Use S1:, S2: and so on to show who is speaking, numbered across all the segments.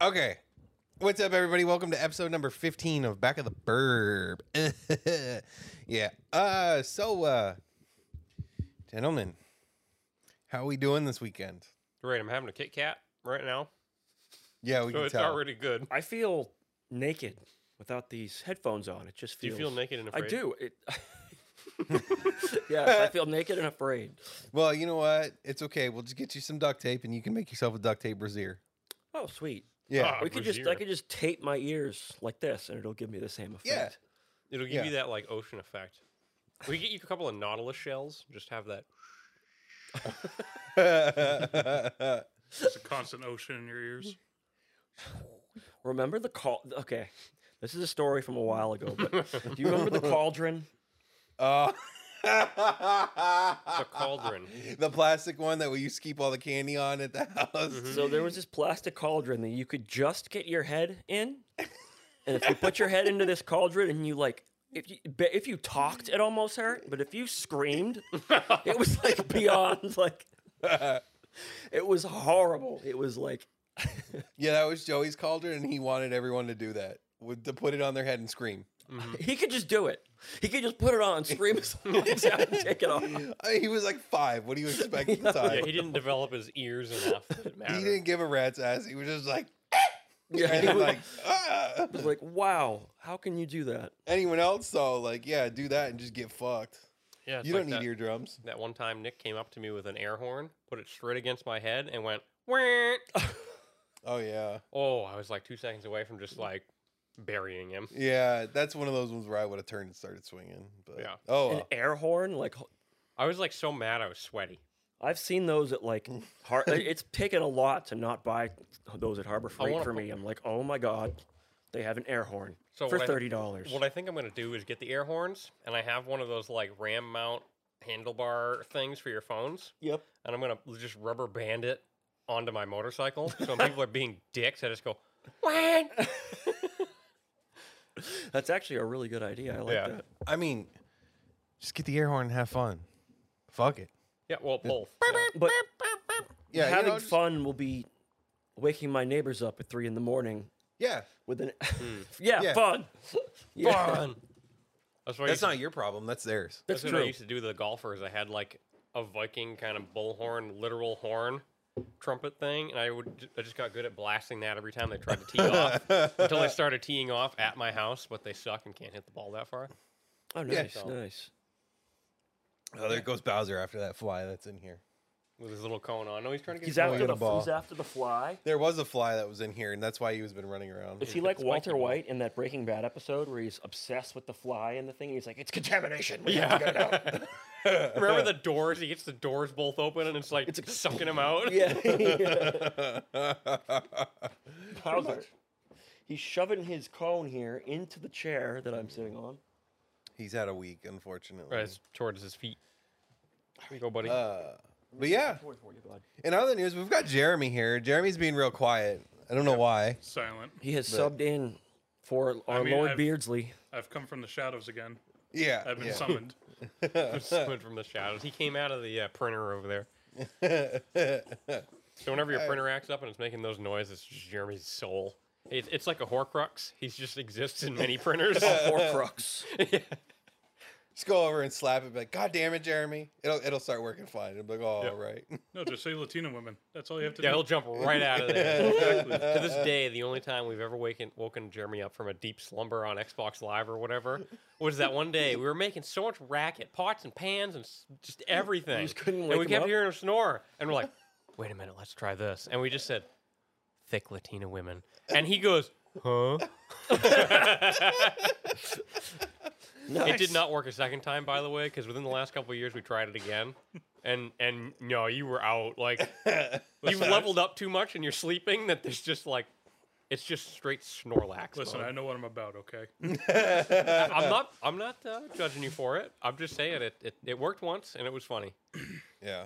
S1: Okay. What's up, everybody? Welcome to episode number 15 of Back of the Burb. yeah. Uh, so, uh, gentlemen, how are we doing this weekend?
S2: Right, I'm having a Kit Kat right now,
S1: Yeah, we
S2: so
S1: can
S2: it's
S1: tell.
S2: already good.
S3: I feel naked without these headphones on. It just
S2: Do you
S3: feels.
S2: feel naked and
S3: I
S2: afraid?
S3: do. It. yes, I feel naked and afraid.
S1: well, you know what? It's okay. We'll just get you some duct tape and you can make yourself a duct tape brassiere.
S3: Oh, sweet.
S1: Yeah.
S2: Ah.
S3: we could just I
S2: brassiere.
S3: could just tape my ears like this, and it'll give me the same effect.
S1: Yeah.
S2: It'll give
S1: Yeah.
S2: you that like ocean effect. We get you a couple of nautilus shells. Just have that.
S4: It's a constant ocean in your ears.
S3: Remember the call? Okay, this is a story from a while ago, but do you remember the cauldron?
S2: Ah.
S1: Oh.
S2: The cauldron.
S1: the plastic one that we used to keep all the candy on at the house.
S2: Mm-hmm.
S3: So there was this plastic cauldron that you could just get your head in, and if you put your head into this cauldron and you like. If you, ba- if you talked, it almost hurt. But if you screamed, it was like beyond like. It was horrible. It was like
S1: Yeah, that was Joey's cauldron, and he wanted everyone to do that, with- to put it on their head and scream.
S3: he could just do it. He could just put it on, scream his lungs out, and take it off.
S1: I mean, he was like five. What do you expect at the time?
S2: Yeah,
S1: he,
S2: he didn't develop his ears enough. that It mattered.
S1: didn't give a rat's ass. He was just like,
S3: Yeah,
S1: and
S3: he
S1: then,
S3: was
S1: like ah.
S3: like, "Wow, how can you do that?"
S1: anyone else though, like yeah, do that and just get fucked.
S2: Yeah, it's
S1: you
S2: like
S1: don't need
S2: that,
S1: eardrums.
S2: That one time, Nick came up to me with an air horn, put it straight against my head, and went. "Wheet."
S1: Oh yeah,
S2: Oh, I was like two seconds away from just like burying him.
S1: yeah. That's one of those ones where I would have turned and started swinging. But
S2: Yeah.
S1: Oh,
S3: An
S1: well.
S3: air horn, like
S2: I was like so mad, I was sweaty.
S3: I've seen those at like Har- it's taken a lot to not buy those at Harbor Freight
S2: wanna
S3: for
S2: pu-
S3: me. I'm like, oh my god, they have an air horn
S2: So
S3: for
S2: what I-
S3: thirty dollars.
S2: What I think I'm gonna do is get the air horns, and I have one of those like ram mount handlebar things for your phones.
S3: Yep.
S2: and I'm gonna l- just rubber band it onto my motorcycle. So when people are being dicks, I just go, "What?"
S3: That's actually a really good idea. I like
S2: Yeah.
S3: that.
S1: I mean, just get the air horn and have fun. Fuck it.
S2: Yeah, well, both. yeah.
S3: But
S1: Yeah, you
S3: having
S1: know, just-
S3: fun will be waking my neighbors up at three in the morning
S1: Yeah,
S3: with an Hmm. yeah,
S1: Yeah.
S3: fun. yeah.
S2: Fun. That's why I
S1: that's
S2: used to-
S1: not your problem. That's theirs.
S3: That's
S2: that's what I
S3: true.
S2: used to do to the golfers. I had like a Viking kind of bullhorn, literal horn trumpet thing, and I would j- I just got good at blasting that every time they tried to tee off until they started teeing off at my house, but they suck and can't hit the ball that far.
S3: Oh,
S1: Yeah.
S3: nice, nice.
S1: Oh, there goes Bowser after that fly that's in here.
S2: With his little cone on. No, he's trying to get
S3: He's
S2: his ball
S3: after
S1: get
S3: the
S1: a ball.
S3: he's after the fly.
S1: There was a fly that was in here, and that's why he was been running around.
S3: Is he like
S2: It's like
S3: Walter
S2: the-
S3: White in that Breaking Bad episode where he's obsessed with the fly and the thing? He's like, it's contamination. We have to get it out.
S2: Remember the doors? He gets the doors both open and it's like sucking him out.
S3: Yeah. Bowser. He's shoving his cone here into the chair that I'm sitting on.
S1: He's had a week, unfortunately.
S2: Right, it's towards his feet. Here you go, buddy.
S1: Uh, but yeah,
S3: Pour it for you, bud.
S1: in other news, we've got Jeremy here. Jeremy's being real quiet. I don't know why.
S4: Silent.
S3: He has subbed in for our
S4: mean,
S3: Lord
S4: I've-
S3: Beardsley.
S4: I've come from the shadows again.
S1: Yeah.
S4: I've been
S1: yeah.
S4: summoned.
S2: Someone from the shadows. He came out of the uh, printer over there. so whenever your printer acts up and it's making those noises, it's just Jeremy's soul. It, it's like a Horcrux. He just exists in many printers.
S3: Horcrux.
S1: Just go over and slap it. Be like, God damn it, Jeremy. It'll it'll start working fine. It'll be like, oh,
S2: Yep.
S1: all right.
S4: No, just say Latino women. That's all you have to
S2: yeah, he'll
S4: do.
S2: jump right out of there.
S4: Exactly.
S2: to this day, the only time we've ever waken, woken Jeremy up from a deep slumber on Xbox Live or whatever was that one day we were making so much racket, pots and pans and s- just everything.
S3: just couldn't
S2: and
S3: wake
S2: we
S3: him
S2: kept
S3: up?
S2: hearing him snore, and we're like, "Wait a minute, let's try this." And we just said, "Thick Latina women," and he goes, "Huh?" It did not work a second time, by the way, because within the last couple of years we tried it again, and and no, you were out. Like you've leveled up too much, and you're sleeping. That there's just like, it's just straight Snorlax.
S4: Listen,
S2: mode.
S4: I know what I'm about, okay?
S2: I'm not. I'm not uh, judging you for it. I'm just saying it, it. It worked once, and it was funny.
S1: Yeah.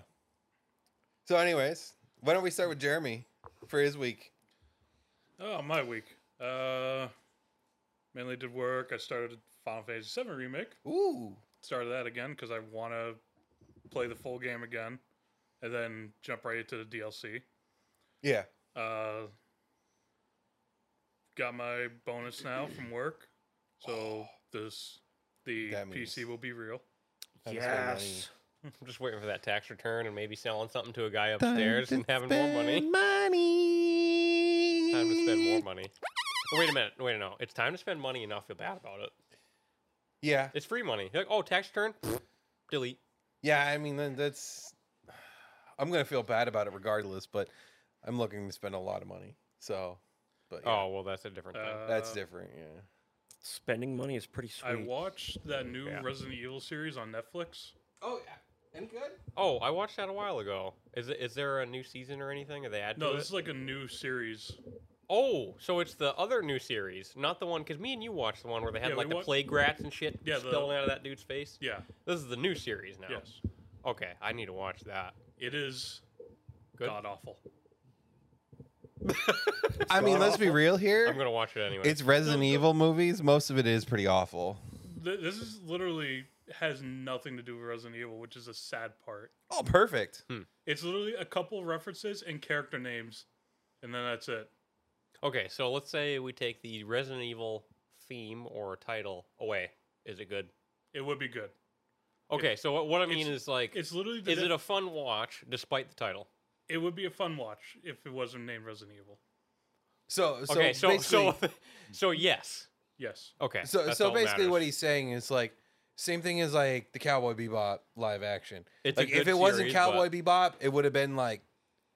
S1: So, anyways, why don't we start with Jeremy for his week?
S4: Oh, my week. Uh, mainly did work. I started Final Fantasy VII Remake.
S1: Ooh.
S4: Started that again because I want to play the full game again and then jump right into the DLC.
S1: Yeah.
S4: Uh, got my bonus now from work, so this the
S1: That
S4: PC
S1: means-
S4: will be real.
S1: That's my money.
S3: yes.
S2: I'm just waiting for that tax return and maybe selling something to a guy upstairs and having more money.
S1: money.
S2: Time to spend more money. Oh, wait a minute. Wait, no. It's time to spend money and not feel bad about it.
S1: Yeah,
S2: It's free money. You're like, oh, tax return? Pfft, Delete.
S1: yeah. I mean, then that's. I'm gonna feel bad about it regardless, but I'm looking to spend a lot of money. So, but yeah,
S2: Oh, well, that's a different thing.
S4: Uh,
S1: that's different. Yeah.
S3: Spending money is pretty sweet.
S4: I watched that new
S2: Yeah.
S4: Resident Evil series on Netflix.
S1: Oh yeah. Any good?
S2: Oh, I watched that a while ago. Is it, is there a new season or anything? Are they add
S4: No,
S2: to
S4: this
S2: it?
S4: is like a new series.
S2: Oh, so it's the other new series, not the one because me and you watched the one where they had
S4: Yeah, we
S2: like the
S4: wa-
S2: plague rats and shit
S4: Yeah, the-
S2: spilling out of that dude's face.
S4: Yeah.
S2: This is the new series now.
S4: Yes.
S2: Okay, I need to watch that.
S4: It is
S2: Good.
S4: god awful.
S1: I mean, let's be real here.
S2: I'm gonna watch it anyway.
S1: It's Resident Evil movies. Most of it is pretty awful.
S4: Th- this is literally has nothing to do with Resident Evil, which is a sad part.
S1: Oh, perfect.
S4: It's literally a couple references and character names, and then that's it.
S2: okay, so let's say we take the Resident Evil theme or title away. Is it good?
S4: It would be good.
S2: Okay, so what, what I mean
S4: it's-
S2: is like,
S4: It's literally the
S2: is it
S4: def-
S2: a fun watch despite the title?
S4: it would be a fun watch if it wasn't named Resident Evil.
S1: So, so
S2: Okay, so so
S1: basically-
S2: so, yes.
S4: Yes.
S2: Okay,
S1: so,
S2: that's
S1: so
S2: all that
S1: basically, what
S2: matters.
S1: he's saying is like same thing as like the Cowboy Bebop live action.
S2: It's a
S1: like if
S2: good
S1: it wasn't
S2: series,
S1: Cowboy Bebop, it would have been like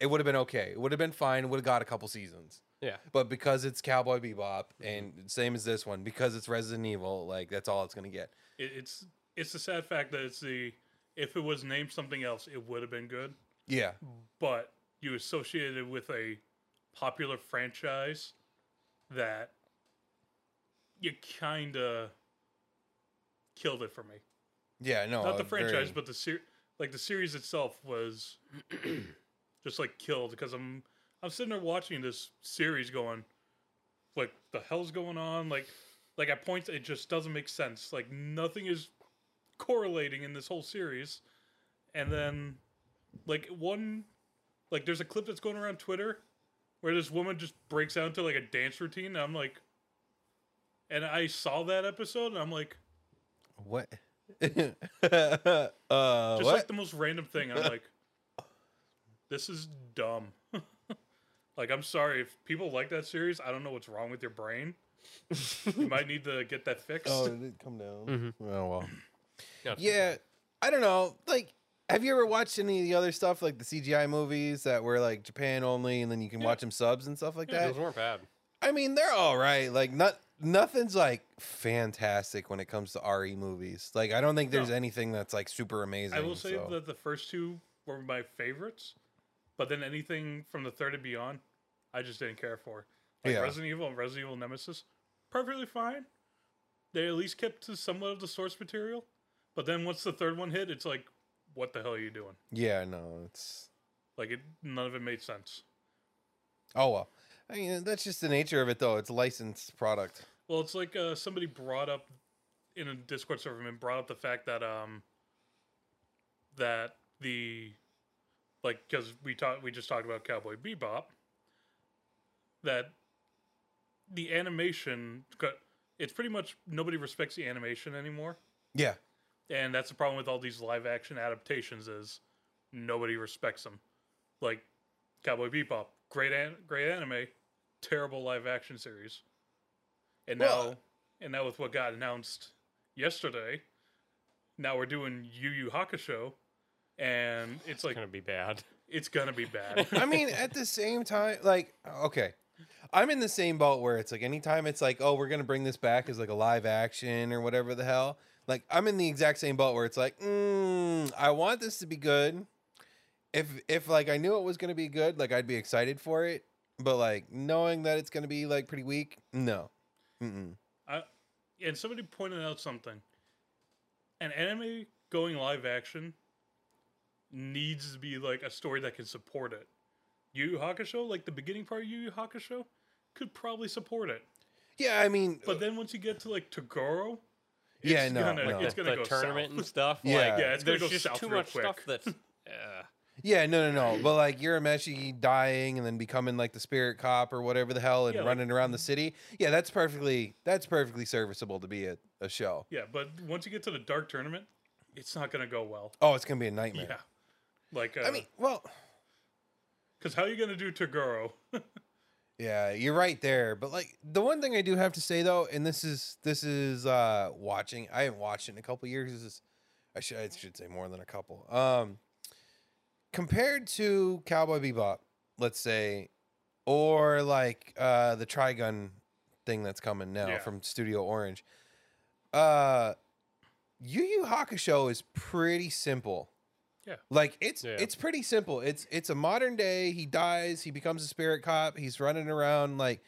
S1: it would have been okay. It would have been fine. Would have got a couple seasons.
S2: yeah.
S1: But because it's Cowboy Bebop and same as this one, because it's Resident Evil, like that's all it's gonna get.
S4: It, it's it's the sad fact that it's the if it was named something else, it would have been good.
S1: Yeah,
S4: But you associate it with a popular franchise that you kinda killed it for me.
S1: yeah, no,
S4: Not the
S1: I'm very-
S4: franchise, but the ser- like the series itself was just like killed because I'm I'm sitting there watching this series going like the hell's going on like like at points it just doesn't make sense like nothing is correlating in this whole series and then like one like there's a clip that's going around Twitter where this woman just breaks out into like a dance routine and I'm like and I saw that episode and I'm like
S1: what? uh,
S4: just like
S1: what?
S4: the most random thing. I'm like, this is dumb. like, I'm sorry if people like that series. I don't know what's wrong with your brain. you might need to get that fixed.
S1: Oh, it did come down. Oh well.
S2: No, it's-
S1: Yeah, I don't know. Like, have you ever watched any of the other stuff, like the CGI movies that were like Japan only, and then you can watch them subs and stuff like that?
S2: those weren't bad.
S1: I mean, they're all right. Like, not nothing's like fantastic when it comes to RE movies. Like, I don't think there's
S4: No.
S1: anything that's like super amazing.
S4: I will say
S1: so.
S4: that the first two were my favorites, but then anything from the third and beyond, I just didn't care for. Like
S1: Yeah.
S4: Resident Evil and Resident Evil Nemesis, perfectly fine. They at least kept to somewhat of the source material, but then once the third one hit, it's like, what the hell are you doing?
S1: yeah, no, it's
S4: Like, it, none of it made sense.
S1: oh well. I mean, that's just the nature of it, though. It's a licensed product.
S4: Well, it's like uh, somebody brought up in a Discord server and brought up the fact that um that the like because we talked we just talked about Cowboy Bebop that the animation got- it's pretty much nobody respects the animation anymore
S1: Yeah,
S4: and that's the problem with all these live action adaptations is nobody respects them like cowboy bebop great an- great anime terrible live action series and
S1: Well-
S4: now and now with what got announced yesterday now we're doing yu yu hakusho and it's like
S2: It's gonna be bad.
S4: it's gonna be bad
S1: I mean, at the same time, like, uh, okay, I'm in the same boat where it's like anytime it's like, oh, we're gonna bring this back as like a live action or whatever the hell. Like, I'm in the exact same boat where it's like, mm, I want this to be good. If if like I knew it was gonna be good, like I'd be excited for it. But like knowing that it's gonna be like pretty weak, no. Mm-mm.
S4: I, and somebody pointed out something. An anime going live action needs to be like a story that can support it. Yu Yu Hakusho, like the beginning part of Yu Yu Hakusho, could probably support it.
S1: Yeah, I mean,
S4: But then once you get to like Togoro,
S1: yeah,
S4: it's
S1: no,
S4: gonna-
S1: no.
S4: it's gonna
S2: the
S4: go
S2: tournament
S4: south.
S2: and stuff.
S1: Yeah.
S2: like,
S4: Yeah, it's gonna
S2: there's
S4: go
S2: just
S4: south
S2: too
S4: real
S2: much stuff
S4: quick.
S2: that's. Uh,
S1: Yeah, no, no, no. But like Urameshi dying and then becoming like the spirit cop or whatever the hell and
S4: Yeah, like-
S1: running around the city. Yeah, that's perfectly that's perfectly serviceable to be a, a show.
S4: Yeah, but once you get to the dark tournament, it's not gonna go well.
S1: Oh, it's gonna be a nightmare.
S4: Yeah, like uh,
S1: I mean, well,
S4: because how are you gonna do Tagoro?
S1: yeah, you're right there. But like the one thing I do have to say though, and this is this is uh watching. I haven't watched it in a couple years. This is I should I should say more than a couple. Um compared to Cowboy Bebop, let's say, or like uh the Trigun thing that's coming now
S4: Yeah.
S1: from Studio Orange. Uh Yu Yu Hakusho is pretty simple.
S4: Yeah.
S1: Like it's
S2: Yeah.
S1: it's pretty simple. It's it's a modern day. He dies, he becomes a spirit cop, he's running around like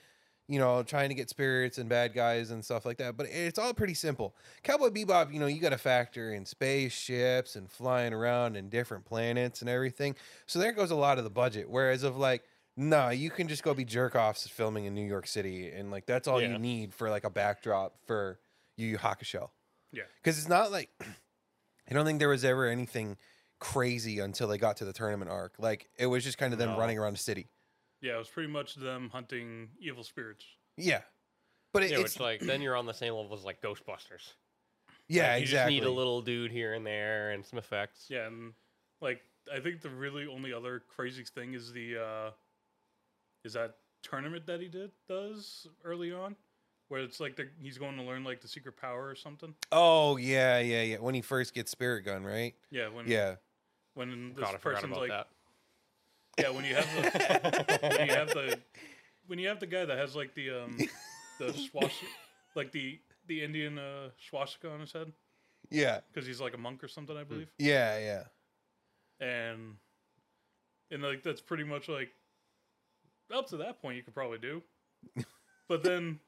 S1: you know, trying to get spirits and bad guys and stuff like that. But it's all pretty simple. Cowboy Bebop, you know, you got to factor in spaceships and flying around and different planets and everything. So there goes a lot of the budget. Whereas of like, nah, you can just go be jerk offs filming in New York City and like that's all
S2: Yeah.
S1: you need for like a backdrop for Yu Yu Hakusho.
S4: Yeah.
S1: because it's not like I don't think there was ever anything crazy until they got to the tournament arc. Like it was just kind of them
S2: No.
S1: running around the city.
S4: yeah, it was pretty much them hunting evil spirits.
S1: Yeah. But it,
S2: Yeah,
S1: it's
S2: it's like then you're on the same level as like Ghostbusters.
S1: yeah,
S2: Like, you
S1: exactly.
S2: just need a little dude here and there and some effects.
S4: Yeah, and like I think the really only other crazy thing is the uh is that tournament that he did does early on, where it's like the, he's going to learn like the secret power or something.
S1: Oh yeah, yeah, yeah. When he first gets Spirit Gun, right?
S4: Yeah,
S2: Um,
S4: when
S1: Yeah.
S4: when this
S2: God, I forgot
S4: person's
S2: about
S4: like
S2: that.
S4: yeah when you have the when you have the when you have the guy that has like the um the swastika like the the Indian uh, swastika on his head
S1: Yeah.
S4: because he's like a monk or something
S2: Hmm.
S4: I believe.
S1: Yeah, yeah.
S4: and and like that's pretty much like up to that point you could probably do but then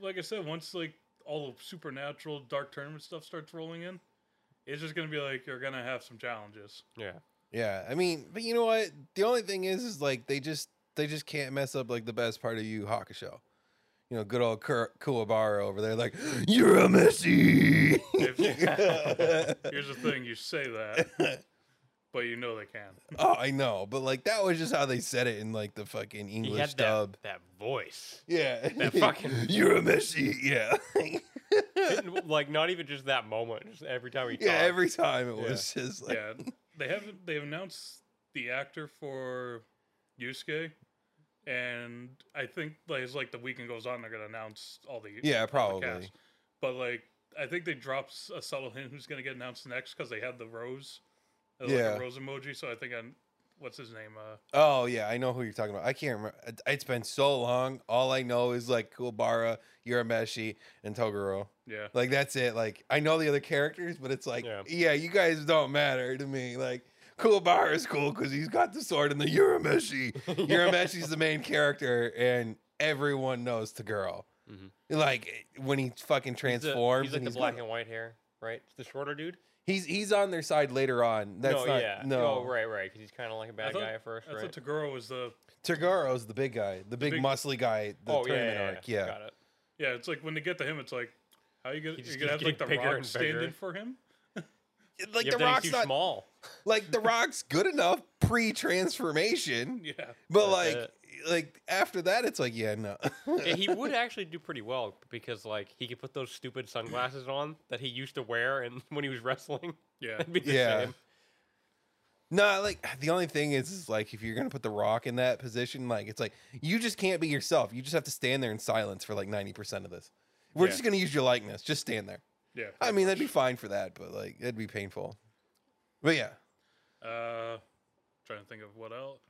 S4: like i said once like all the supernatural dark tournament stuff starts rolling in it's just gonna be like you're gonna have some challenges
S2: Yeah.
S1: Yeah. I mean, but you know what? The only thing is is like they just they just can't mess up like the best part of you Hakusho. You know, good old Kur- Kuwabara over there, like you're a messy.
S4: If- here's the thing you say that but you know they can
S1: oh, I know, but like that was just how they said it in like the fucking
S2: He
S1: English
S2: had that,
S1: dub.
S2: that voice.
S1: Yeah,
S2: that fucking-
S1: you're a messy. Yeah,
S2: Didn't- like not even just that moment, just every time he
S1: yeah.
S2: talked.
S1: Every time it
S2: Yeah.
S1: was just like,
S4: yeah they haven't they've announced the actor for yusuke and i think like as like the weekend goes on they're gonna announce all the
S1: yeah,
S4: the
S1: probably.
S4: cast. But like, I think they dropped s- a subtle hint who's going to get announced next because they had the rose, uh, like, a
S1: Yeah.
S4: rose emoji. So I think on what's his name, uh,
S1: Oh yeah, I know who you're talking about. I can't remember. It- It's been so long. All I know is like Kuwabara, Urameshi, and Toguro.
S4: yeah,
S1: Like that's it. Like I know the other characters, but it's like yeah,
S2: Yeah.
S1: you guys don't matter to me. Like Kuwabara is cool because he's got the sword and the Urameshi. Urameshi's the main character, and everyone knows Toguro.
S2: Mhm.
S1: Like when he fucking
S2: He's the-
S1: transforms,
S2: He's like
S1: and
S2: the
S1: he's,
S2: black
S1: got-
S2: and white hair, right? It's the shorter dude.
S1: he's he's on their side later on. That's
S2: no,
S1: not
S2: yeah.
S1: no
S2: Oh, right, right. Because he's kind of like a bad
S4: thought-
S2: guy at first,
S4: I
S2: right?
S4: thought Tagoro was the
S1: Toguro's the big guy, the, big,
S4: big-
S1: muscly guy. The
S2: oh, yeah,
S1: tournament
S2: yeah,
S1: arc, yeah.
S2: Got it.
S4: yeah. It's like when they get to him, it's like how you gonna
S2: He just
S4: you gonna have
S2: keeps
S4: like the
S2: getting bigger
S4: rock
S2: and
S4: standing
S2: bigger.
S4: for him?
S1: like
S2: yeah,
S1: the
S2: but then he's
S1: rock's
S2: too
S1: not
S2: small.
S1: like the rock's good enough pre-transformation
S4: Yeah,
S1: but like
S2: That's
S1: like after that it's like yeah no
S2: Yeah, he would actually do pretty well because like he could put those stupid sunglasses on that he used to wear and when he was wrestling.
S4: yeah.
S2: It'd be the
S1: Yeah.
S2: same.
S1: no like the only thing is, is like if you're gonna put the rock in that position like it's like you just can't be yourself you just have to stand there in silence for like 90% of this we're
S4: Yeah.
S1: just gonna use your likeness just stand there
S4: yeah.
S1: i mean that'd be fine for that but like that'd be painful but yeah
S4: Uh, trying to think of what else.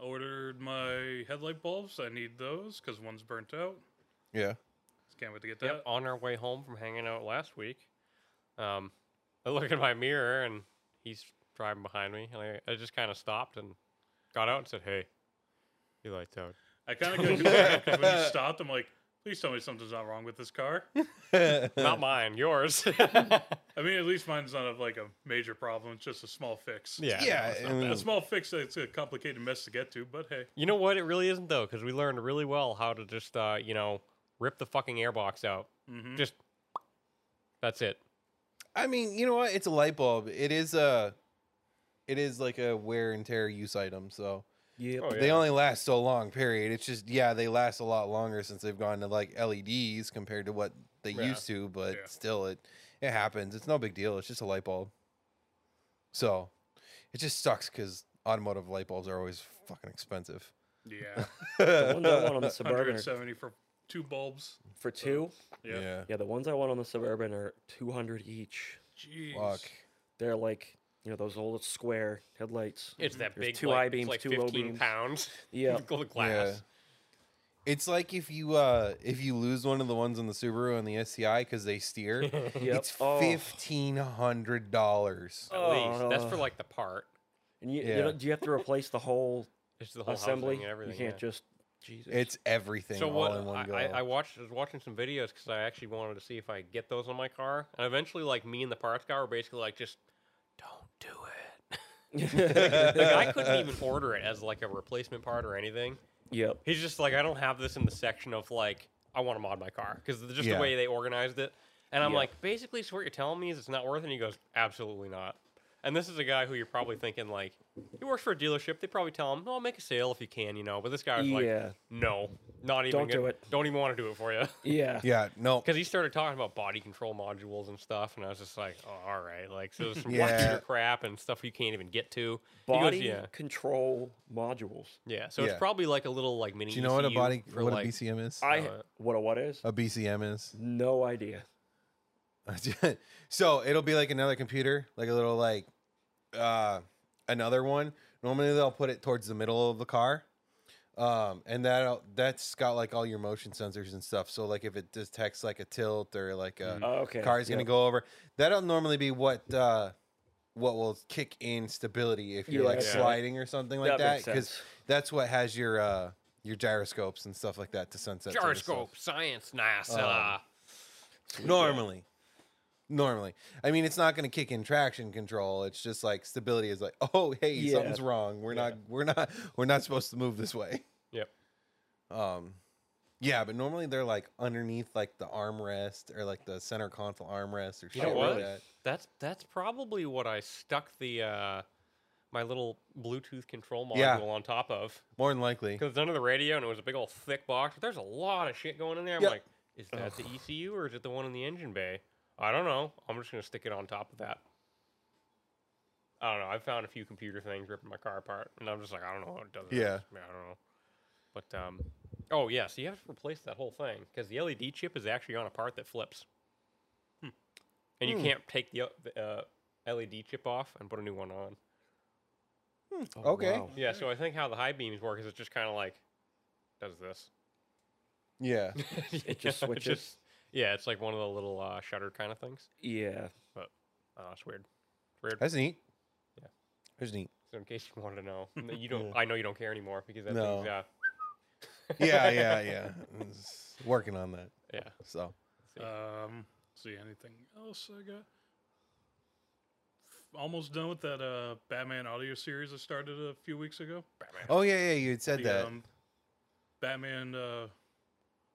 S4: I ordered my headlight bulbs. I need those because one's burnt out.
S1: yeah
S4: Can't wait to get that.
S2: Yep. On our way home from hanging out last week, um, I look in my mirror and he's driving behind me, and I, I just kind of stopped and got out and said, "Hey, you lights out."
S4: I kind of got concerned 'cause when you stopped, I'm like, please tell me something's not wrong with this car.
S2: Not mine, yours.
S4: I mean, at least mine's not of like a major problem. It's just a small fix.
S2: Yeah,
S1: yeah I mean,
S4: A small fix. It's a complicated mess to get to, but hey,
S2: You know what? It really isn't though, because we learned really well how to just, uh, you know, rip the fucking airbox out.
S4: hmm
S2: Just that's it.
S1: I mean, you know what? It's a light bulb. It is a It is like a wear and tear use item, so
S3: Yep.
S2: Oh,
S1: they
S2: yeah.
S1: only last so long. Period. It's just yeah, they last a lot longer since they've gone to like LEDs compared to what they
S2: Yeah.
S1: used to. But
S4: Yeah.
S1: still, it it happens. It's no big deal. It's just a light bulb. So it just sucks because automotive light bulbs are always fucking expensive.
S4: Yeah,
S3: The ones I want on the Suburban are
S4: 170 for two bulbs.
S3: for two.
S4: Yeah.
S3: Yeah, the ones I want on the Suburban are 200 each.
S4: Jeez.
S1: Fuck.
S3: They're like, you know, those old square headlights.
S2: It's that
S3: Mm-hmm. There's
S2: big
S3: two
S2: like,
S3: high
S2: it's
S3: beams,
S2: like
S3: two low
S2: 15
S3: beams.
S2: pounds.
S3: Yeah.
S2: Go to glass.
S1: It's like if you uh if you lose one of the ones on the Subaru and the SCI because they steer,
S3: Yep.
S1: it's
S3: Oh.
S1: fifteen hundred dollars.
S2: At least that's for
S3: Oh.
S2: like the part.
S3: And you,
S1: Yeah.
S3: you know, do you have to replace the whole,
S2: It's the whole
S3: assembly?
S2: assembly and everything.
S3: you can't
S2: yeah.
S3: just. Jesus.
S1: It's everything
S2: so
S1: all
S2: what?
S1: in one
S2: I,
S1: go.
S2: I- I watched. I was watching some videos because I actually wanted to see if I could get those on my car. And eventually, like me and the parts guy were basically like, just don't do it. like I couldn't even order it as like a replacement part or anything.
S3: yep.
S2: He's just like, I don't have this in the section of like, I want to mod my car because just
S1: Yeah.
S2: the way they organized it. And I'm
S3: Yeah.
S2: like, basically, so what you're telling me is it's not worth it. And he goes, absolutely not. And this is a guy who you're probably thinking like, he works for a dealership. They probably tell him, "Oh, make a sale if you can," you know. But this guy was like,
S3: Yeah.
S2: "No, not even.
S3: Don't do
S2: gonna-
S3: it.
S2: Don't even want to do it for you."
S3: Yeah.
S1: yeah, no.
S2: Because he started talking about body control modules and stuff, and I was just like, "Oh, all right." Like, so there's some
S1: Yeah.
S2: computer crap and stuff you can't even get to. He goes,
S3: Body
S2: yeah,
S3: control modules.
S2: yeah. So
S1: Yeah.
S2: it's probably like a little like mini.
S1: Do you know what a
S2: ECU
S1: body
S2: for
S1: what
S2: like,
S1: a BCM is?
S3: I
S2: uh,
S3: what a what is?
S1: A BCM is.
S3: No idea.
S1: so it'll be like another computer, like a little like uh another one. Normally they'll put it towards the middle of the car. Um and that that's got like all your motion sensors and stuff. So like if it detects like a tilt or like a
S2: Mm-hmm. Mm.
S3: Oh, okay.
S1: car's gonna
S3: Yep.
S1: go over, that'll normally be what uh what will kick in stability if you're
S3: Yeah,
S1: like
S3: okay.
S1: sliding or something like
S3: That
S1: that
S3: makes
S1: because
S3: sense.
S1: that's what has your uh your gyroscopes and stuff like that to sense that sort of stuff.
S2: gyroscope science NASA.
S1: Um, Normally. Normally. I mean, it's not going to kick in traction control. It's just like stability is like, "Oh, hey,
S3: Yeah.
S1: something's wrong. We're not we're not we're not supposed to move this way."
S2: Yep.
S1: Um yeah, but normally they're like underneath like the armrest or like the center console armrest or something
S2: You know
S3: Oh,
S2: what?
S1: like that.
S2: That's that's probably what I stuck the uh, my little Bluetooth control module
S1: Yeah.
S2: on top of
S1: More than likely.
S2: because it's under the radio and it was a big old thick box. There's a lot of shit going in there. I'm
S1: Yeah.
S2: like, is that the ECU or is it the one in the engine bay? I don't know. I'm just gonna stick it on top of that. I don't know. I found a few computer things ripping my car apart, and I'm just like, I don't know what it does. with
S1: Yeah.
S2: this. I, mean, I don't know. But um, oh yeah, so you have to replace that whole thing because the LED chip is actually on a part that flips, Hmm. and you can't take the o- the, uh, LED chip off and put a new one on.
S3: Oh,
S1: okay.
S3: wow.
S2: Yeah, so I think how the high beams work is it just kind of like does this.
S1: Yeah.
S2: it
S3: just switches.
S2: yeah, it's like one of the little uh, shutter kind of things.
S3: Yeah.
S2: Oh, it's weird. It's weird.
S1: That's neat.
S2: Yeah.
S1: That's neat.
S2: so in case you wanted to know, No, you don't. I know you don't care anymore because that
S1: No.
S2: thing's uh,
S1: Yeah, yeah, yeah. It's working on that.
S2: yeah.
S1: So,
S4: Um, let's see anything else I got? Almost done with that uh, Batman audio series I started a few weeks ago.
S1: Oh yeah, yeah, you had said
S4: The,
S1: that.
S4: um, Batman uh,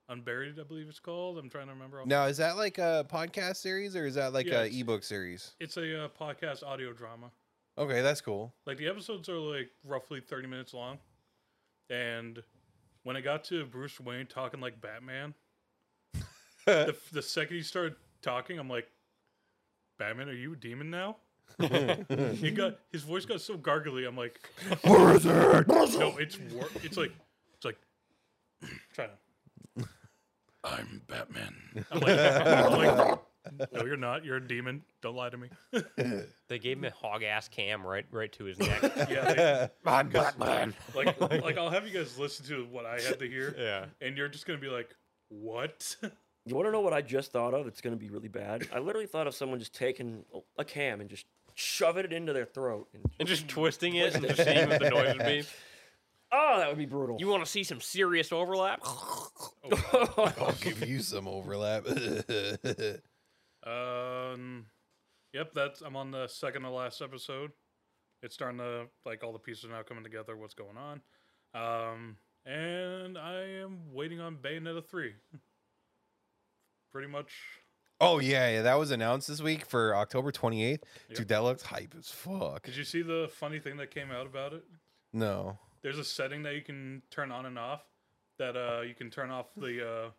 S4: Unburied, I believe it's called. I'm trying to remember. off-
S1: Now, is that like a podcast series or is that like
S4: Yeah,
S1: a
S4: it's-
S1: ebook series?
S4: It's a uh, podcast audio drama.
S1: Okay, that's cool.
S4: Like the episodes are like roughly 30 minutes long. And when I got to Bruce Wayne talking like Batman, the, the second he started talking, I'm like, Batman, are you a demon now? it got his voice got so gargly. I'm like, no, it's wor- it's like it's like trying to. I'm Batman. I'm like, I'm like, no, you're not. You're a demon. Don't lie to me.
S2: They gave him a hog ass cam right, right to his neck.
S4: Yeah, they-
S2: I'm Batman.
S4: like like I'll have you guys listen to what I had to hear,
S2: Yeah.
S4: and you're just gonna be like, "What?"
S3: You want to know what I just thought of? It's going to be really bad. I literally thought of someone just taking a- a cam and just shoving it into their throat. And,
S2: And just twisting it and just seeing what the noise would be.
S3: oh, that would be brutal.
S2: You want to see some serious overlap? Oh,
S1: I'll give you some overlap.
S4: Um, yep, that's I'm on the second to last episode. It's starting to like all the pieces are now coming together. What's going on? Um, and I am waiting on Bayonetta three. Pretty much
S1: Oh yeah, yeah, that was announced this week for October 28th. Dude, that looks hype as fuck.
S4: Did you see the funny thing that came out about it?
S1: No.
S4: There's a setting that you can turn on and off. That uh, you can turn off the uh,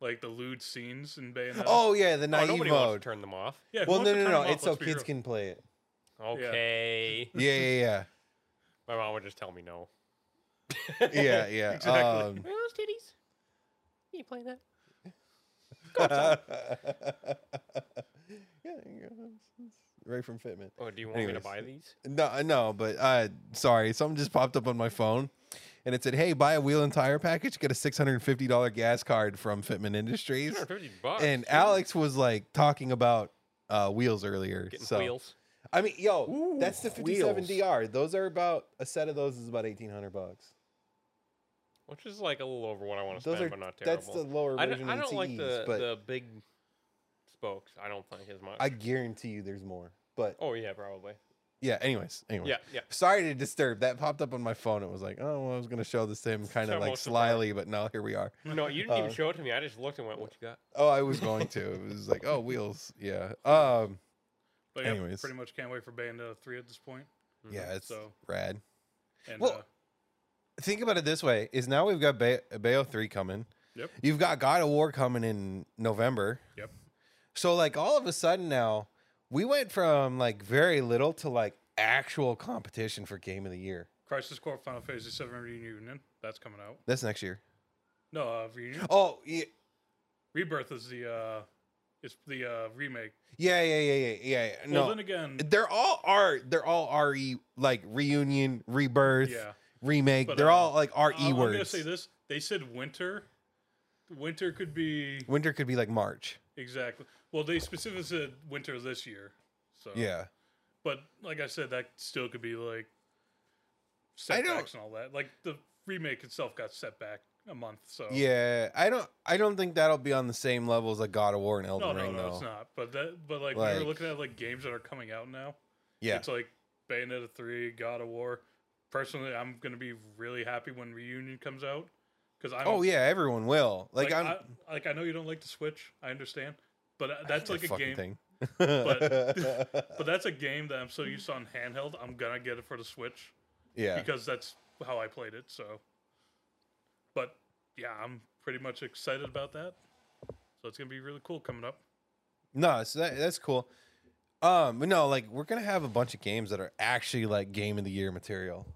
S4: like the lewd scenes in Bayonetta.
S1: Oh yeah, the
S2: Oh,
S1: naive
S2: nobody wants
S1: mode.
S2: to turn them off.
S4: yeah. who
S1: well,
S4: wants
S1: no,
S4: to
S1: no,
S4: turn
S1: no.
S4: them off?
S1: It's so
S4: Let's be
S1: kids
S4: real.
S1: can play it.
S2: Okay.
S1: Yeah, yeah,
S2: My mom would just tell me no.
S1: yeah, yeah, yeah.
S4: Exactly.
S2: Are those titties? You play that?
S1: Um, yeah, there you go. right from Fitment.
S2: Oh, do you want me
S1: Anyways.
S2: to buy these?
S1: No, no, but uh, sorry, something just popped up on my phone, and it said, "Hey, buy a wheel and tire package, get a six hundred and fifty dollar gas card from Fitment Industries."
S2: 150 bucks.
S1: And Alex was like talking about uh, wheels earlier.
S2: getting
S1: so
S2: wheels.
S1: I mean, yo, that's the fifty seven
S3: wheels.
S1: DR. Those are about a set of those is about eighteen hundred bucks.
S2: Which is like a little over what I want to
S1: Those
S2: spend,
S1: are
S2: but not terrible.
S1: that's the lower
S2: I
S1: version.
S2: don't, I
S1: of
S2: don't like
S1: TEs,
S2: the,
S1: but
S2: the big spokes. I don't think as much.
S1: I guarantee you, there's more. But
S2: oh yeah, probably.
S1: yeah, anyways, anyways.
S2: Yeah, yeah.
S1: Sorry to disturb. That popped up on my phone. It was like, oh, well, I was gonna show this to him, kind
S2: So
S1: of like
S2: most of our-
S1: slyly, but now here we are.
S2: No, you didn't
S1: Uh,
S2: even show it to me. I just looked and went, "What you got?"
S1: Oh, I was going to. It was like, oh, wheels. Yeah. Um.
S4: But yeah,
S1: Anyways.
S4: pretty much can't wait for Bayonetta three at this point.
S2: Mm-hmm.
S1: Yeah, it's
S4: Mm-hmm. So-
S1: rad.
S4: And
S1: Well-
S4: uh,
S1: Think about it this way: is now we've got Ba- Bayo three coming.
S4: Yep.
S1: You've got God of War coming in November.
S4: Yep.
S1: So like all of a sudden now, we went from like very little to like actual competition for game of the year.
S4: Crisis Core Final Fantasy Seven Reunion that's coming out.
S1: That's next year.
S4: No, uh, Reunion
S1: Oh yeah,
S4: Rebirth is the uh, it's the uh, remake.
S1: yeah, yeah, yeah, yeah. yeah. yeah. Uh, No,
S4: Well, then again,
S1: they're all R. They're all re like reunion, rebirth,
S4: yeah.
S1: remake.
S4: But,
S1: they're
S4: uh,
S1: all like re
S4: I'm- I'm gonna
S1: words.
S4: say this. They said winter. Winter could be
S1: Winter could be like March.
S4: exactly. Well, they specifically said winter this year. So
S1: Yeah.
S4: But like I said, that still could be like
S1: I don't-
S4: setbacks and all that. Like the remake itself got set back a month. So
S1: Yeah, I don't. I don't think that'll be on the same level as like God of War and Elden
S4: Oh, No, no,
S1: Ring,
S4: no,
S1: though.
S4: it's not. But that, but like, we
S1: Like-
S4: were looking at like games that are coming out now.
S1: Yeah,
S4: It's like Bayonetta three, God of War. Personally, I'm gonna be really happy when Reunion comes out because I'm.
S1: Oh yeah, everyone will. Like,
S4: like,
S1: I'm
S4: I, like I know you don't like the Switch. I understand, but uh, that's
S1: that
S4: like a
S1: fucking
S4: game.
S1: thing.
S4: but- But that's a game that I'm so used to on handheld. I'm gonna get it for the Switch
S1: yeah,
S4: because that's how I played it. So, but yeah, I'm pretty much excited about that. So it's gonna be really cool coming up.
S1: no, so that, that's cool. Um, but no, like we're gonna have a bunch of games that are actually like game of the year material.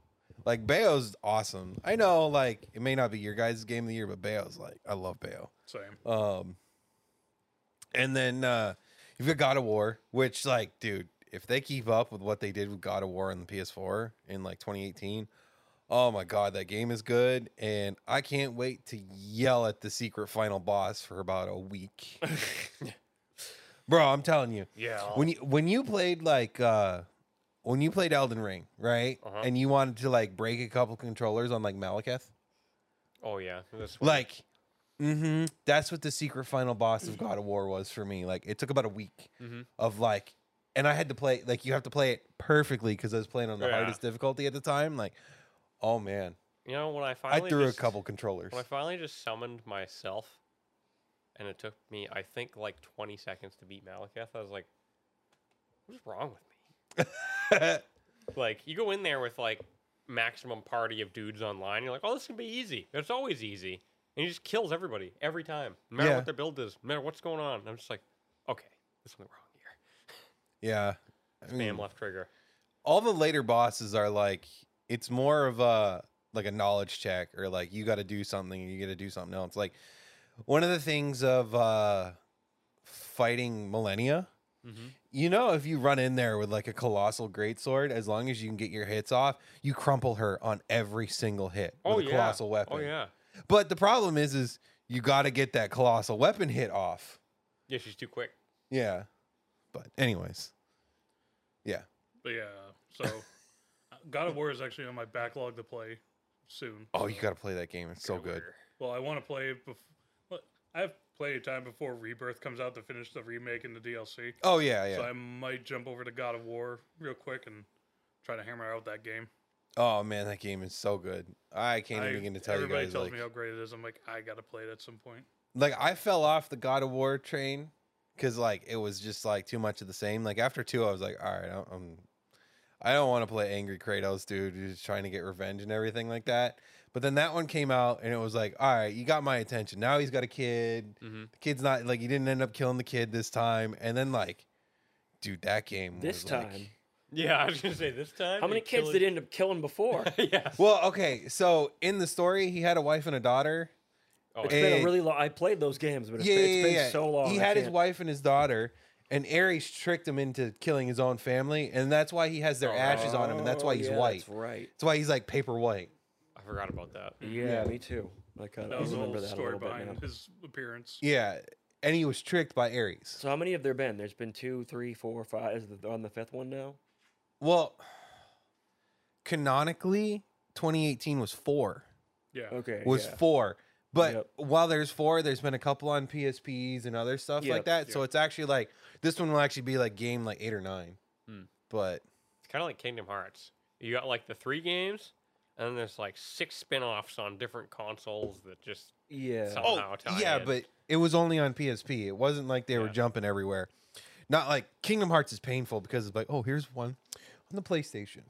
S1: Like Bayo's awesome. I know, like it may not be your guys' game of the year, but Bayo's like I love Bayo.
S4: Same.
S1: Um, and then uh, you've got God of War, which, like, dude, if they keep up with what they did with God of War on the PS4 in like 2018, oh my god, that game is good, and I can't wait to yell at the secret final boss for about a week. Bro, I'm telling you,
S2: Yeah.
S1: when you when you played like uh when you played Elden Ring, right,
S2: Uh-huh.
S1: and you wanted to like break a couple controllers on like Malekith,
S2: oh yeah. This one.
S1: like
S2: Mm-hmm.
S1: hmm that's what the secret final boss of god of war was for me like it took about a week
S2: Mhm.
S1: of like and i had to play like you have to play it perfectly because i was playing on the
S2: Yeah.
S1: hardest difficulty at the time like oh man
S2: you know when I finally
S1: i threw
S2: just-
S1: a couple controllers
S2: When I finally just summoned myself, and it took me I think like 20 seconds to beat Malekith. I was like, what's wrong with me? Like you go in there with like maximum party of dudes online. You're like, oh, this can be easy. It's always easy, and he just kills everybody every time, no matter
S1: Yeah.
S2: what their build is, no matter what's going on. I'm just like, okay, there's something wrong here.
S1: yeah I mean,
S2: Spam left trigger.
S1: all the later bosses are like it's more of a like a knowledge check or like you got to do something and you got to do something else like one of the things of uh fighting millennia
S2: Mhm.
S1: you know if you run in there with like a colossal greatsword as long as you can get your hits off you crumple her on every single hit with
S2: Oh
S1: a
S2: yeah.
S1: colossal weapon
S2: Oh yeah.
S1: but the problem is is you got to get that colossal weapon hit off
S2: Yeah, she's too quick.
S1: yeah but anyways yeah
S4: But yeah, so God of War is actually on my backlog to play soon.
S1: oh you got to play that game it's so good
S2: Whatever.
S4: Well, I want to play it. Bef- well, I have plenty of time before Rebirth comes out to finish the remake and the DLC.
S1: oh yeah yeah
S4: So I might jump over to God of War real quick and try to hammer out that game.
S1: Oh man, that game is so good. I can't
S4: I-
S1: even begin to tell you
S4: everybody
S1: guys.
S4: tells
S1: Like,
S4: me how great it is. I'm like, I gotta play it at some point.
S1: like I fell off the God of War train because like it was just like too much of the same. Like after two, I was like, all right, I'm, I'm I don't want to play angry Kratos, dude, who's trying to get revenge and everything like that. But then that one came out, and it was like, all right, you got my attention. Now he's got a kid.
S2: Mhm.
S3: Mm-hmm.
S1: The kid's not like he didn't end up killing the kid this time. And then like, dude, that game
S3: This
S1: was,
S3: time,
S1: like-
S2: Yeah, I was gonna say this time.
S3: how many
S2: you kill
S3: kids
S2: it-
S3: did he end up killing before? It's
S2: yes.
S1: well, okay, so in the story, he had a wife and a daughter. Eh,
S2: Oh, yeah.
S3: been
S1: And-
S3: a really long. I played those games, but it's,
S1: yeah,
S3: been,
S1: yeah,
S3: it's been
S1: yeah, yeah.
S3: so long.
S1: He
S3: I
S1: had his
S3: can't-
S1: wife and his daughter, and Ares tricked him into killing his own family, and that's why he has their
S2: Oh,
S1: ashes on him, and that's
S3: Oh,
S1: why he's
S3: yeah,
S1: white.
S3: That's right.
S1: That's why he's like paper white.
S2: I forgot about that.
S3: Yeah, me too. I kind
S4: That
S3: of
S4: was the
S3: remember
S4: whole
S3: that a
S4: story
S3: little bit now.
S4: behind his appearance.
S1: Yeah, and he was tricked by Ares.
S3: So how many have there been? There's been two, three, four, five. Is it on the fifth one now?
S1: Well, canonically, 2018 was four.
S4: Yeah.
S3: Okay.
S1: Was
S3: yeah.
S1: four. But
S3: Yep.
S1: while there's four, there's been a couple on PSPs and other stuff like
S3: Yep.
S1: that. So it's actually like this one will actually be like game like eight or nine.
S2: Hmm.
S1: But
S2: It's kind of like Kingdom Hearts. You got like the three games, and then there's like six spin-offs on different consoles that just
S3: yeah.
S2: somehow
S1: oh
S2: tie
S1: yeah,
S2: in.
S1: but it was only on PSP. It wasn't like they were
S2: Yeah.
S1: jumping everywhere. Not like Kingdom Hearts is painful because it's like, oh, here's one on the PlayStation,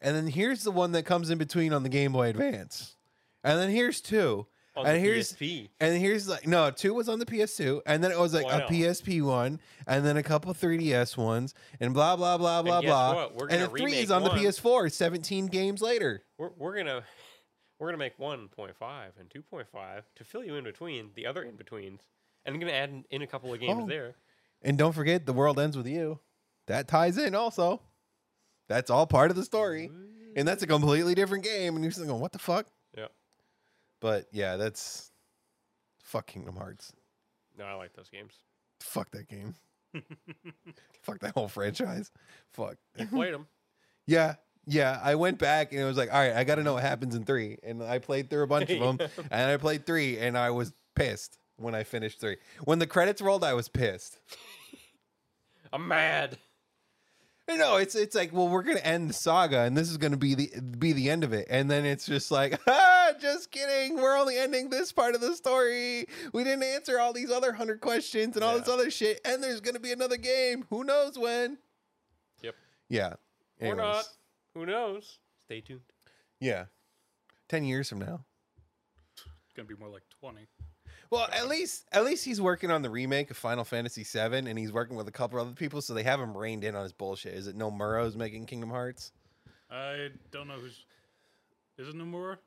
S1: and then here's the one that comes in between on the Game Boy Advance, and then here's two,
S2: on
S1: and
S2: the
S1: here's
S2: PSP.
S1: And here's like no, two was on the PS2, and then it was like
S2: Wow.
S1: a PSP one, and then a couple 3DS ones, and blah blah blah blah
S2: guess
S1: blah.
S2: what? We're
S1: and
S2: gonna
S1: the three
S2: remake
S1: is on
S2: one.
S1: the PS4, 17 games later.
S2: We're, we're gonna we're gonna make 1.5 and 2.5 to fill you in between the other in betweens, and I'm gonna add in, in a couple of games
S1: Oh.
S2: there.
S1: And don't forget, the world ends with you. That ties in also. That's all part of the story, and that's a completely different game. And you're just going, what the fuck?
S2: Yeah.
S1: But yeah, that's fuck Kingdom Hearts.
S2: No, I like those games.
S1: Fuck that game. fuck that whole franchise. Fuck.
S2: You played them.
S1: Yeah. Yeah. I went back and it was like, all right, I got to know what happens in three. And I played through a bunch of them and I played three and I was pissed when I finished three. When the credits rolled, I was pissed.
S2: I'm mad.
S1: You know, it's it's like, well, we're gonna end the saga, and this is gonna be the be the end of it, and then it's just like, ah, just kidding. We're only ending this part of the story. We didn't answer all these other hundred questions and all this
S2: Yeah.
S1: other shit, and there's gonna be another game. Who knows when?
S2: Yep.
S1: Yeah.
S2: Or not.
S1: Anyways.
S2: Who knows? Stay tuned.
S1: Yeah. Ten years from now.
S4: It's gonna be more like twenty.
S1: Well, at least at least he's working on the remake of Final Fantasy VII, and he's working with a couple other people, so they have him reined in on his bullshit. Is it Nomura's making Kingdom Hearts?
S4: I don't know who's. Is it Nomura?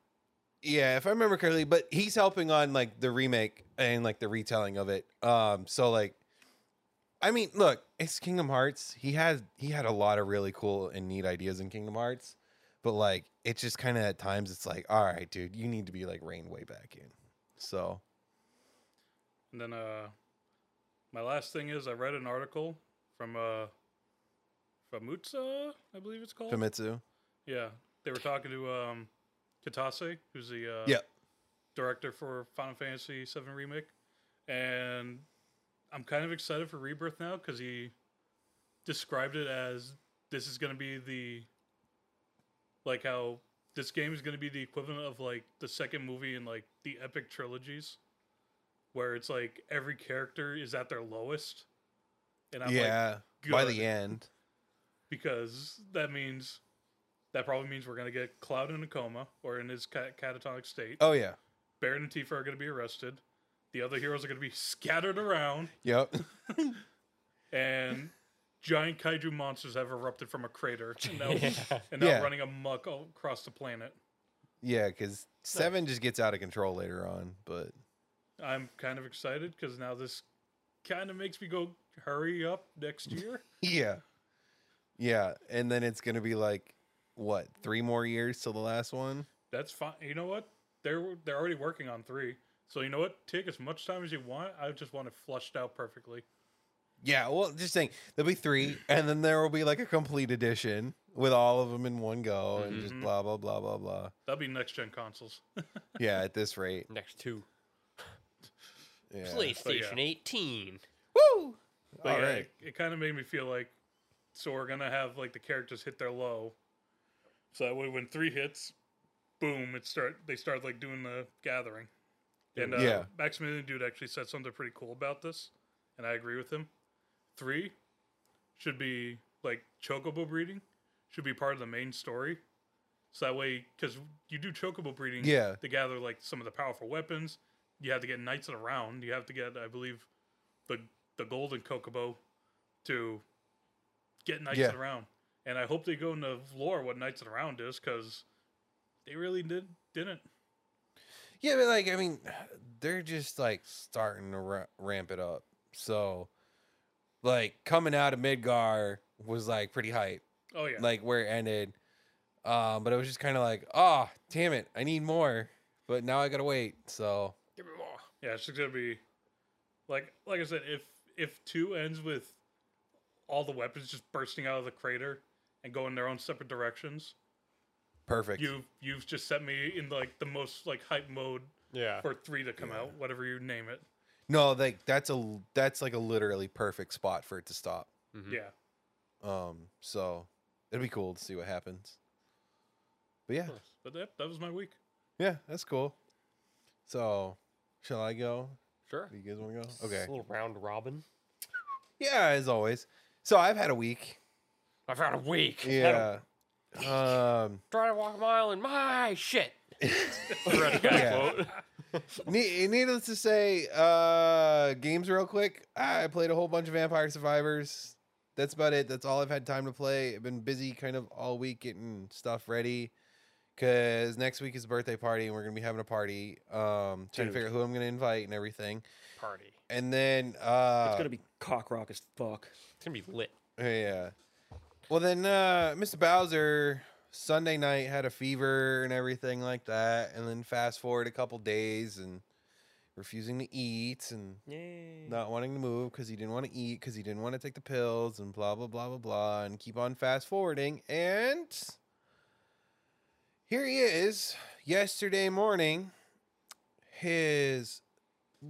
S1: Yeah, if I remember correctly, but he's helping on like the remake and like the retelling of it. Um, so like, I mean, look, it's Kingdom Hearts. He has he had a lot of really cool and neat ideas in Kingdom Hearts, but like, it's just kind of at times it's like, all right, dude, you need to be like reined way back in. So
S4: And then uh, my last thing is I read an article from uh, Famutsa, I believe it's called.
S1: Famitsu,
S4: yeah, they were talking to um, Kitase, who's the uh,
S1: Yeah.
S4: director for Final Fantasy VII Remake, and I'm kind of excited for Rebirth now because he described it as this is going to be the like how this game is going to be the equivalent of like the second movie in like the epic trilogies where it's like every character is at their lowest and i'm like
S1: yeah, by
S4: good.
S1: the end,
S4: because that means that probably means we're going to get cloud in a coma or in his ca- catatonic state
S1: oh yeah,
S4: baron and tifa are going to be arrested the other heroes are going to be scattered around
S1: yep.
S4: and giant kaiju monsters have erupted from a crater and now, and now
S1: Yeah.
S4: running amok all across the planet.
S1: Yeah, because seven just gets out of control later on. But
S4: I'm kind of excited because now this kind of makes me go hurry up next year.
S1: yeah, yeah, and then it's gonna be like what three more years till the last one?
S4: That's fine. You know what? They're they're already working on three. So you know what? Take as much time as you want. I just want it flushed out perfectly.
S1: Yeah, well, just saying there'll be three, and then there will be like a complete edition with all of them in one go, and just
S4: Mhm.
S1: blah blah blah blah blah.
S4: That'll be next gen consoles.
S1: Yeah, at this rate,
S2: Next two.
S1: yeah.
S2: PlayStation
S4: yeah.
S2: 18.
S1: Woo!
S4: But
S1: All
S4: yeah,
S1: right.
S4: it, it kind of made me feel like so we're gonna have like the characters hit their low. So that way, when three hits, boom! It start they start like doing the gathering. And uh,
S1: Yeah.
S4: Maximilian dude actually said something pretty cool about this. and I agree with him. Three should be like chocobo breeding should be part of the main story. So that way, because you do chocobo breeding,
S1: Yeah.
S4: to gather like some of the powerful weapons. You have to get knights in a round. You have to get, I believe, the the golden kokobo to get knights
S1: Yeah.
S4: in a round. And I hope they go into lore what knights in a round is, because they really did didn't.
S1: Yeah, but like I mean, they're just like starting to ra- ramp it up. So, like coming out of Midgar was like pretty hype,
S4: Oh yeah,
S1: like where it ended. Um, but it was just kind of like, oh, damn it, I need more. But now I gotta wait. So
S2: Give me more.
S4: yeah. It's just gonna be like like I said, if if two ends with all the weapons just bursting out of the crater and going their own separate directions,
S1: perfect.
S4: you you've just set me in like the most like hype mode
S2: Yeah.
S4: for three to come out, whatever you name it.
S1: no, like that's a that's like a literally perfect spot for it to stop.
S2: Mhm.
S4: Yeah.
S1: Um, so it'll be cool to see what happens. But yeah,
S4: But that that was my week.
S1: yeah, that's cool. So, shall I go?
S2: Sure.
S1: Do you guys want to go?
S2: Just
S1: Okay.
S2: A little round robin.
S1: Yeah, as always. So I've had a week.
S2: I've had a week.
S1: Yeah. Um,
S2: Try to walk a mile in my shit. Read that
S1: Yeah.
S2: quote.
S1: ne- needless to say, uh, games real quick. I played a whole bunch of Vampire Survivors. That's about it. That's all I've had time to play. I've been busy kind of all week getting stuff ready because next week is a birthday party and we're gonna be having a party. Um, trying to
S3: Dude.
S1: figure out who I'm gonna invite and everything.
S2: Party.
S1: And then uh,
S3: It's gonna be cock rock as fuck.
S2: It's gonna be lit.
S1: Yeah. Well, then uh, Mr. Bowser Sunday night had a fever and everything like that, and then fast forward a couple days and refusing to eat and
S3: Yay.
S1: not wanting to move because he didn't want to eat because he didn't want to take the pills and blah blah blah blah blah and keep on fast forwarding and here he is yesterday morning his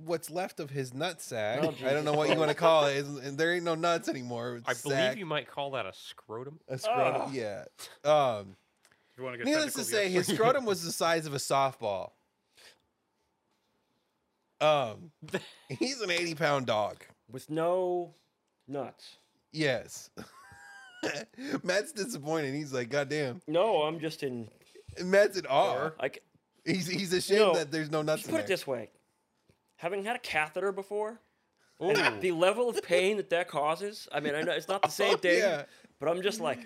S1: what's left of his nut sack
S3: Oh,
S1: i don't know what you want to call it it's- there ain't no nuts anymore it's
S2: I
S1: sack,
S2: believe you Ah. might call that a scrotum.
S1: a scrotum,
S3: Ugh.
S1: yeah um
S4: If you want to get
S1: needless to
S4: technical,
S1: say
S4: yes.
S1: his scrotum was the size of a softball um he's an 80 pound dog
S3: With no nuts.
S1: Yes. Matt's disappointed. He's like, God damn.
S3: No, I'm just in.
S1: Matt's in awe.
S3: I c-
S1: He's he's ashamed
S3: No.
S1: that there's no nuts
S3: just
S1: in
S3: put it
S1: there.
S3: this way: having had a catheter before,
S2: Ooh.
S3: and the level of pain that that causes. I mean, I know it's not the same thing,
S1: Oh, Yeah.
S3: but I'm just like,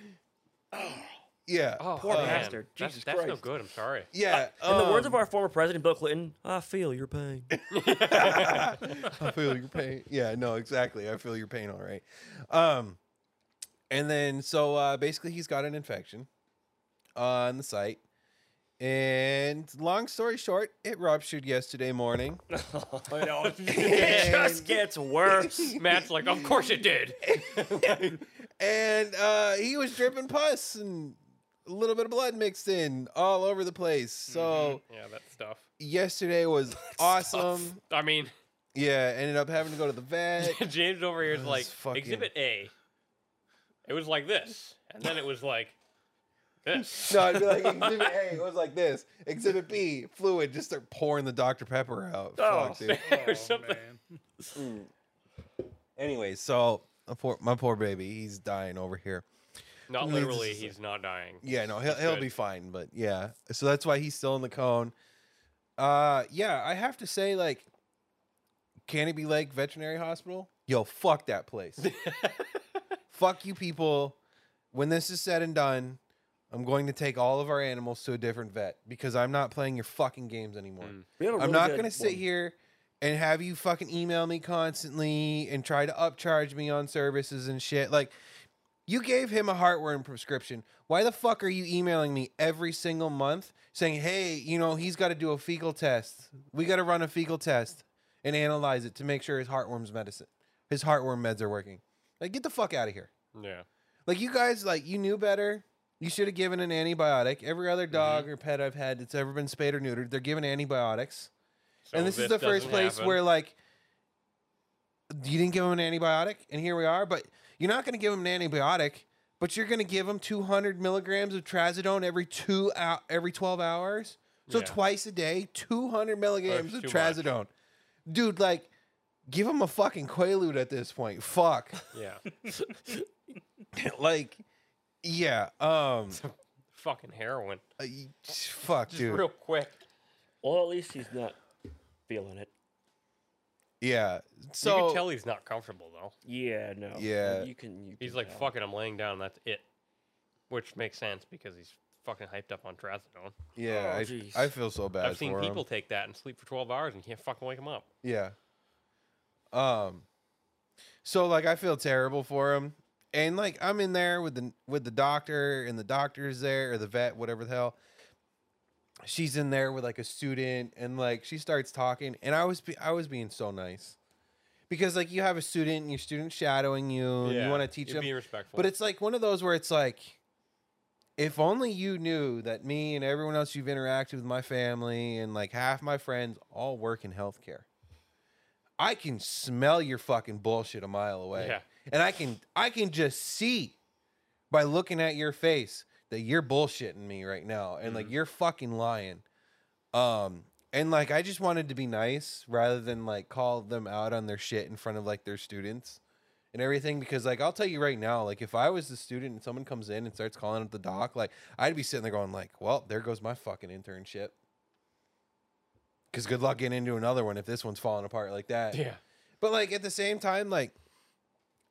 S1: Yeah.
S2: Oh,
S3: Poor
S2: man.
S3: bastard.
S2: That's,
S3: Jesus
S2: that's no
S3: Christ.
S2: good. I'm sorry.
S1: Yeah.
S3: in the words of
S1: um,
S3: our former president Bill Clinton, "I feel your pain."
S1: I feel your pain. Yeah, no, exactly. I feel your pain all right. Um and then so uh basically he's got an infection uh, on the site. And long story short, it ruptured yesterday morning.
S3: it just gets worse.
S2: Matt's like, of course it did.
S1: and uh, he was dripping pus and a little bit of blood mixed in all over the place. So
S2: yeah, that stuff.
S1: yesterday was awesome.
S2: I mean,
S1: Yeah, ended up having to go to the vet.
S2: James over here is
S1: This
S2: like
S1: fucking-
S2: Exhibit A. It was like this, and then it was like this.
S1: No, it'd be like Exhibit A. It was like this. Exhibit B, fluid. Just start pouring the Dr Pepper out.
S3: Oh,
S1: Fuck, dude.
S2: or
S4: Oh,
S2: something.
S4: man.
S1: Anyway, so my poor, my poor baby, he's dying over here.
S2: Not
S1: Leads us
S2: literally.
S1: to-
S2: He's not dying.
S1: Yeah, no, he'll, he'll
S2: good.
S1: be fine. But yeah, so that's why he's still in the cone. Uh, yeah, I have to say, like, Canopy Lake Veterinary Hospital, yo, fuck that place. fuck you people. When this is said and done, I'm going to take all of our animals to a different vet because I'm not playing your fucking games anymore.
S2: Mm.
S3: We have a
S1: I'm
S3: really
S1: not
S3: good
S1: going to sit
S3: one.
S1: here and have you fucking email me constantly and try to upcharge me on services and shit. Like, you gave him a heartworm prescription. Why the fuck are you emailing me every single month saying, hey, you know, he's got to do a fecal test. We got to run a fecal test and analyze it to make sure his heartworm's medicine, his heartworm meds are working. Like, get the fuck out of here.
S2: Yeah.
S1: Like you guys, like you knew better. You should have given an antibiotic. Every
S3: Mm-hmm.
S1: other dog or pet I've had that's ever been spayed or neutered, they're given antibiotics.
S2: So
S1: and this, is the first
S2: doesn't
S1: place
S2: happen.
S1: where like you didn't give them an antibiotic, and here we are. But you're not going to give them an antibiotic, but you're going to give them 200 milligrams of trazodone every two out every 12 hours, so
S2: Yeah.
S1: twice a day, 200 milligrams of
S2: too much.
S1: trazodone. Dude, like Give him a fucking Quaalude at this point. Fuck.
S2: Yeah.
S1: like, yeah. Um.
S2: Fucking heroin.
S1: uh, y- fuck,
S2: Just
S1: dude.
S2: real quick.
S3: Well, at least he's not feeling it.
S1: Yeah.
S2: So, you
S1: So
S2: can tell he's not comfortable though.
S3: Yeah, no.
S1: Yeah.
S3: You can. You
S2: He's
S3: can
S2: like,
S3: tell.
S2: "Fuck it, I'm laying down. That's it," which makes sense because he's fucking hyped up on trazodone.
S1: yeah,
S3: Oh,
S1: I-
S3: jeez.
S1: I, feel so bad.
S2: I've seen
S1: for him.
S2: people take that and sleep for 12 hours and can't fucking wake them up.
S1: Yeah. Um so like I feel terrible for him. And like I'm in there with the with the doctor and the doctor's there or the vet, whatever the hell. She's in there with like a student and like she starts talking and I was be- I was being so nice. Because like you have a student and your student's shadowing Oh, you and you want to teach
S2: you're
S1: them.
S2: Being respectful,
S1: But it's like one of those where it's like, if only you knew that me and everyone else you've interacted with, my family and like half my friends, all work in healthcare. I can smell your fucking bullshit a mile away,
S2: Yeah.
S1: and I can I can just see by looking at your face that you're bullshitting me right now, and like you're fucking lying. Um, and like I just wanted to be nice rather than like call them out on their shit in front of like their students and everything because like I'll tell you right now, like if I was the student and someone comes in and starts calling up the doc, like I'd be sitting there going like, well, there goes my fucking internship. Cause good luck getting into another one if this one's falling apart like that.
S2: yeah,
S1: But like at the same time, like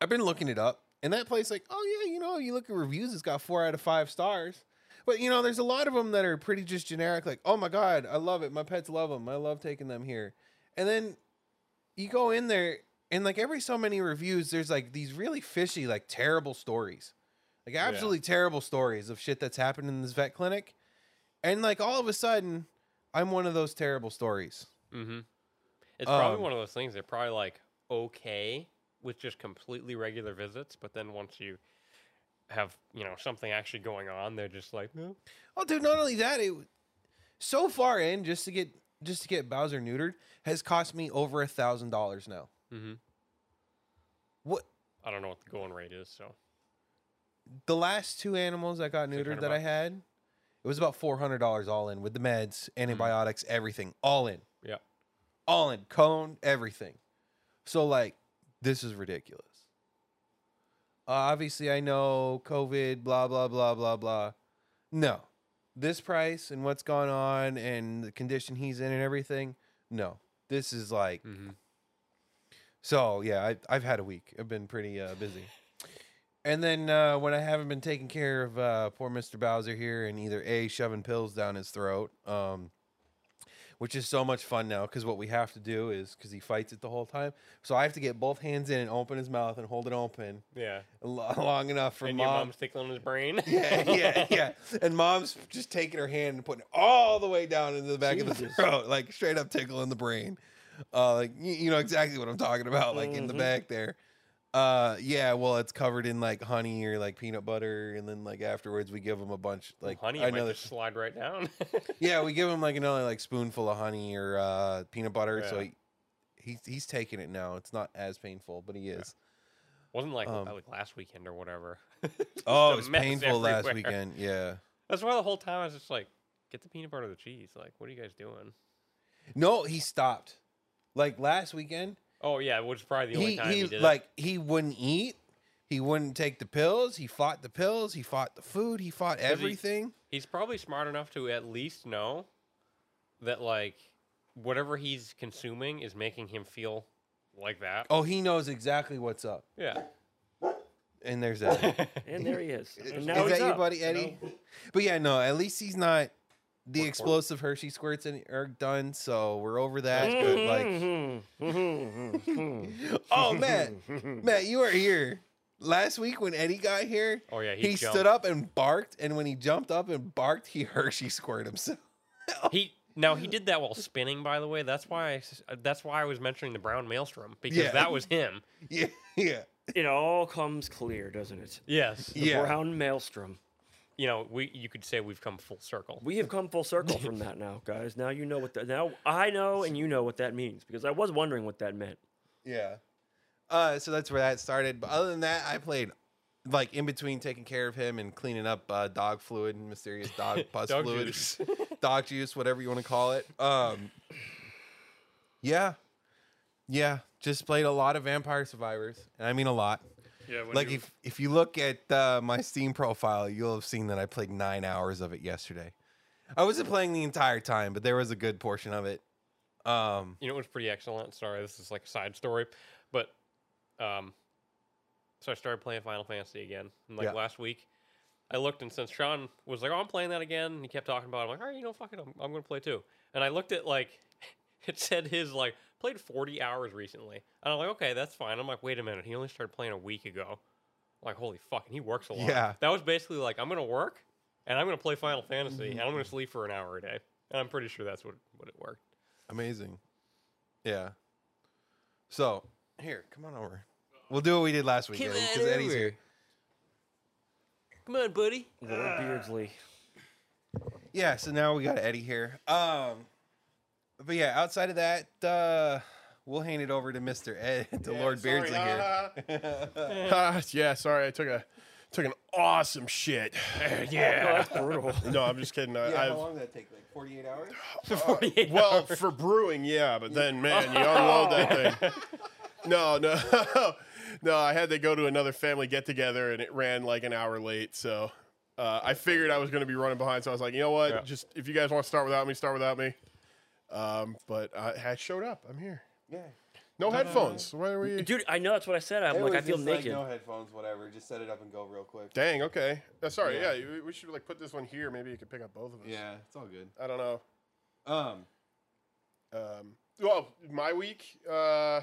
S1: I've been looking it up, and that place, like, oh yeah, you know, you look at reviews, it's got four out of five stars. But you know, there's a lot of them that are pretty just generic, like, oh my god, I love it, my pets love them, I love taking them here. And then you go in there, and like every so many reviews, there's like these really fishy, like terrible stories, like absolutely terrible stories of shit that's happened in this vet clinic. And like all of a sudden, I'm one of those terrible stories.
S2: mm-hmm. It's probably
S1: Um,
S2: one of those things. They're probably like okay with just completely regular visits, but then once you have you know something actually going on, they're just like, no.
S1: Oh, dude! Not only that, it so far in just to get just to get Bowser neutered has cost me over a thousand dollars now.
S2: mm-hmm.
S1: What
S2: I don't know what the going rate is, so
S1: the last two animals I got neutered
S2: 600
S1: that I
S2: bucks.
S1: had, it was about four hundred dollars all in with the meds, antibiotics, everything, all in.
S2: yeah,
S1: all in cone everything so like this is ridiculous uh, obviously i know covid blah blah blah blah blah no this price and what's gone on and the condition he's in and everything no this is like
S2: Mhm.
S1: so yeah I, i've had a week i've been pretty uh, busy and then uh, when i haven't been taking care of uh, poor mr bowser here and either a shoving pills down his throat um, which is so much fun now because what we have to do is because he fights it the whole time. So I have to get both hands in and open his mouth and hold it open
S2: yeah.
S1: lo- long enough for
S2: and your
S1: mom.
S2: mom's tickling his brain.
S1: yeah, yeah, yeah. And mom's just taking her hand and putting it all the way down into the back of the
S3: Jesus.
S1: throat, like straight up tickle in the brain. Uh, like you, you know exactly what I'm talking about, like in the
S2: Mm-hmm.
S3: Mhm.
S1: back there. Uh, yeah. Well, it's covered in like honey or like peanut butter, and then like afterwards we give him a bunch like
S2: honey, I
S1: I
S2: might
S1: know
S2: just slide right down.
S1: yeah, we give him like another like spoonful of honey or uh, peanut butter, so
S2: Yeah.
S1: he, he's he's taking it now. It's not as painful, but he is.
S2: Wasn't like
S1: Um,
S2: like last weekend or whatever.
S1: Oh,
S2: The
S1: it was
S2: mess
S1: painful last
S2: everywhere.
S1: weekend. Yeah.
S2: That's why the whole time I was just like, get the peanut butter or the cheese. Like, what are you guys doing?
S1: No, he stopped. Like last weekend,
S2: Oh yeah, which is probably the only
S1: he,
S2: time he,
S1: he,
S2: did
S1: like he wouldn't eat. He wouldn't take the pills. He fought the pills. He fought the food. He fought
S2: he-
S1: everything.
S2: it. He's probably smart enough to at least know that like whatever he's consuming is making him feel like that.
S1: oh, he knows exactly what's up.
S2: Yeah.
S1: And there's that.
S3: And there he is. And
S1: Is
S3: now
S1: that
S3: he's
S1: your
S3: up.
S1: buddy Eddie? But yeah, no. At least he's not the
S2: Or- or-
S1: explosive Hershey squirts and are done, so we're over that. But like,
S3: Mm-hmm.
S1: oh Matt, Matt, you are here. Last week when Eddie got here,
S2: Oh yeah, he,
S1: he,
S2: jumped.
S1: stood up and barked, and when he jumped up and barked, he Hershey squirted himself.
S2: He now he did that while spinning. By the way, that's why I, s- uh, that's why I was mentioning the brown maelstrom because
S1: Yeah.
S2: that was him.
S1: Yeah, yeah,
S3: It all comes clear, doesn't it?
S2: Yes.
S3: The
S1: yeah.
S3: Brown maelstrom.
S2: You know, we you could say we've come full circle.
S3: We have come full circle from that now, guys. Now you know what that. Now I know, and you know what that means because I was wondering what that meant.
S1: Yeah. Uh, so that's where that started. But other than that, I played like in between taking care of him and cleaning up uh, dog fluid and mysterious dog pus
S2: Dog
S1: fluid,
S2: juice.
S1: dog juice, whatever you want to call it. Um, yeah. Yeah, just played a lot of Vampire Survivors, and I mean a lot.
S4: Yeah, when
S1: like
S4: you,
S1: if if you look at uh, my Steam profile, you'll have seen that I played nine hours of it yesterday. I wasn't playing the entire time, but there was a good portion of it. Um,
S2: you know it was pretty excellent. Sorry, this is like a side story, but um, so I started playing Final Fantasy again and like
S1: Yeah.
S2: last week. I looked and since Sean was like, "Oh, I'm playing that again," and he kept talking about, it, I'm like, "All right, you know, fuck it, I'm, I'm gonna play too." And I looked at like it said his like played 40 hours recently, and I'm like, "Okay, that's fine." I'm like, "Wait a minute, he only started playing a week ago." like, holy fuck, and he works a lot.
S1: Yeah.
S2: that was basically like, I'm gonna work and I'm gonna play Final Fantasy and I'm
S1: Mm-hmm.
S2: gonna sleep for an hour a day, and I'm pretty sure that's what what it worked.
S1: Amazing. Yeah. So here, come on over. We'll do what we did last week,
S2: Come
S1: Eddie,
S2: on
S1: 'cause Eddie's
S2: over.
S1: here.
S2: Come on, buddy.
S3: Lord Beardsley.
S1: Yeah. So now we got Eddie here. Um, but yeah, outside of that, uh, we'll hand it over to Mister Ed, to Lord Beardsley
S5: Uh,
S1: here.
S5: Ah, yeah, sorry, I took a took an awesome shit.
S3: Yeah, that's brutal.
S5: No, I'm just kidding. I, I've,
S1: did that take? Like forty-eight hours.
S5: well, for brewing, yeah, but then man, you unload that thing. No, no, no. I had to go to another family get together, and it ran like an hour late. So uh, I figured I was going to be running behind. So I was like, you know what?
S2: Yeah.
S5: Just if you guys want to start without me, start without me. Um, but I, I showed up. I'm here.
S1: Yeah.
S5: No headphones. Why are we?
S3: Dude, I know that's what I said. I'm like, I feel naked.
S1: headphones, whatever. Just set it up and go real quick.
S5: Dang. Okay. Uh, sorry.
S1: Yeah.
S5: Yeah. you- we should like put this one here. Maybe you could pick up both of us.
S1: Yeah, it's all good.
S5: I don't know.
S1: Um,
S5: Um, well, my week. Uh,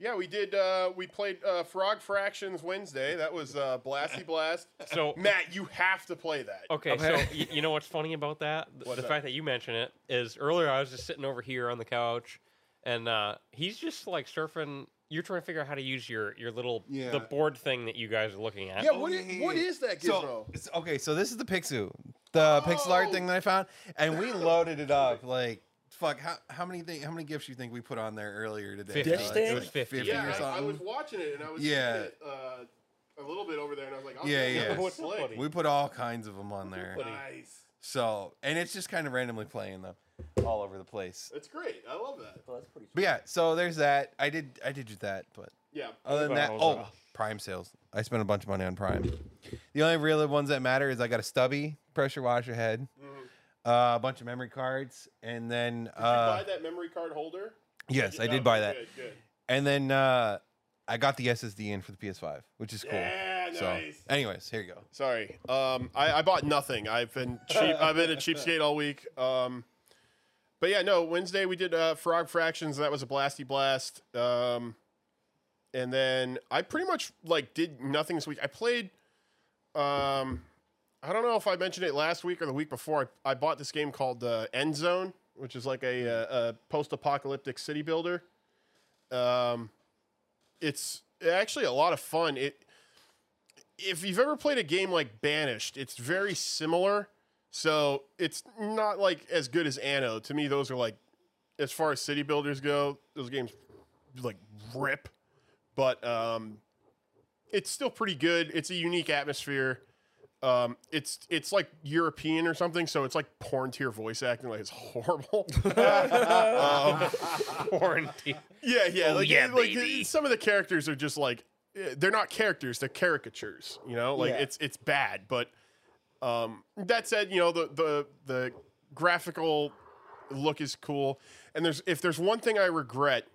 S5: yeah, we did. Uh, we played uh, Frog Fractions Wednesday. That was uh, blasty blast.
S2: So
S5: Matt, you have to play that.
S2: okay, so y- you know what's funny about that? Th- the
S5: that?
S2: fact that you mention it is earlier I was just sitting over here on the couch, and uh, he's just like surfing. You're trying to figure out how to use your your little
S1: Yeah.
S2: the board thing that you guys are looking at.
S5: Yeah. What
S1: Oh,
S5: is,
S1: yeah, yeah,
S5: what
S1: yeah.
S5: is that
S1: so
S5: gizmo?
S1: it's- okay, so this is the Pixu, the pixel art thing that I found, and we loaded it up like fuck. How, how many thing, how many gifts you think we put on there earlier today?
S2: Fifty.
S1: Alex?
S3: This thing?
S1: Like
S2: Fifty.
S1: fifty
S5: yeah,
S1: or
S5: I, I was
S1: something.
S5: watching it and I was
S1: Yeah.
S5: looking at, uh, a little bit over there, and I was like, I'll
S1: Yeah,
S5: check out
S1: yeah.
S5: what's played.
S1: We put all kinds of them on there.
S5: Nice.
S1: So, and it's just kind of randomly playing them all over the place.
S5: That's great. I love that.
S3: Well, that's pretty
S1: But yeah, so there's that. I did I did do that, but
S5: Yeah.
S1: Other than that,
S2: Well,
S5: uh,
S1: oh, Prime sales. I spent a bunch of money on Prime. The only real ones that matter is I got a stubby pressure washer head, uh, a bunch of memory cards, and then
S5: Mm-hmm. Did
S1: uh,
S5: you buy oh, that memory card holder?
S1: yes, I
S5: Yeah,
S1: did buy that,
S5: Good. Good.
S1: and then uh, I got the SSD in for the PS5, which is cool.
S5: Yeah. Nice.
S1: so, anyways, here you go.
S5: Sorry. Um, I, I bought nothing. I've been cheap. I've been a cheapskate all week. Um, but yeah, no. Wednesday we did uh, Frog Fractions. That was a blasty blast. Um, and then I pretty much like did nothing this week. I played. Um, I don't know if I mentioned it last week or the week before. I, I bought this game called uh, End Zone, which is like a, uh, a, a post-apocalyptic city builder. Um, it's actually a lot of fun. It if you've ever played a game like Banished, it's very similar. So it's not like as good as Anno. To me, those are like, as far as city builders go, those games like rip. But um, it's still pretty good. It's a unique atmosphere. Um, it's it's like European or something, so it's like porn tier voice acting, like it's horrible. Um,
S2: Quarantine.
S5: Yeah, yeah, like,
S2: Oh, yeah,
S5: it- like, it-
S2: baby.
S5: some of the characters are just like eh, they're not characters; they're caricatures. You know, like
S1: Yeah.
S5: it's it's bad. But um, that said, you know the the the graphical look is cool. And there's if there's one thing I regret,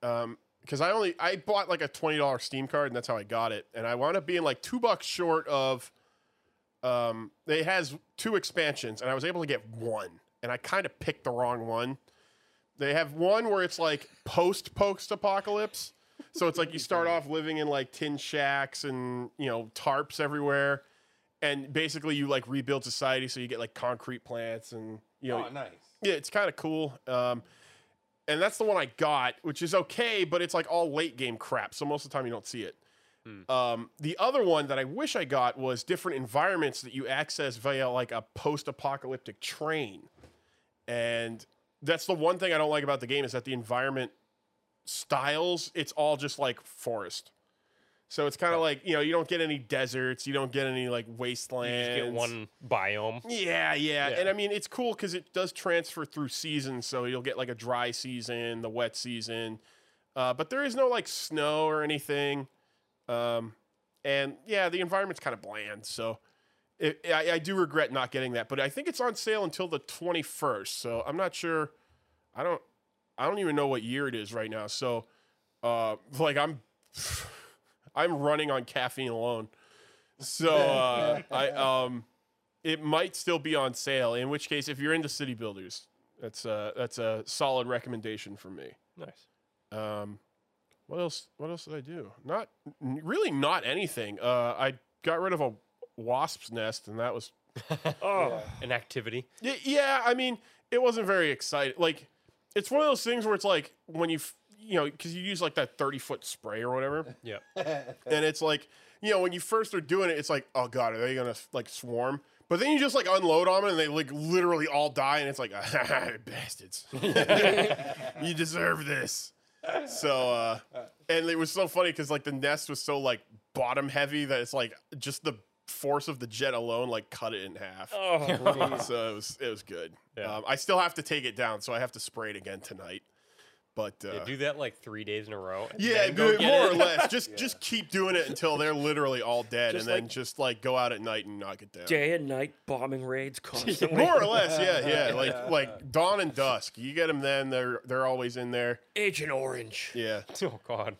S5: because I only I bought like a twenty dollar Steam card, and that's how I got it. And I wound up being like two bucks short of. Um, it has two expansions, and I was able to get one, and I kind of picked the wrong one. They have one where it's like post post apocalypse. So it's like you start off living in like tin shacks and, you know, tarps everywhere. And basically you like rebuild society so you get like concrete plants and, you know,
S1: nice.
S5: yeah, it's kind of cool. Um, and that's the one I got, which is okay, but it's like all late game crap. So most of the time you don't see it.
S2: Hmm.
S5: Um, the other one that I wish I got was different environments that you access via like a post apocalyptic train. And that's the one thing I don't like about the game is that the environment styles, it's all just like forest. So it's kind of like, you know, you don't get any deserts, you don't get any like
S2: You just
S5: wastelands.
S2: get one biome.
S5: Yeah, yeah,
S2: Yeah.
S5: And I mean, it's cool because it does transfer through seasons. So you'll get like a dry season, the wet season. Uh, but there is no like snow or anything. Um, and yeah, the environment's kind of bland. So it, I, I do regret not getting that. But I think it's on sale until the 21st. So I'm not sure. I don't. I don't even know what year it is right now. So, uh, like I'm, I'm running on caffeine alone. So uh, I um, it might still be on sale. In which case, if you're into city builders, that's a that's a solid recommendation from me.
S2: Nice.
S5: Um, what else? What else did I do? Not n- really, not anything. Uh, I got rid of a wasp's nest, and that was
S3: Oh,
S2: An activity.
S5: Y- yeah. I mean, it wasn't very exciting. Like, it's one of those things where it's like when you f- you know because you use like that thirty foot spray or whatever,
S2: Yeah.
S5: and it's like you know when you first are doing it, it's like oh god, are they gonna like swarm? But then you just like unload on them and they like literally all die, and it's like bastards, you deserve this. So uh and it was so funny because like the nest was so like bottom heavy that it's like just the force of the jet alone like cut it in half.
S3: oh,
S5: so it was it was good.
S2: Yeah.
S5: Um, I still have to take it down, so I have to spray it again tonight. But uh,
S2: Yeah, do that like three days in a row. and
S5: yeah,
S2: then go
S5: dude,
S2: get
S5: more
S2: it.
S5: or less. Just just keep doing it until they're literally all dead,
S3: Just
S5: and then
S3: like-
S5: just like go out at night and knock it down.
S3: day and night bombing raids constantly.
S5: More or less, yeah, yeah. Like like dawn and dusk. You get them then, they're they're always in there.
S3: Agent Orange.
S5: Yeah.
S2: Oh God.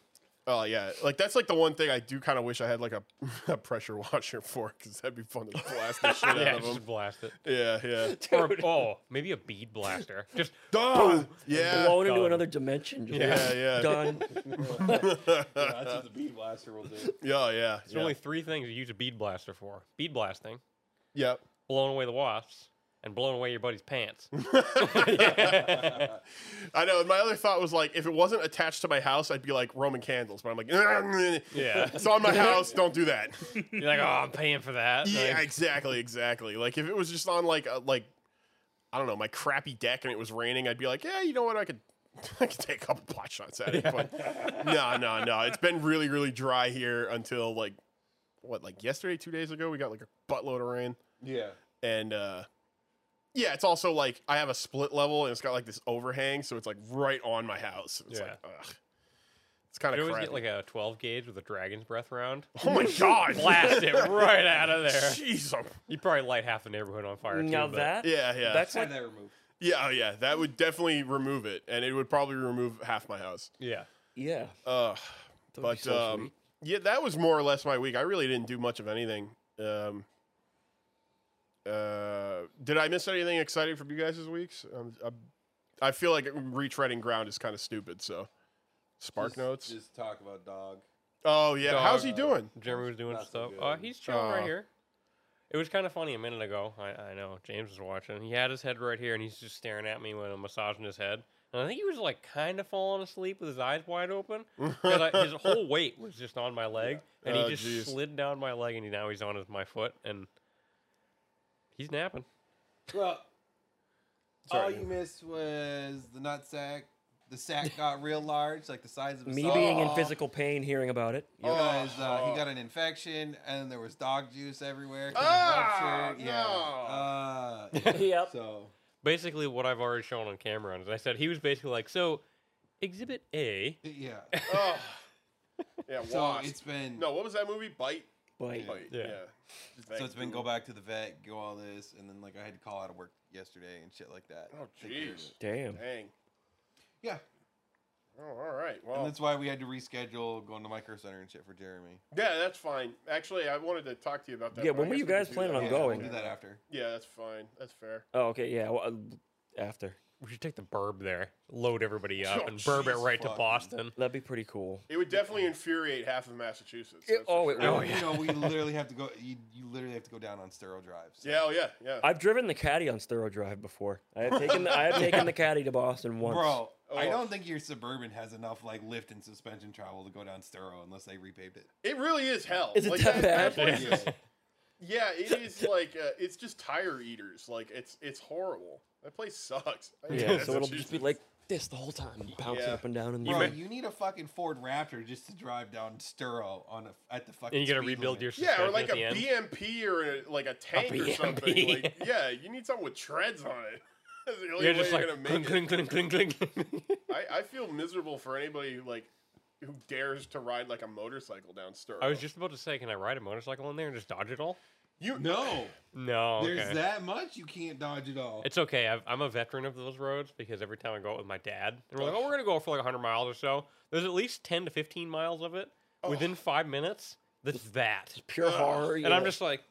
S5: Oh yeah. Like that's like the one thing I do kind of wish I had like a, a pressure washer for because that'd be fun to blast the shit out
S2: Yeah,
S5: of them.
S2: just blast it.
S5: Yeah, yeah.
S2: Or, oh, maybe a bead blaster. Just
S5: Dawn. Yeah.
S3: Blown into
S2: Done.
S3: another dimension. Just
S5: Ah, Yeah, yeah.
S3: Done.
S6: Yeah, that's what the bead blaster will do.
S5: Yeah, yeah.
S2: there's only three things you use a bead blaster for: bead blasting,
S5: Yep.
S2: blowing away the wasps, and blowing away your buddy's pants.
S5: I know. And my other thought was like, if it wasn't attached to my house, I'd be like Roman candles. But I'm like,
S2: Yeah.
S5: it's on my house. Don't do that.
S2: You're like, oh, I'm paying for that.
S5: yeah,
S2: Like,
S5: exactly, exactly. Like if it was just on like a, like I don't know my crappy deck and it was raining, I'd be like, yeah, you know what, I could. I could take a couple pot shots at it, but no, no, no. It's been really, really dry here until like what, like yesterday, two days ago, we got like a buttload of rain.
S6: Yeah.
S5: and uh yeah it's also like i have a split level and it's got like this overhang so it's like right on my house it's
S2: Yeah.
S5: like ugh. it's kind
S2: you
S5: of
S2: always
S5: crappy
S2: get like a 12 gauge with a dragon's breath round.
S5: oh my god
S2: Blast it right out of there.
S5: jeez um,
S2: You probably light half the neighborhood on fire.
S3: Now
S2: too, but-
S3: that
S5: yeah yeah
S3: that's
S6: Have
S3: like
S6: that removed.
S5: yeah oh, yeah that would definitely remove it and it would probably remove half my house
S2: yeah,
S3: yeah. That
S5: uh
S3: would be
S5: but
S3: so
S5: um
S3: sweet.
S5: yeah that was more or less my week i really didn't do much of anything um uh did i miss anything exciting from you guys this week um, I'm, i feel like retreading ground is kind of stupid so spark
S6: Just-
S5: notes
S6: Just talk about dog.
S5: Oh yeah, how's he
S6: Dog.
S5: doing?
S2: Jeremy was doing
S6: Not so
S2: stuff. Uh,
S6: good.
S2: he's chilling right
S5: Aw.
S2: here. It was kind of funny a minute ago. I, I know James was watching. He had his head right here, and he's just staring at me when I'm massaging his head. And I think he was like kind of falling asleep with his eyes wide open. 'cause I, his whole weight was just on my leg, and
S5: Oh,
S2: he just
S5: jeez.
S2: slid down my leg, and he, now he's on his, my foot, and he's napping.
S6: Well, all
S5: Sorry.
S6: you missed was the nut sack. The sack got real large, like the size of a
S3: me
S6: sock.
S3: being in physical Oh. pain hearing about it.
S6: You guys, uh, he got an infection, and there was dog juice everywhere. 'cause of
S5: Ah,
S6: rupture. Yeah. Uh,
S3: yep.
S6: so
S2: Basically, what I've already shown on camera, and I said he was basically like, "So, Exhibit A,
S6: yeah.
S5: Oh. Yeah,
S6: So
S5: wasp.
S6: it's been
S5: no, what was that movie? Bite.
S3: Bite.
S5: Bite.
S2: Yeah.
S5: Back
S6: so it's been
S5: to-
S6: go back to the vet, go all this, and then like I had to call out of work yesterday and shit like that.
S5: Oh,
S6: Take care of
S5: jeez.
S6: it.
S3: Damn.
S5: Dang.
S6: Yeah,
S5: Oh, all right. Well,
S6: and that's why we had to reschedule going to micro center and shit for Jeremy.
S5: yeah, that's fine. Actually, I wanted to talk to you about that.
S3: Yeah,
S5: but
S3: when
S5: I
S3: were
S5: guess
S3: you
S5: we can
S3: guys
S5: do
S3: planning
S5: that.
S3: on
S6: yeah,
S3: going.
S6: We'll do that after.
S5: Yeah, that's fine. That's fair.
S3: Oh, okay. Yeah. Well, uh, after
S2: we should take the burb there, load everybody up,
S5: Oh,
S2: and burb it
S5: jeez,
S2: right to
S6: fuck.
S2: Boston."
S3: that'd be pretty cool.
S5: It would definitely infuriate half of Massachusetts.
S3: It-
S5: that's for
S3: oh, it
S5: sure.
S2: will.
S6: You know, we literally have to go. You, you literally have to go down on Stero Drive. so-
S5: Yeah, oh, yeah, yeah.
S3: I've driven the caddy on Thorough Drive before. I have taken the, I have taken the caddy to Boston once.
S6: Bro, I
S5: Oh.
S6: don't think your suburban has enough like lift and suspension travel to go down Stero unless they repaved it.
S5: it really is hell.
S3: Is it
S5: Like,
S3: that bad?
S5: place
S6: Yeah.
S5: is- yeah, it is like uh, it's just tire eaters. Like it's it's horrible. That place sucks. I hate
S3: Yeah. So it'll
S5: Massachusetts.
S3: just be like this the whole time, and bouncing
S5: Yeah.
S3: up and down. And
S6: Bro, you need a fucking Ford Raptor just to drive down Sturo on a, at the fucking.
S2: And you got to
S6: speed
S2: rebuild
S6: limit.
S2: your suspension
S5: Yeah, or like
S2: at
S5: a
S2: the end.
S5: BMP or a, like a tank or something.
S2: BMP.
S5: Like, yeah, you need something with treads on it. That's the only
S2: You're
S5: E way
S2: just
S5: you're
S2: like
S5: gonna
S2: clink,
S5: make it.
S2: clink, clink, clink, clink.
S5: I, I feel miserable for anybody like who dares to ride like a motorcycle down Sturrow.
S2: I was just about to say, can I ride a motorcycle in there and just dodge it all?
S5: you
S6: No,
S2: No. Okay.
S6: there's that much you can't dodge at all.
S2: It's okay. I've, I'm a veteran of those roads because every time I go out with my dad, and we're like, oh, we're going to go for like 100 miles or so. There's at least 10 to 15 miles of it within five minutes. That's that.
S3: Pure horror.
S2: uh, And I'm just like,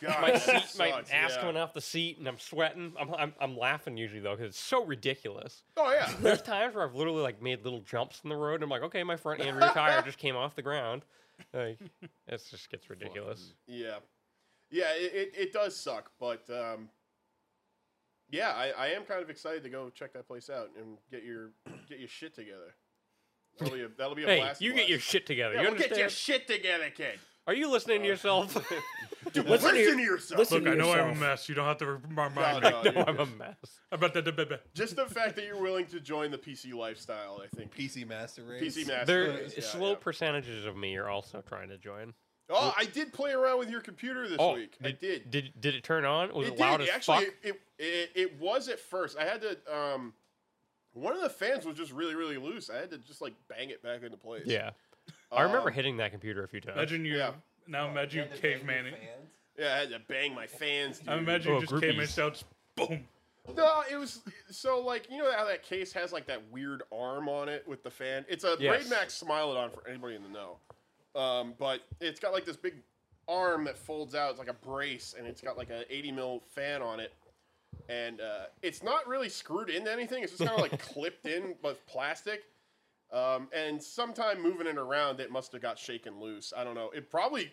S5: God,
S2: my
S5: that
S2: seat, my
S5: sucks,
S2: ass
S5: yeah.
S2: coming off the seat, and I'm sweating. I'm, I'm, I'm laughing usually though because it's so ridiculous.
S5: Oh yeah.
S2: There's times where I've literally like made little jumps in the road. And I'm like, okay, my front and rear tire just came off the ground. Like, it just gets ridiculous.
S5: Yeah, yeah, it, it, it does suck, but um, yeah, I, I am kind of excited to go check that place out and get your get your shit together. That'll be a, that'll be a
S2: Hey,
S5: blast.
S2: you get your shit together. you
S5: Yeah, we'll
S2: understand?
S5: get your Oh. shit together, kid.
S2: Are you listening to yourself?
S5: Dude,
S3: Listen
S5: listen,
S3: to
S5: to yourself.
S3: listen-
S4: Look, I know I'm
S3: yourself.
S4: a mess. You don't have to re- remind
S5: No,
S4: me.
S5: no,
S2: no,
S5: you're
S2: I'm a
S5: good.
S2: mess.
S4: about that. baby.
S5: Just the fact that you're willing to join the PC lifestyle, I think.
S6: PC Master Race.
S5: PC Master.
S2: There,
S5: Race, yeah,
S2: slow
S5: yeah.
S2: percentages of me are also trying to join.
S5: Oh, I did play around with your computer this
S2: Oh,
S5: week. I did.
S2: Did did it turn on? Was it,
S5: it
S2: loud
S5: did
S2: as
S5: actually.
S2: fuck?
S5: It, it it was at first. I had to. Um, one of the fans was just really really loose. I had to just like bang it back into place.
S2: Yeah, I remember
S5: Um,
S2: hitting that computer a few times.
S4: Imagine you.
S5: Yeah.
S4: Now imagine you caveman. it.
S5: Yeah, I had to bang my fans. Dude.
S4: I imagine
S2: Oh,
S4: you just caveman
S2: groupies.
S4: shouts, boom.
S5: no, it was so like you know how that case has like that weird arm on it with the fan. It's a
S2: Yes.
S5: Braid Max Smile It on for anybody in the know. Um, but it's got like this big arm that folds out. It's like a brace, and it's got like an 80 mil fan on it. And uh, it's not really screwed into anything. It's just kind of like clipped in with plastic. Um, and sometime moving it around, it must have got shaken loose. I don't know. It probably,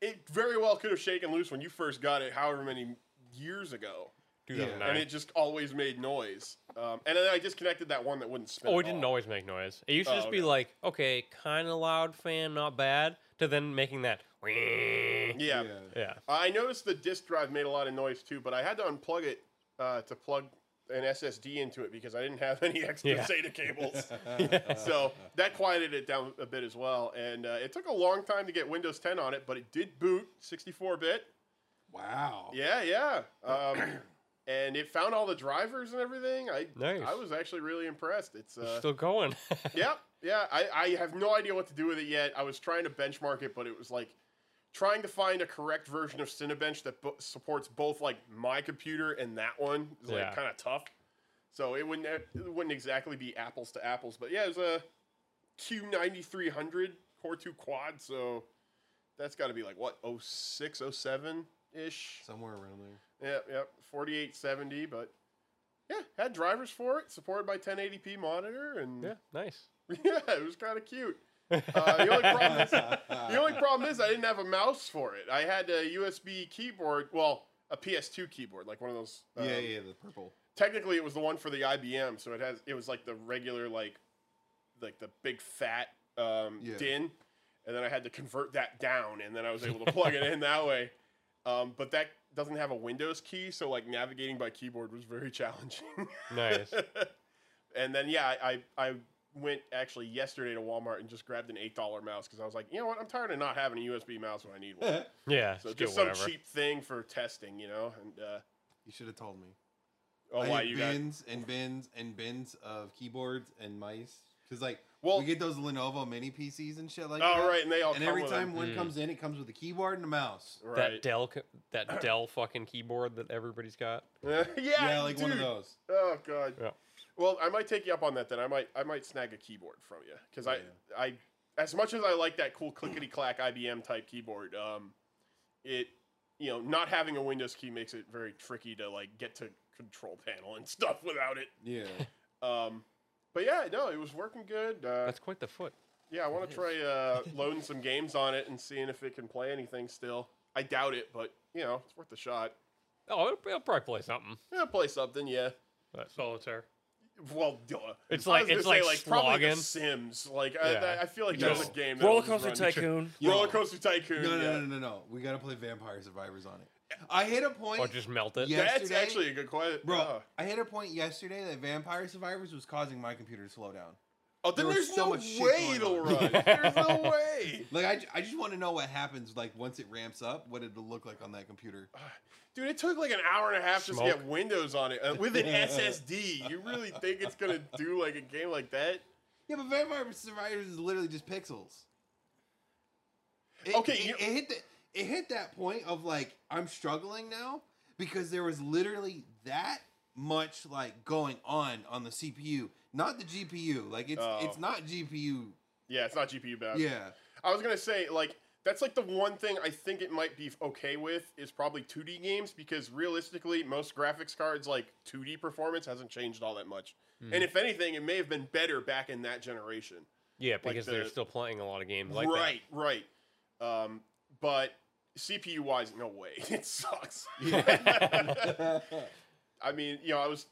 S5: it very well could have shaken loose when you first got it, however many years ago.
S2: 2009.
S5: And it just always made noise. Um, and then I disconnected that one that wouldn't spin.
S2: oh,
S5: at
S2: it didn't
S5: all.
S2: always make noise. It used to
S5: Oh,
S2: just be
S5: okay.
S2: like, okay, kind of loud fan, not bad. To then making that. Yeah.
S5: Yeah.
S2: Yeah.
S5: I noticed the disk drive made a lot of noise too, but I had to unplug it uh, to plug an SSD into it because I didn't have any extra
S2: Yeah.
S5: SATA cables. so that quieted it down a bit as well. And uh, it took a long time to get Windows 10 on it, but it did boot 64 bit.
S6: Wow.
S5: Yeah, yeah. Um, and it found all the drivers and everything. I
S2: Nice.
S5: I was actually really impressed. It's
S2: It's
S5: uh,
S2: Still going.
S5: yep, yeah. I, I have no idea what to do with it yet. I was trying to benchmark it, but it was like trying to find a correct version of Cinebench that bo- supports both like my computer and that one is like
S2: Yeah.
S5: kind of tough. So it wouldn't it wouldn't exactly be apples to apples, but yeah, it was a Q9300 Core 2 quad, so that's got to be like what 06 07 ish.
S6: Somewhere around there.
S5: Yep, yep. 4870, but yeah, had drivers for it, supported by 1080p monitor, and
S2: yeah. Nice.
S5: yeah, it was kind of cute. Uh, the, only problem is, the only problem is I didn't have a mouse for it. I had a USB keyboard, well, a PS2 keyboard, like one of those. um,
S6: yeah, yeah, the purple.
S5: Technically, it was the one for the IBM, so it has it was like the regular like, like the big fat um,
S6: Yeah.
S5: din, and then I had to convert that down, and then I was able to plug it in that way. Um, but that doesn't have a Windows key, so like navigating by keyboard was very challenging.
S2: Nice.
S5: and then yeah, I, I I went actually yesterday to Walmart and just grabbed an eight dollar mouse because I was like, you know what, I'm tired of not having a USB mouse when I need one.
S2: Yeah.
S5: so
S2: just
S5: just
S2: get
S5: some
S2: whatever.
S5: cheap thing for testing, you know. And uh,
S6: You should have told me.
S5: oh,
S6: I
S5: why
S6: had
S5: you got?
S6: bins and bins and bins of keyboards and mice because like
S5: Well-
S6: we get those Lenovo mini PCs and shit like
S5: Oh
S6: that.
S5: right, and they all
S6: And
S5: come
S6: every
S5: with
S6: time
S5: them.
S2: Mm.
S6: one comes in, it comes with a keyboard and a mouse.
S2: That
S5: right?
S2: Dell, co- that Dell fucking keyboard that everybody's got.
S5: yeah,
S6: Yeah, like one of
S5: dude.
S6: those.
S5: Oh god.
S2: Yeah.
S5: Well, I might take you up on that then. I might I might snag a keyboard from you because
S6: Yeah.
S5: I I as much as I like that cool clickety clack IBM type keyboard, um, it you know not having a Windows key makes it very tricky to like get to control panel and stuff without it.
S6: Yeah.
S5: Um, but yeah, no, it was working good. Uh,
S2: That's quite the foot.
S5: yeah, I want to try uh, loading some games on it and seeing if it can play anything still. I doubt it, but you know it's worth a shot.
S2: Oh, it'll, it'll probably play something.
S5: Yeah, play something, yeah.
S4: Solitaire.
S5: Well, duh.
S2: It's
S5: I was
S2: like-
S5: gonna
S2: it's
S5: say,
S2: like
S5: probably the
S2: slogging.
S5: Sims. Like I,
S2: Yeah.
S5: I- I feel like
S6: No.
S5: that was a game. That
S3: Roller
S5: was
S3: Coaster
S5: run-
S3: Tycoon.
S6: Yo.
S5: Roller Coaster Tycoon.
S6: No, no,
S5: yeah.
S6: no, no, no, no. We gotta play Vampire Survivors on it. I hit a point.
S2: Or just melt it.
S6: Yeah.
S5: That's
S6: Yesterday-
S5: actually a good uh, question,
S6: Bro, I hit a point yesterday that Vampire Survivors was causing my computer to slow down.
S5: Oh, then
S6: There was
S5: there's
S6: so
S5: no
S6: much shit going
S5: way it'll
S6: on.
S5: run. there's no way.
S6: Like I, ju- I just want to know what happens like once it ramps up, what it'll look like on that computer.
S5: Dude, it took like an hour and a half just to
S2: Smoke.
S5: get Windows on it uh, with an SSD. You really think it's gonna do like a game like that?
S6: Yeah, but Vampire Survivors is literally just pixels. It,
S5: Okay,
S6: it,
S5: you-
S6: it hit the, it hit that point of like I'm struggling now because there was literally that much like going on on the CPU, not the GPU. Like it's
S5: Oh.
S6: it's not GPU.
S5: Yeah, it's not GPU bound.
S6: Yeah,
S5: I was gonna say like that's like the one thing I think it might be okay with is probably 2D games because realistically most graphics cards like 2D performance hasn't changed all that much.
S2: Hmm.
S5: And if anything, it may have been better back in that generation.
S2: Yeah, because they're
S5: the-
S2: still playing a lot of games like
S5: right, right. Um, but CPU wise, no way. It sucks. I mean, you know, I was.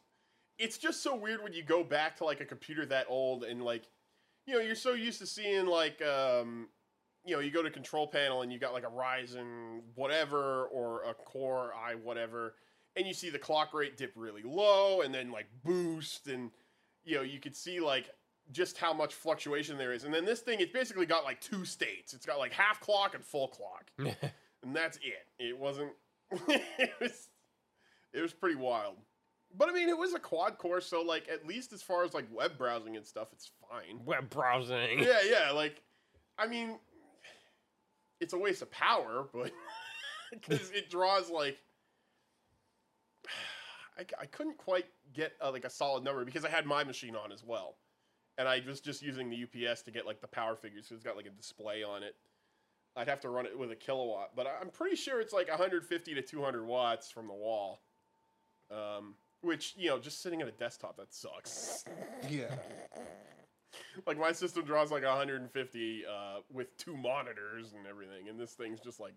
S5: It's just so weird when you go back to like a computer that old and like, you know, you're so used to seeing like, um, you know, you go to control panel and you got like a Ryzen whatever or a Core i whatever, and you see the clock rate dip really low and then like boost and, you know, you could see like just how much fluctuation there is. And then this thing, it's basically got like two states. It's got like half clock and full clock,
S2: that.
S5: and that's it. It wasn't. it was. It was pretty wild. But I mean, it was a quad core, so like at least as far as like web browsing and stuff, it's fine.
S2: Web browsing.
S5: yeah, yeah. Like, I mean, it's a waste of power, but because it draws like. I, I couldn't quite get uh, like a solid number because I had my machine on as well, and I was just using the UPS to get like the power figures. it it's got like a display on it. I'd have to run it with a kilowatt, but I- I'm pretty sure it's like 150 to 200 watts from the wall. Um, which you know, just sitting at a desktop that sucks.
S6: yeah.
S5: like my system draws like 150 uh, with two monitors and everything, and this thing's just like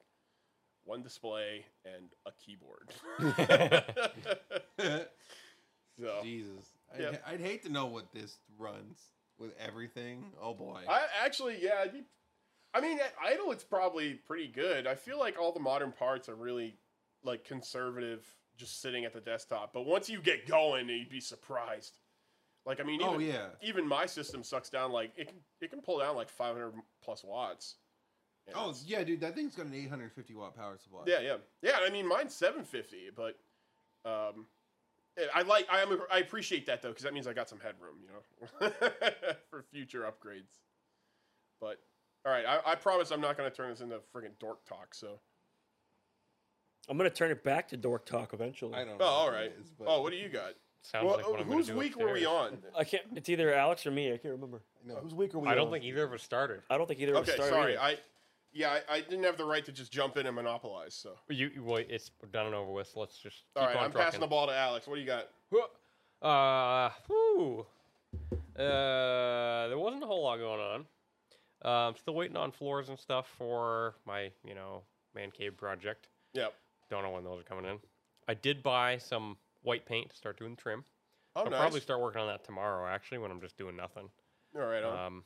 S5: one display and a keyboard. so
S6: Jesus, I'd,
S5: Yeah.
S6: ha- I'd hate to know what this runs with everything. Oh boy.
S5: I actually, yeah, I'd be- I mean, at idle, it's probably pretty good. I feel like all the modern parts are really like conservative, just sitting at the desktop. But once you get going, you'd be surprised. Like, I mean, even,
S6: oh yeah.
S5: even my system sucks down like it can it can pull down like 500 plus watts. Yeah,
S6: Oh
S5: it's-
S6: yeah, dude, that thing's got an 850 watt power supply.
S5: yeah, yeah, yeah. I mean, mine's 750, but um, eh, I like I am I appreciate that though because that means I got some headroom, you know, for future upgrades. But all right, I, I promise I'm not going to turn this into friggin' dork talk. So
S3: I'm gonna turn it back to dork talk eventually.
S6: I don't.
S5: oh,
S6: know
S5: all
S6: what
S5: right.
S6: it is, but
S5: Oh, what do you got?
S2: Sounds
S5: well,
S2: like what I'm gonna
S5: whose
S2: do
S5: week were we
S2: upstairs.
S5: on?
S3: I can't. It's either Alex or me. I can't remember.
S6: No.
S5: Oh,
S3: Whose week are Uh, we
S2: I don't
S3: on?
S2: think either of us started.
S3: I don't think either of
S5: Okay,
S3: us started.
S5: sorry.
S3: either.
S5: I yeah, I, I didn't have the right to just jump in and monopolize. So
S2: You, you- well, it's done and over with. so let's just keep
S5: all right,
S2: on
S5: I'm
S2: trucking.
S5: passing the ball to Alex. What do you got?
S2: Whoa. Uh, whew. Uh, there wasn't a whole lot going on. Uh, I'm still waiting on floors and stuff for my, you know, man cave project.
S5: Yep.
S2: Don't know when those are coming in. I did buy some white paint to start doing the trim.
S5: Oh,
S2: I'll
S5: nice.
S2: probably start working on that tomorrow, actually, when I'm just doing nothing.
S5: All right, on.
S2: Um,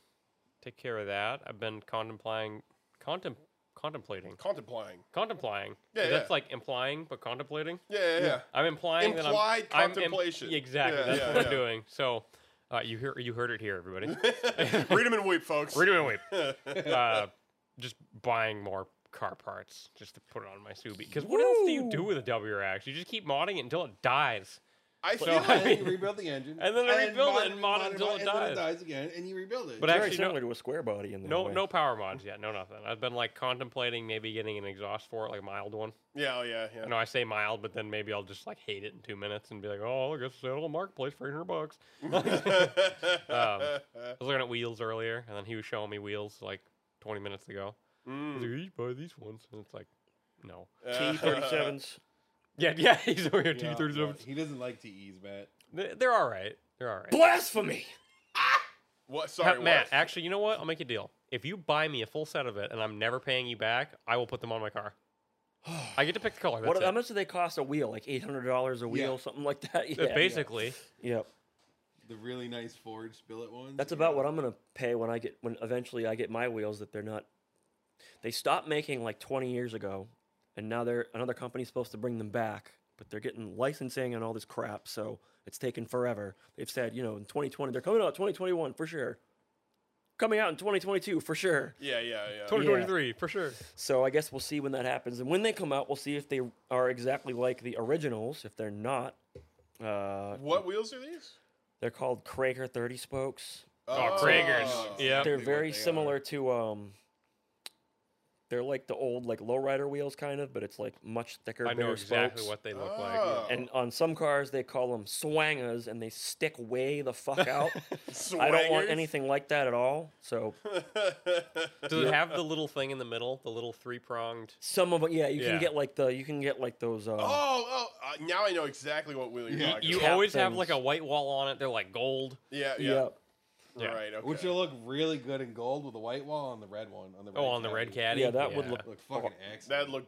S2: take care of that. I've been contemplating, contem- contemplating,
S5: contemplating.
S2: contemplating. 'cause
S5: Yeah,
S2: That's
S5: yeah.
S2: like implying, but contemplating.
S5: Yeah, yeah, yeah.
S2: I'm implying that I'm
S5: Implied
S2: I'm im-
S5: contemplation.
S2: exactly.
S5: Yeah,
S2: that's
S5: yeah,
S2: what
S5: yeah.
S2: I'm doing. So, uh, you hear you heard it here, everybody.
S5: Read 'em and weep, folks.
S2: We're doing wait. Uh, just buying more car parts just to put it on my Subi. Because what else do you do with a WRX? You just keep modding it until it dies,
S5: I feel
S2: So,
S5: like
S2: I
S6: And then you
S2: mean-
S6: rebuild the engine,
S2: and then I rebuild
S6: mod-
S2: it and mod it until it
S6: and then
S2: dies.
S6: again, and you rebuild it.
S2: But
S3: Very
S2: actually, no-
S3: similar to a square body in there.
S2: No, no power mods yet. No nothing. I've been like contemplating maybe getting an exhaust for it, like a mild one.
S5: yeah, oh, yeah, yeah.
S2: I know I say mild, but then maybe I'll just like hate it in two minutes and be like, oh, I guess it's out on the marketplace for 800 bucks. I was looking at wheels earlier, and then he was showing me wheels like 20 minutes ago. I was
S5: Mm.
S2: like, you should buy these ones, and it's like, no.
S3: T37s.
S2: Yeah, yeah, he's over here.
S6: Yeah,
S2: T thirty
S6: yeah, He doesn't like TEs, Matt.
S2: seven. They're all right. They're all right.
S3: Blasphemy!
S5: What?
S2: Ha-
S5: Sorry,
S2: Matt,
S5: what?
S2: actually, you know what? I'll make a deal. If you buy me a full set of it, and I'm never paying you back, I will put them on my car. I get to pick the color. That's
S3: What? How
S2: it.
S3: much do they cost a wheel? Like eight hundred dollars a wheel,
S6: Yeah.
S3: something like that. Yeah,
S2: Uh,
S3: yeah.
S2: Basically,
S3: Yep.
S6: The really nice forged billet ones.
S3: That's about what I'm gonna pay when I get when eventually I get my wheels that they're not. They stopped making like 20 years ago, and now they're another company's supposed to bring them back, but they're getting licensing and all this crap, so it's taken forever. They've said you know in 2020 they're coming out 2021 for sure. coming out in 2022 for sure.
S5: Yeah, yeah, yeah.
S2: 2023 for sure.
S3: So I guess we'll see when that happens, and when they come out, we'll see if they are exactly like the originals. If they're not, uh,
S5: What wheels are these?
S3: they're called Krager 30 spokes.
S2: Oh, Kragers. Yeah.
S3: they're
S5: what
S3: very
S5: they are.
S3: similar to um they're like the old like lowrider wheels kind of but it's like much thicker
S2: I know
S3: bigger
S2: exactly
S3: spokes.
S2: what they look like.
S5: Oh.
S2: yeah.
S3: and on some cars they call them swangas and they stick way the fuck out i don't want
S5: Swangers?
S3: anything like that at all so
S2: Does it have the little thing in the middle, the little three pronged?
S3: some of 'em- yeah you
S2: Yeah.
S3: can get like the you can get like those uh
S5: Oh, oh! Uh, now I know exactly what wheel you're
S6: Yeah.
S5: talking.
S2: You
S5: about.
S3: Cap
S2: always have
S3: things.
S2: like a white wall on it. They're like gold.
S5: Yeah, yeah.
S3: yeah
S2: Yeah.
S5: Right. Okay.
S6: Which will look really good in gold with the white wall on the red one. On the red
S2: Oh, on the red
S6: caddy.
S2: caddy.
S3: Yeah, that would look-
S6: Look fucking excellent.
S5: that look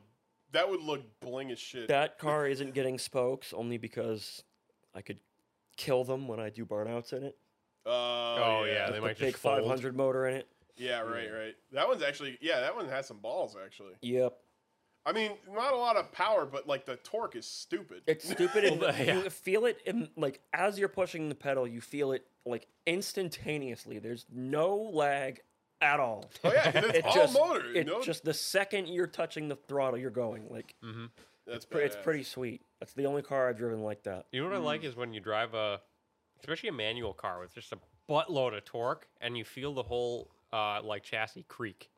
S5: that would look bling as shit.
S3: that car isn't getting spokes only because i could kill them when i do burnouts in it
S5: Uh,
S2: Oh yeah,
S5: yeah.
S2: they
S3: the
S2: might
S3: big
S2: just fold.
S3: 500 motor in it
S5: Yeah, right, right. That one's actually yeah. That one has some balls actually.
S3: yep
S5: I mean, not a lot of power, but like the torque is stupid.
S3: It's stupid. and
S2: Well, yeah.
S3: You feel it, in, like as you're pushing the pedal, you feel it like instantaneously. There's no lag at all.
S5: oh yeah, 'cause it's
S3: It
S5: all
S3: just,
S5: motor.
S3: It
S5: no,
S3: just the second you're touching the throttle, you're going. Like
S2: Mm-hmm.
S5: that's
S3: pr- it's
S5: badass.
S3: pretty sweet. That's the only car I've driven like that.
S2: You know what I
S5: Mm.
S2: like is when you drive a, especially a manual car with just a buttload of torque, and you feel the whole uh, like chassis creak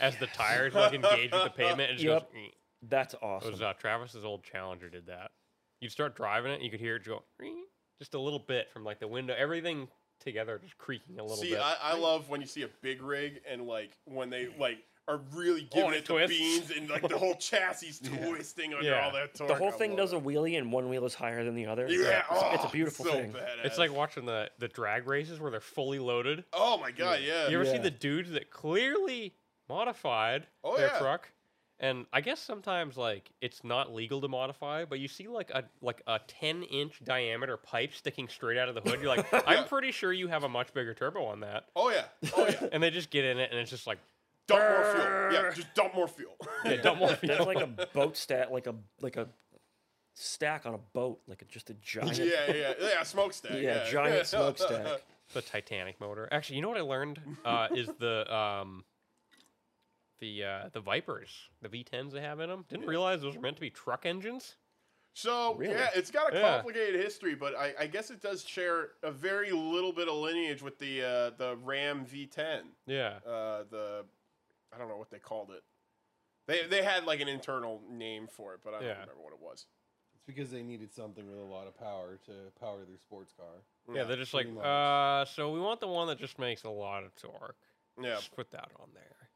S2: as the tires like engage with the pavement. And it just
S3: Yep.
S2: goes. "Eh."
S3: That's
S2: It
S3: awesome.
S2: was uh, Travis's old Challenger did that. You'd start driving it, and you could hear it go "Eh," just a little bit from like the window. Everything together just creaking a little
S5: See,
S2: bit.
S5: I, I love when you see a big rig and like when they like are really giving
S2: Oh, and
S5: it,
S2: it
S5: the
S2: twists.
S5: beans and like the whole chassis twisting under
S2: Yeah.
S5: all that torque.
S3: the whole
S5: I
S3: thing
S5: love
S3: does a
S5: it.
S3: wheelie, and one wheel is higher than the other.
S5: Yeah,
S3: it's,
S5: oh,
S3: it's a beautiful
S5: so
S3: thing.
S5: Badass.
S2: it's like watching the the drag races where they're fully loaded.
S5: oh my god, yeah.
S2: You ever see
S3: Yeah.
S2: the dudes that clearly modified
S5: Oh,
S2: their
S5: yeah.
S2: truck? And I guess sometimes like it's not legal to modify, but you see like a like a ten inch diameter pipe sticking straight out of the hood. You're like, I'm pretty sure you have a much bigger turbo on that.
S5: oh yeah, oh yeah.
S2: And they just get in it, and it's just like
S5: dump more fuel. Yeah, just dump more fuel.
S2: they don't want
S3: That's like a boat stat, like a like a stack on a boat, like a, just a giant, yeah,
S5: yeah, yeah, yeah. Smokestack. Yeah,
S3: giant smokestack.
S2: the Titanic motor. Actually, you know what I learned uh, is the um, the uh, the Vipers, the V10s they have in them. Didn't realize those were meant to be truck engines.
S5: So
S3: Really?
S5: yeah, it's got a
S2: Yeah.
S5: complicated history, but I, I guess it does share a very little bit of lineage with the uh, the Ram V10.
S2: Yeah,
S5: Uh, the I don't know what they called it. They they had like an internal name for it, but I don't
S2: Yeah.
S5: remember what it was.
S6: It's because they needed something with a lot of power to power their sports car.
S2: yeah. They're just like,
S6: pretty much.
S2: uh, so we want the one that just makes a lot of torque.
S5: Yeah,
S2: Just put that on there.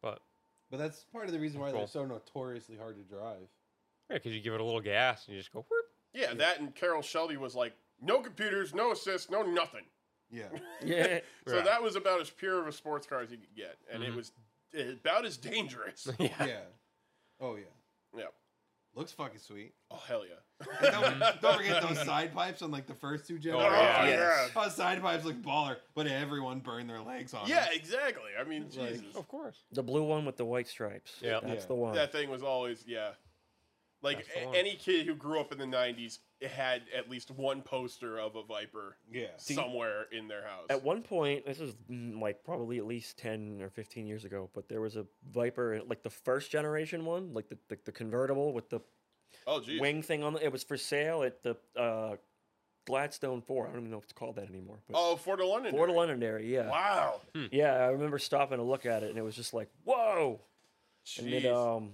S2: But
S6: But that's part of the reason why
S2: Cool.
S6: they're so notoriously hard to drive.
S2: yeah, because you give it a little gas and you just go. Whoop.
S5: yeah, that and Carol Shelby was like, no computers, no assist, no nothing.
S6: Yeah.
S3: yeah.
S5: So
S2: Right.
S5: that was about as pure of a sports car as you could get, and
S2: Mhm.
S5: it was eh, about as dangerous.
S2: Yeah.
S6: yeah. Oh yeah.
S5: yeah.
S6: Looks fucking sweet.
S5: Oh hell yeah.
S6: And don't, don't forget those side pipes on like the first two generations.
S5: Oh,
S2: yeah.
S5: Yes.
S6: Those side pipes look baller, but everyone burned their legs
S2: Uh-huh.
S6: on.
S5: Yeah,
S6: them.
S5: exactly. I mean,
S6: Like-
S5: Jesus,
S2: Of course.
S3: The blue one with the white stripes.
S2: Yep.
S3: That's
S6: Yeah.
S3: the one.
S5: that thing was always yeah. Like
S2: That's the
S5: a-
S2: one.
S5: any kid who grew up in the '90s had at least one poster of a Viper
S6: Yeah.
S5: somewhere in their house.
S3: At one point, this is mm, like probably at least 10 or 15 years ago, but there was a Viper, like the first generation one, like the, the, the convertible with the
S5: oh, geez.
S3: wing thing on it. It was for sale at the uh, Gladstone 4. I don't even know if it's called that anymore. But
S5: oh, Fort of London.
S3: Ford Londonderry, yeah.
S5: Wow.
S3: Yeah, I remember stopping to look at it and it was just like, whoa. And
S5: Jeez.
S3: it,
S2: uh,
S3: um,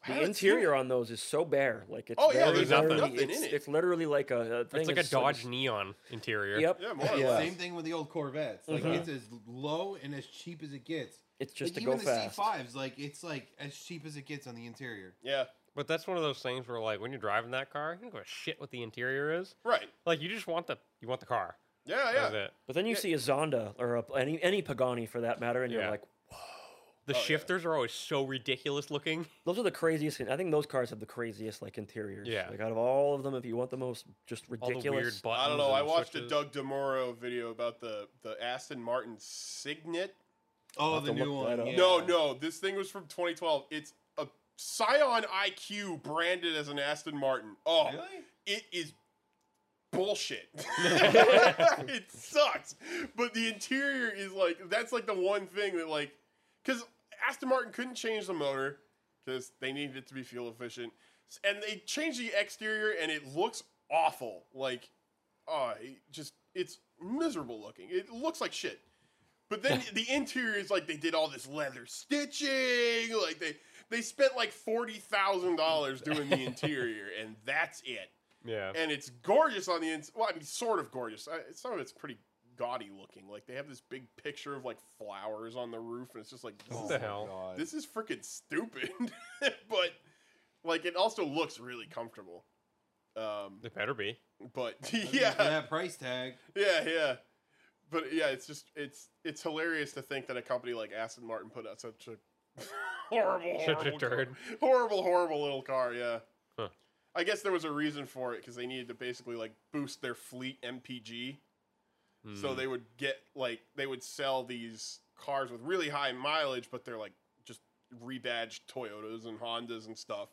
S5: How
S3: the
S5: did-
S3: interior on those is so bare. Like it's
S5: Oh, yeah,
S3: very,
S5: there's nothing-
S3: very-
S5: nothing in
S3: it's,
S5: it.
S3: it's literally like a, a thing.
S2: It's like a
S3: is sort of-
S2: Dodge Neon interior.
S3: Yep.
S5: Yeah, more or
S6: Yeah.
S5: less.
S6: Same thing with the old Corvettes. Like
S5: Mm-hmm.
S6: it's as low and as cheap as it gets.
S3: It's just
S6: like,
S3: to go
S6: even the
S3: fast.
S6: C5s, like it's like as cheap as it gets on the interior.
S5: Yeah.
S2: But that's one of those things where like when you're driving that car, you don't give a shit what the interior is.
S5: Right.
S2: Like you just want the you want the car.
S5: Oh, Yeah,
S2: That was
S5: yeah.
S2: it.
S3: But then you see a Zonda or a, any any Pagani for that matter, and
S2: Yeah.
S3: you're like,
S5: Oh,
S2: The shifters are always so ridiculous looking.
S3: those are the craziest. I think those cars have the craziest like interiors.
S2: Yeah.
S3: Like out of all of them, if you want the most just
S2: All the weird
S3: ridiculous.
S2: buttons.
S5: I don't know. I
S2: and
S5: watched a
S2: switches.
S5: Doug DeMoro video about the the Aston Martin Signet.
S6: Oh,
S3: have
S6: the
S3: to
S6: new
S3: look that
S6: one.
S3: up.
S6: yeah.
S5: No, no, this thing was from 2012. It's a Scion IQ branded as an Aston Martin. Oh,
S6: Really?
S5: it is bullshit. it sucks. But the interior is like that's like the one thing that like because Aston Martin couldn't change the motor because they needed it to be fuel efficient, S- and they changed the exterior and it looks awful. Like, oh, it just it's miserable looking. It looks like shit. But then the interior is like they did all this leather stitching, like they they spent like forty thousand dollars doing the interior, and that's it.
S2: Yeah.
S5: And it's gorgeous on the inside. Well, I mean, sort of gorgeous. I, some of it's pretty gaudy looking. Like they have this big picture of like flowers on the roof, and it's just like
S2: What
S6: Oh
S5: this
S2: the
S5: is-
S2: hell?
S5: this is freaking stupid. but like it also looks really comfortable. Um,
S2: They better be.
S5: but
S6: For
S5: yeah,
S6: that price tag.
S5: yeah, yeah. But yeah, it's just it's it's hilarious to think that a company like Aston Martin put out such a horrible,
S2: Such a
S5: horrible
S2: turd.
S5: car. horrible, horrible little car. Yeah.
S2: Huh.
S5: I guess there was a reason for it because they needed to basically like boost their fleet MPG, so
S2: Hmm.
S5: they would get like they would sell these cars with really high mileage, but they're like just rebadged Toyotas and Hondas and stuff,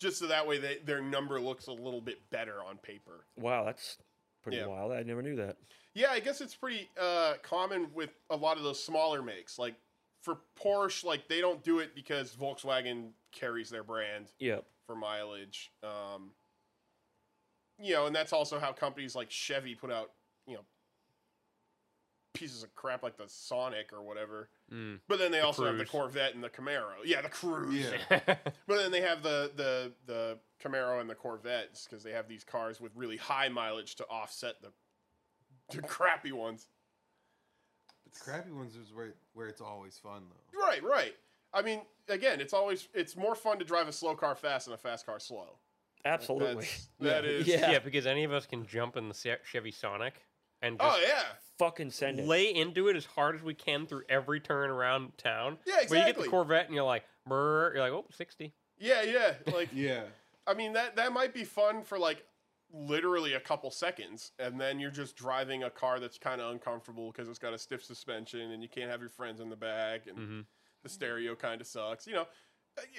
S5: just so that way they, their number looks a little bit better on paper.
S3: Wow, that's pretty
S5: Yeah.
S3: wild. I never knew that.
S5: Yeah, I guess it's pretty uh, common with a lot of those smaller makes. Like for Porsche, like they don't do it because Volkswagen carries their brand
S3: Yeah.
S5: for mileage. Um, you know, and that's also how companies like Chevy put out, you know, pieces of crap like the Sonic or whatever.
S2: Mm.
S5: But then they also have the
S2: Cruze.
S5: Corvette and the Camaro. Yeah, the Cruise.
S6: Yeah.
S2: Mm.
S5: But then they have the the the Camaro and the Corvettes because they have these cars with really high mileage to offset the the crappy ones.
S6: But the crappy ones is where where it's always fun though.
S5: Right, right. I mean, again, it's always it's more fun to drive a slow car fast than a fast car slow.
S3: Absolutely.
S5: That's, that is-
S3: Yeah.
S2: yeah. because any of us can jump in the Se- Chevy Sonic and just
S5: Oh yeah.
S3: Fucking send it.
S2: lay into it as hard as we can through every turn around town. But you
S5: Yeah,
S2: get
S5: exactly.
S2: the Corvette and you're like, brr, you're like, oh, 60.
S5: Yeah, yeah. Like
S6: Yeah.
S5: I mean that that might be fun for like literally a couple seconds and then you're just driving a car that's kind of uncomfortable because it's got a stiff suspension and you can't have your friends in the back and
S2: Mhm.
S5: the stereo kind of sucks. You know,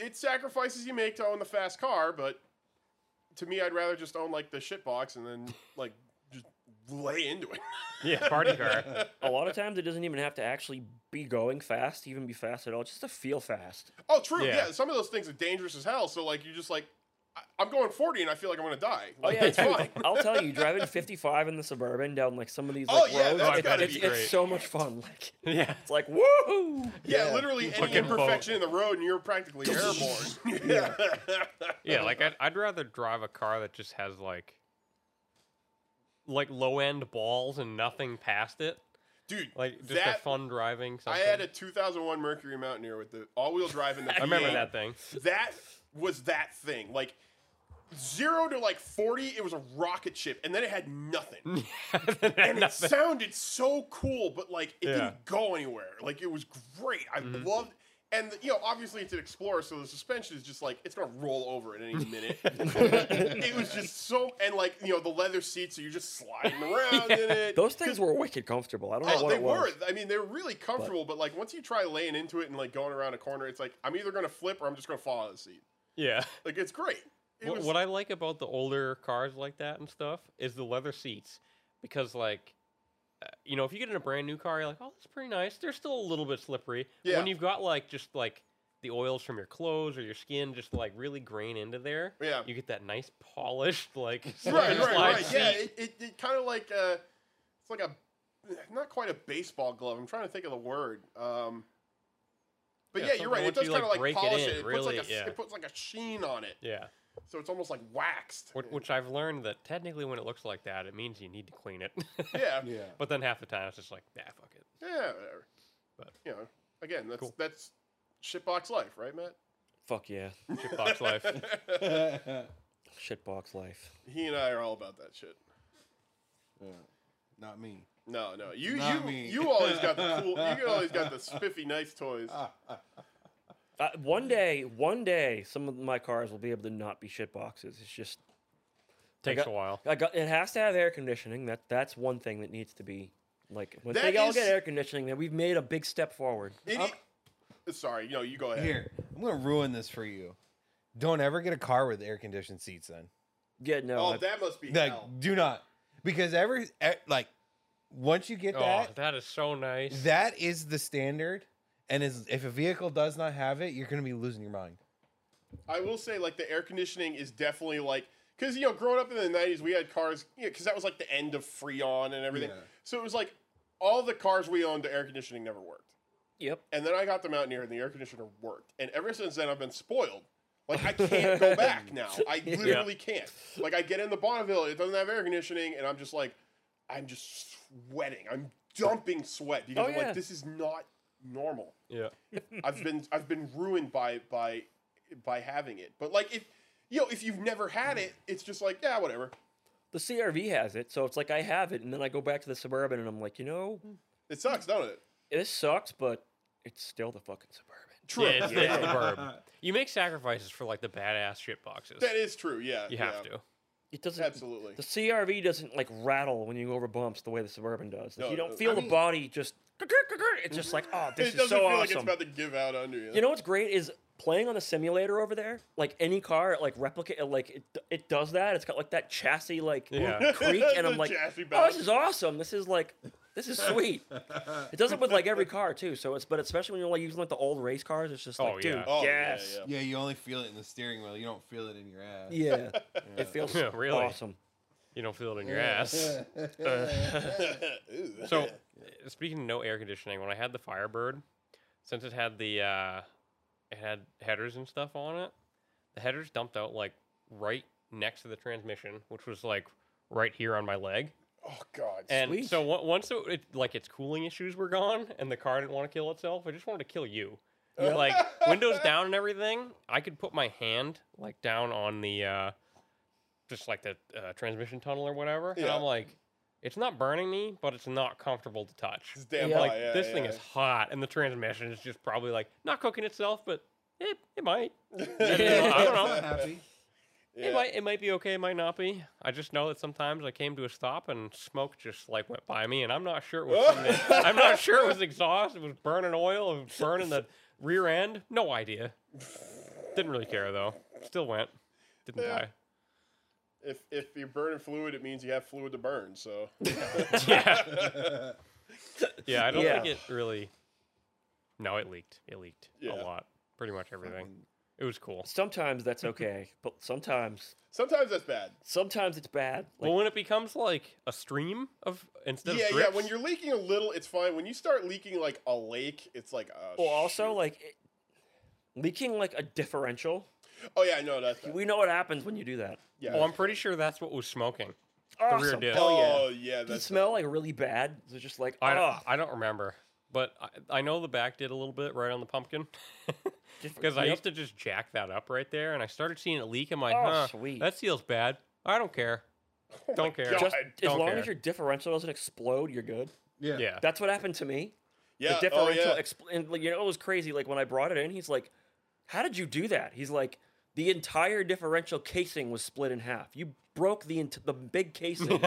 S5: it's sacrifices you make to own the fast car, but to me I'd rather just own like the shit box and then like just lay into it.
S2: Yeah, party car.
S3: A lot of times it doesn't even have to actually be going fast, even be fast at all, just to feel fast.
S5: Oh, true. Yeah.
S2: Yeah.
S5: some of those things are dangerous as hell. So like, you just like, I- I'm going 40 and I feel like I'm gonna die.
S3: Oh
S5: Like,
S3: yeah,
S5: it's
S3: dude,
S5: fine.
S3: I'll tell you, driving 55 in the suburban down like some of these
S5: Oh,
S3: like
S5: yeah,
S3: roads,
S5: that's
S3: it's,
S5: gotta
S3: it's,
S5: be
S3: it's
S2: great.
S3: so much fun. Like
S2: yeah.
S3: it's like woohoo!
S5: Yeah,
S6: Yeah.
S5: literally any
S2: Fucking
S5: imperfection in the road and you're practically airborne. yeah.
S2: Yeah, like I'd, I'd rather drive a car that just has like like low end balls and nothing past it.
S5: Dude,
S2: Like just a
S5: That-
S2: fun driving
S5: I
S2: something.
S5: had a 2001 Mercury Mountaineer with the all-wheel drive and the
S2: I remember
S5: V8.
S2: that thing.
S5: That was that thing. Like zero to like 40, it was a rocket ship, and then it had nothing. And it sounded so cool, but like it
S2: Yeah.
S5: didn't go anywhere. Like it was great. I loved and you know, obviously it's an explorer, so the suspension is just like it's gonna roll over at any minute. it was just so and like you know the leather seats, so you're just sliding around in it.
S3: Those things were wicked comfortable. I don't know
S5: Oh,
S3: what
S5: they
S3: it was.
S5: were. I mean, they were really comfortable, but, like once you try laying into it and like going around a corner, it's like I'm either gonna flip or I'm just gonna fall out of the seat.
S2: Yeah.
S5: Like it's great. It
S2: What,
S5: was,
S2: what I like about the older cars like that and stuff is the leather seats because, like, uh, you know, if you get in a brand new car, you're like, oh, that's pretty nice. They're still a little bit slippery. But
S5: Yeah.
S2: When you've got, like, just like the oils from your clothes or your skin just like really grain into there,
S5: Yeah.
S2: you get that nice polished, like, slip
S5: right,
S2: and
S5: right,
S2: slide
S5: right. Yeah,
S2: seat.
S5: it, it, it kind of like uh it's like a not quite a baseball glove. I'm trying to think of the word. Um, but
S2: Yeah,
S5: yeah, you're
S2: something
S5: right. It
S2: once
S5: does
S2: you,
S5: kind of
S2: like,
S5: like,
S2: break it
S5: polish it.
S2: in,
S5: It, puts
S2: really,
S5: like a,
S2: yeah.
S5: it puts like a sheen on it,
S2: Yeah.
S5: so it's almost like waxed.
S2: Wh- Which I've learned that technically when it looks like that, it means you need to clean it.
S5: yeah, yeah,
S6: Yeah.
S2: but then half the time it's just like, nah, fuck it.
S5: whatever. But
S2: But-
S5: you know, again, that's
S2: Cool.
S5: that's shitbox life, right, Matt?
S3: Fuck yeah,
S2: Shitbox life.
S3: shitbox life.
S5: He and I are all about that shit.
S6: Not me.
S5: No, no, you
S6: Not
S5: you
S6: me.
S5: you always got the cool. You always got the spiffy, nice toys.
S3: Ah, Uh, one day, one day, some of my cars will be able to not be shit boxes. It's just
S2: Takes
S3: got-
S2: a while.
S3: I got, it has to have air conditioning. That that's one thing that needs to be like once they
S5: That
S3: all
S5: is-
S3: get air conditioning, then we've made a big step forward.
S5: It, i- sorry, no, you go ahead.
S6: Here, I'm gonna ruin this for you. Don't ever get a car with air conditioned seats. Then,
S3: Yeah, no,
S5: Oh,
S3: I-
S5: that must be
S6: like,
S5: hell.
S6: do not.
S1: because every e- like once you get
S2: Oh,
S1: that,
S2: that is so nice.
S1: that is the standard. And is, if a vehicle does not have it, you're going to be losing your mind.
S5: I will say, like, the air conditioning is definitely like, because, you know, growing up in the 90s, we had cars, because that was like the end of Freon and everything.
S6: Yeah.
S5: So it was like all the cars we owned, the air conditioning never worked.
S3: Yep.
S5: And then I got the Mountaineer and the air conditioner worked. And ever since then, I've been spoiled. Like, I can't go back now. I literally can't. Like, I get in the Bonneville, it doesn't have air conditioning, and I'm just like, I'm just sweating. I'm dumping sweat because
S3: Oh,
S5: I'm
S3: yeah.
S5: like, this is not normal.
S2: yeah.
S5: I've been I've been ruined by by by having it. But like if you know if you've never had it, it's just like yeah whatever.
S3: The CRV has it, so it's like I have it, and then I go back to the Suburban, and I'm like, you know,
S5: It sucks, don't it?
S3: this sucks, but it's still the fucking Suburban.
S5: True.
S2: Yeah, it's the- it's the burb. You make sacrifices for like the badass shit boxes.
S5: That is true. Yeah.
S2: you have
S5: yeah.
S2: to.
S3: It doesn't.
S5: Absolutely.
S3: The CRV doesn't like rattle when you go over bumps the way the Suburban does. Like,
S5: No,
S3: you
S5: it
S3: don't
S5: doesn't.
S3: feel
S5: I
S3: the
S5: mean-
S3: body just. It's just like, oh, this
S5: it
S3: is
S5: doesn't
S3: so
S5: feel
S3: awesome.
S5: like it's about to give out under you.
S3: You know what's great is playing on the simulator over there. Like any car, like replicate, like it, it does that. It's got like that chassis like
S2: Yeah.
S3: creak, and I'm
S5: The
S3: like,
S5: chassis
S3: oh,
S5: bounce.
S3: this is awesome. This is like, this is sweet. it does it with like every car too. So it's, but especially when you're like using like the old race cars, it's just like,
S2: Oh,
S3: dude,
S2: yeah.
S5: Oh, yeah,
S3: yes,
S5: yeah.
S6: Yeah, you only feel it in the steering wheel. You don't feel it in your ass.
S3: yeah. it feels
S2: Yeah, really.
S3: awesome.
S2: You don't feel it in your ass. Uh,
S5: Ooh.
S2: So, uh, speaking of no air conditioning, when I had the Firebird, since it had the uh, it had headers and stuff on it, the headers dumped out like right next to the transmission, which was like right here on my leg.
S5: oh god.
S2: And
S3: Sweet.
S2: so on- once it, it like its cooling issues were gone and the car didn't want to kill itself, it just wanted to kill you. Like windows down and everything, I could put my hand like down on the uh just like the uh, transmission tunnel or whatever, and
S5: Yeah.
S2: I'm like, it's not burning me, but it's not comfortable to touch.
S5: It's damn
S3: Yeah.
S5: hot,
S2: Like
S5: yeah,
S2: this thing
S5: yeah.
S2: is hot, and the transmission is just probably like not cooking itself, but it it might. I don't know.
S6: Happy.
S2: It
S5: Yeah.
S2: might it might be okay, it might not be. I just know that sometimes I came to a stop and smoke just like went by me, and I'm not sure it was. from the- I'm not sure it was exhaust. It was burning oil. It was burning the rear end. No idea. Didn't really care though. Still went. Didn't
S5: Yeah.
S2: die.
S5: If if you're burning fluid, it means you have fluid to burn. So
S2: Yeah. yeah. I don't
S3: Yeah.
S2: think it really. No, it leaked. It leaked
S5: Yeah.
S2: a lot. Pretty much everything. It was cool.
S3: Sometimes that's okay, but sometimes,
S5: sometimes that's bad.
S3: sometimes it's bad. Like,
S2: well, when it becomes like a stream of instead
S5: yeah,
S2: of
S5: yeah.
S2: drips,
S5: When you're leaking a little, it's fine. When you start leaking like a lake, it's like uh,
S3: well, oh, also like it, leaking like a differential.
S5: oh yeah, no, that's bad.
S3: We know what happens when you do that.
S5: yeah.
S2: Oh, I'm pretty sure that's what was smoking.
S3: Awesome.
S2: rear diff.
S3: Hell yeah.
S5: Oh yeah,
S3: Does it
S5: that's
S3: smell like really bad? Is it just like
S2: I
S3: oh,
S2: don't, I don't remember, but I, I know the back did a little bit right on the pumpkin because I used to just jack that up right there, and I started seeing it leak. I'm like,
S3: Oh,
S2: huh,
S3: sweet. Oh
S2: that seal's bad. I don't care. don't care.
S5: God.
S3: just
S5: I
S3: as
S2: don't
S3: long
S2: care.
S3: as your differential doesn't explode, you're good.
S6: Yeah.
S2: yeah,
S3: That's what happened to me.
S5: yeah.
S3: the
S5: oh,
S3: differential,
S5: yeah.
S3: expl- and, like, you know, it was crazy. Like when I brought it in, he's like, "How did you do that?" He's like, "The entire differential casing was split in half. You broke the ent- the big casing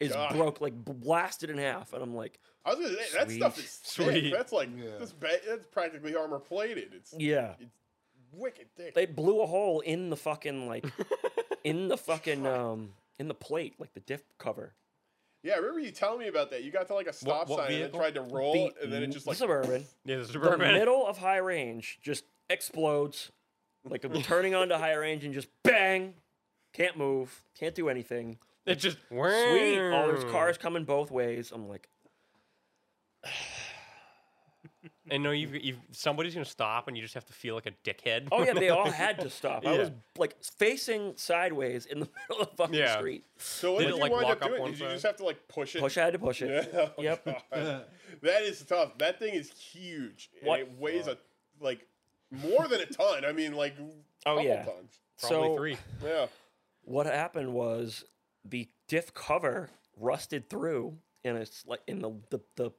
S3: is
S5: God.
S3: broke like b- blasted in half." And I'm like,
S5: I was gonna say that stuff
S3: Sweet.
S5: is
S2: Sweet.
S5: sweet. That's like
S6: Yeah.
S5: that's, ba- that's practically armor plated. It's
S3: "Yeah."
S5: wicked thick.
S3: They blew a hole in the fucking like in the fucking um in the plate, like the diff cover.
S5: yeah, I remember you telling me about that. You got to like a stop
S2: what
S5: sign
S2: vehicle?
S5: and then tried to roll,
S3: The
S5: and then it just like
S3: suburban.
S2: yeah. The
S3: the
S2: suburban.
S3: middle of high range just explodes, like I'm turning onto high range and just bang, can't move, can't do anything.
S2: It just
S3: Sweet, all there's cars coming both ways. I'm like,
S2: And no, you've, you've somebody's gonna stop, and you just have to feel like a dickhead.
S3: oh yeah, they all had to stop. I was
S2: Yeah.
S3: like facing sideways in the middle of the fucking
S2: Yeah.
S3: street.
S5: so. What
S2: Did
S5: did
S2: it,
S5: you
S2: like,
S5: wind
S2: walk
S5: up
S2: up
S5: doing?
S2: one
S5: Did you
S2: side?
S5: just have to like push it?
S3: Push, I had to push it.
S5: Yeah, oh,
S3: Yep.
S5: God. that is tough. That thing is huge. and
S3: What-
S5: it weighs a like more than a ton. I mean, like
S3: Oh
S5: couple
S3: yeah.
S5: tons.
S2: probably
S3: so
S2: three.
S5: Yeah.
S3: what happened was the diff cover rusted through, and it's like in the the, the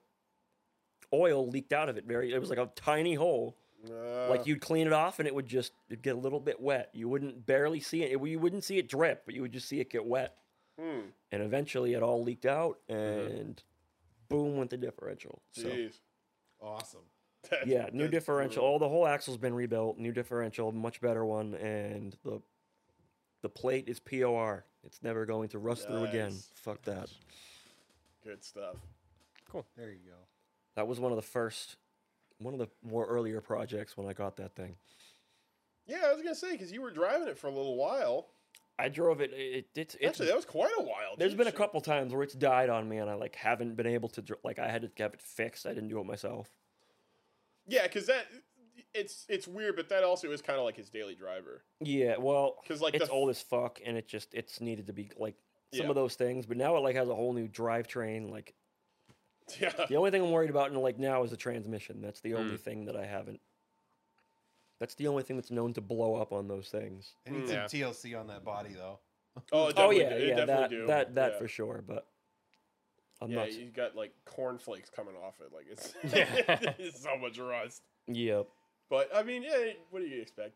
S3: oil leaked out of it. Very, it was like a tiny hole.
S5: Uh,
S3: like you'd clean it off and it would just it'd get a little bit wet you wouldn't barely see it. you wouldn't see it drip but you would just see it get wet
S5: hmm,
S3: and eventually it all leaked out and boom went the differential so
S5: jeez.
S6: Awesome.
S5: That's-
S3: yeah new
S5: that's
S3: differential
S5: brutal.
S3: all the whole axle's been rebuilt new differential much better one and the The plate is POR. It's never going to rust through again.
S5: Nice.
S3: Fuck that.
S5: Good stuff.
S6: There you go.
S3: That was one of the first, one of the more earlier projects when I got that thing.
S5: Yeah, I was gonna say because you were driving it for a little while.
S3: I drove it. it, it's it's
S5: Actually, that was quite a while.
S3: There's
S5: Jeez,
S3: been a
S5: shit.
S3: couple times where it's died on me, and I like haven't been able to dr- like I had to have it fixed. I didn't do it myself.
S5: Yeah, because that it's it's weird, but that also is kind of like his daily driver.
S3: Yeah, well,
S5: 'Cause, like, the
S3: it's
S5: f-
S3: old as fuck, and it just it's needed to be like some
S5: Yeah.
S3: of those things. But now it like has a whole new drivetrain. Like
S5: Yeah, Oh,
S3: the only thing I'm worried about, and like now, is the transmission. That's the
S5: Mm.
S3: only thing that I haven't. That's the only thing that's known to blow up on those things.
S6: It needs
S2: Yeah.
S6: some TLC on that body though.
S5: Oh, it
S3: Oh
S5: definitely
S3: yeah,
S5: do- it
S3: yeah, that
S5: definitely do.
S3: that that
S5: Yeah.
S3: for sure. But I'm
S5: Yeah,
S3: not.
S5: you got like cornflakes coming off it. Like it's,
S2: Yeah.
S5: it's so much rust.
S3: Yeah,
S5: But I mean, yeah, what do you expect?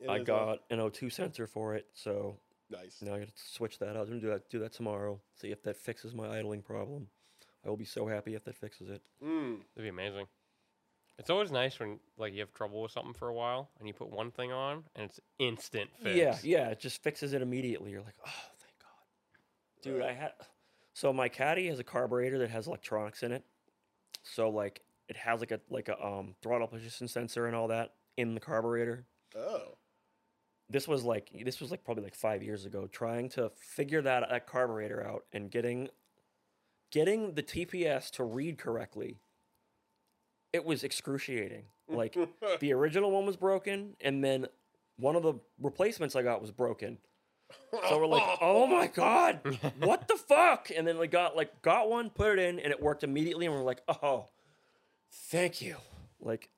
S5: It
S3: I
S5: is a-
S3: got an O2 sensor for it, so
S5: nice.
S3: Now I gotta switch that out. I'm gonna do that do that tomorrow. See if that fixes my idling problem. I will be so happy if that fixes it.
S5: Mm,
S2: It'd be amazing. It's always nice when like you have trouble with something for a while and you put one thing on and it's instant fix.
S3: Yeah, yeah, it just fixes it immediately. You're like, oh thank God. Dude, I had so my caddy has a carburetor that has electronics in it. So like it has like a like a um throttle position sensor and all that in the carburetor.
S5: oh,
S3: this was like this was like probably like five years ago trying to figure that that carburetor out and getting getting the tps to read correctly it was excruciating like the original one was broken and then one of the replacements i got was broken so we're like oh my god what the fuck and then we got like got one put it in and it worked immediately and we're like oh thank you like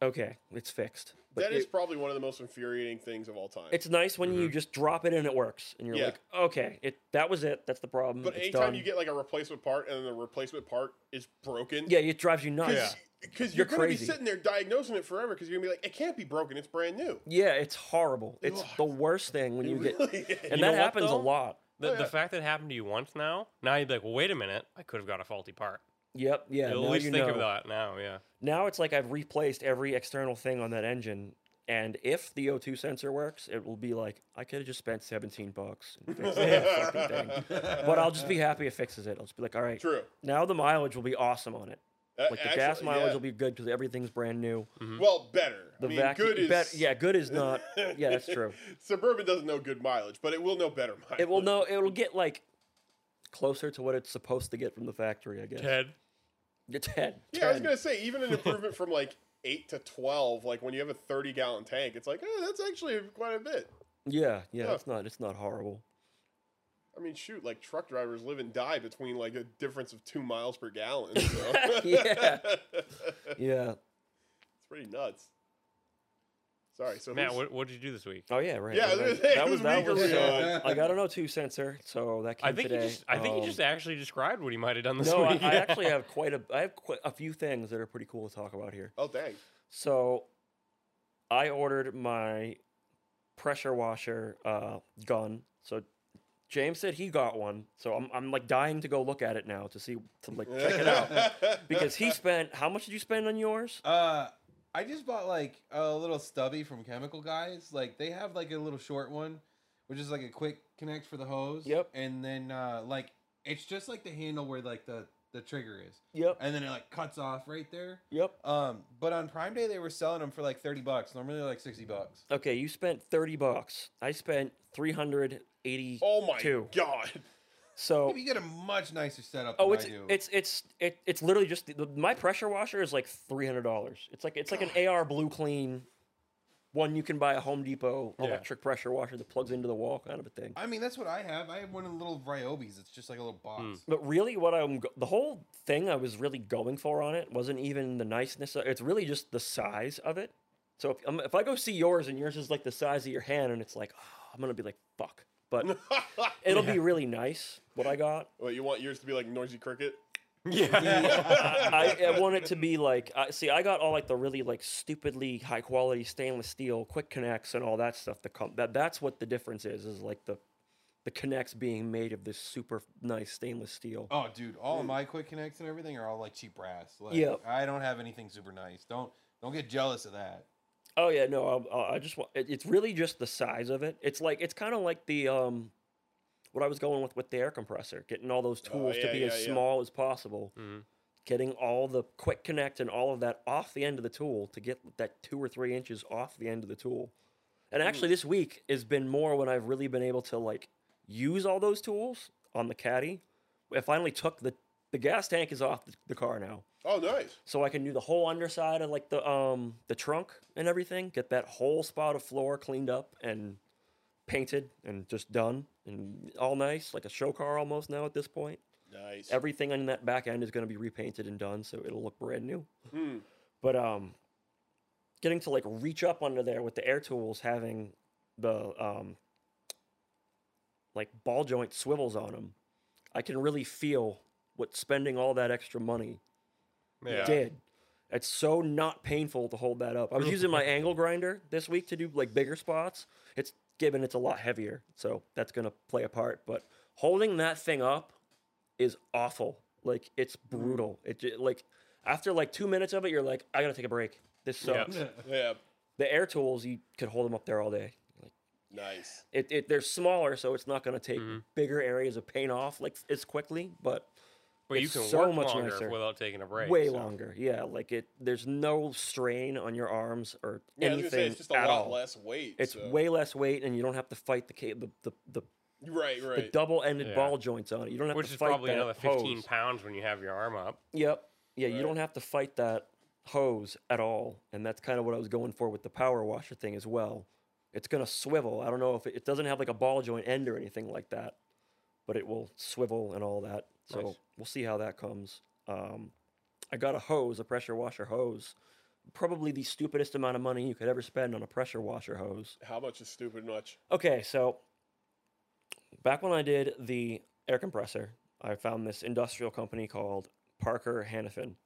S3: okay it's fixed But
S5: that is
S3: it-
S5: probably one of the most infuriating things of all time.
S3: it's nice when
S2: Mm-hmm.
S3: you just drop it in and it works, and you're
S5: Yeah.
S3: like, okay, it that was it. That's the problem.
S5: but
S3: it's
S5: anytime
S3: done.
S5: you get like a replacement part and the replacement part is broken,
S3: yeah, it drives you nuts. Yeah.
S5: because
S3: You're
S5: you're, going to
S3: crazy.
S5: be sitting there diagnosing it forever because you're gonna be like, it can't be broken. It's brand new.
S3: it's horrible. It's the worst thing when you get, and
S5: Really?
S3: that
S2: know what,
S3: happens a
S2: though?
S3: lot.
S2: The,
S5: yeah.
S2: the fact that it happened to you once now, now you'd be like, well, wait a minute, I could have got a faulty part.
S3: Yep, yeah.
S2: At
S3: now
S2: least
S3: you
S2: think
S3: know.
S2: of that now, yeah.
S3: Now it's like I've replaced every external thing on that engine, and if the O2 sensor works, it will be like I could have just spent 17 bucks and fixed that fucking thing. But I'll just be happy it fixes it. I'll just be like, all right,
S5: True.
S3: now the mileage will be awesome on it.
S5: Uh,
S3: Like the
S5: actually,
S3: gas mileage
S5: yeah.
S3: will be good because everything's brand new.
S5: well better.
S3: The
S5: I mean,
S3: vacuum,
S5: good is
S3: bet- yeah, good is not. Yeah, that's true.
S5: Suburban doesn't know good mileage, but it will know better mileage.
S3: It will know. It will get like closer to what it's supposed to get from the factory. I guess.
S2: Ted,
S3: Yeah, Ten.
S5: Yeah, I was
S3: 10.
S5: gonna say even an improvement from like eight to twelve, like when you have a thirty gallon tank, it's like oh, that's actually quite a bit.
S3: Yeah, yeah,
S5: Yeah.
S3: It's not. It's not horrible.
S5: I mean, shoot, like truck drivers live and die between like a difference of two miles per gallon. So.
S3: Yeah.
S5: it's
S3: Yeah.
S5: pretty nuts. Sorry, so
S2: Matt,
S5: who's-
S2: what, what did you do this week?
S3: Oh yeah, right.
S5: Yeah, I
S3: right,
S5: was gonna
S3: right.
S5: say,
S3: that
S5: whose
S3: was that
S5: week are
S3: was.
S5: we
S3: Uh,
S5: on?
S3: I got an O2 sensor, so that came
S2: I think
S3: today.
S2: you just, I think
S3: Um,
S2: you just actually described what he might have done this
S3: No, I,
S2: week.
S3: I actually have quite a. I have quite a few things that are pretty cool to talk about here.
S5: Oh dang!
S3: So, I ordered my pressure washer uh, gun. So James said he got one. So I'm, I'm like dying to go look at it now to see to like check it out because he spent how much did you spend on yours?
S6: Uh, I just bought like a little stubby from Chemical Guys. Like they have like a little short one, which is like a quick connect for the hose.
S3: Yep.
S6: And then uh, like it's just like the handle where like the the trigger is,
S3: Yep.
S6: and then it like cuts off right there.
S3: Yep.
S6: Um, but on Prime Day they were selling them for like thirty bucks. Normally they're like sixty bucks.
S3: Okay, you spent 30 bucks. I spent 380.
S5: Oh my
S3: Two.
S5: god!
S3: So
S6: You get a much nicer setup.
S3: Oh,
S6: than
S3: it's
S6: I do.
S3: it's it's it, it's literally just the, my pressure washer is like three hundred dollars. It's like it's like an AR Blue Clean, one you can buy at Home Depot electric pressure washer that plugs into the wall kind of a thing.
S6: I mean that's what I have. I have one of the little Ryobis. It's just like a little box.
S3: But really, what I'm go- the whole thing I was really going for on it wasn't even the niceness. Of, it's really just the size of it. So if um, if I go see yours and yours is like the size of your hand and it's like "Oh," I'm gonna be like fuck, but it'll be really nice what I got.
S5: Wait, you want yours to be like noisy cricket?
S3: Hmm. I, I want it to be like I see. I got all like the really like stupidly high quality stainless steel quick connects and all that stuff. That come that that's what the difference is. Is like the the connects being made of this super nice stainless steel.
S6: Oh, dude, all of my quick connects and everything are all like cheap brass. Like,
S3: Yep.
S6: I don't have anything super nice. Don't don't get jealous of that.
S3: Oh yeah, no, I, I- I just want. It, it's really just the size of it. It's like it's kind of like the um, what I was going with with the air compressor, getting all those tools
S5: Oh, yeah,
S3: to be as
S5: yeah, Mm-hmm. yeah.
S3: small as possible,
S2: Mhm.
S3: getting all the quick connect and all of that off the end of the tool to get that two or three inches off the end of the tool. And actually,
S5: Hmm.
S3: this week has been more when I've really been able to like use all those tools on the caddy. I finally took the the gas tank is off the, the car now
S5: Oh, nice.
S3: so I can do the whole underside of like the um the trunk and everything. Get that whole spot of floor cleaned up and painted and just done and all nice, like a show car almost now at this point.
S5: Nice.
S3: Everything on that back end is going to be repainted and done, so it'll look brand new.
S5: Hmm.
S3: But um, getting to like reach up under there with the air tools, having the um, like ball joint swivels on them, I can really feel what spending all that extra money
S5: Yeah.
S3: did. It's so not painful to hold that up. I was using my angle grinder this week to do like bigger spots. It's given it's a lot heavier, so that's gonna play a part. But holding that thing up is awful. Like it's brutal. It ju- like after like two minutes of it, you're like, I gotta take a break. This
S2: Yeah.
S3: sucks.
S5: Yeah.
S3: The air tools, you could hold them up there all day. Like
S5: Nice.
S3: it, it they're smaller, so it's not gonna take bigger areas of paint off like as quickly. But
S2: But you
S3: It's
S2: can
S3: so
S2: work
S3: much
S2: longer
S3: nicer.
S2: without taking a break.
S3: way
S2: so-
S3: longer. Yeah, like it. There's no strain on your arms or
S5: Yeah, I was
S3: anything
S5: gonna say it's just a
S3: at
S5: lot
S3: all.
S5: less weight.
S3: It's
S5: so-
S3: way less weight, and you don't have to fight the ca- the the, the,
S5: Right.
S3: the
S5: Right.
S3: double-ended
S2: Yeah.
S3: ball joints on it. You don't have
S2: Which
S3: to
S2: is
S3: fight
S2: probably
S3: that
S2: another 15
S3: hose.
S2: pounds when you have your arm up.
S3: Yep. Yeah, you
S5: Right.
S3: don't have to fight that hose at all, and that's kind of what I was going for with the power washer thing as well. It's gonna swivel. I don't know if it, it doesn't have like a ball joint end or anything like that, but it will swivel and all that. So
S2: Nice.
S3: we'll see how that comes. Um, I got a hose, a pressure washer hose. Probably the stupidest amount of money you could ever spend on a pressure washer hose.
S5: How much is stupid much?
S3: Okay, so back when I did the air compressor, I found this industrial company called Parker Hannifin,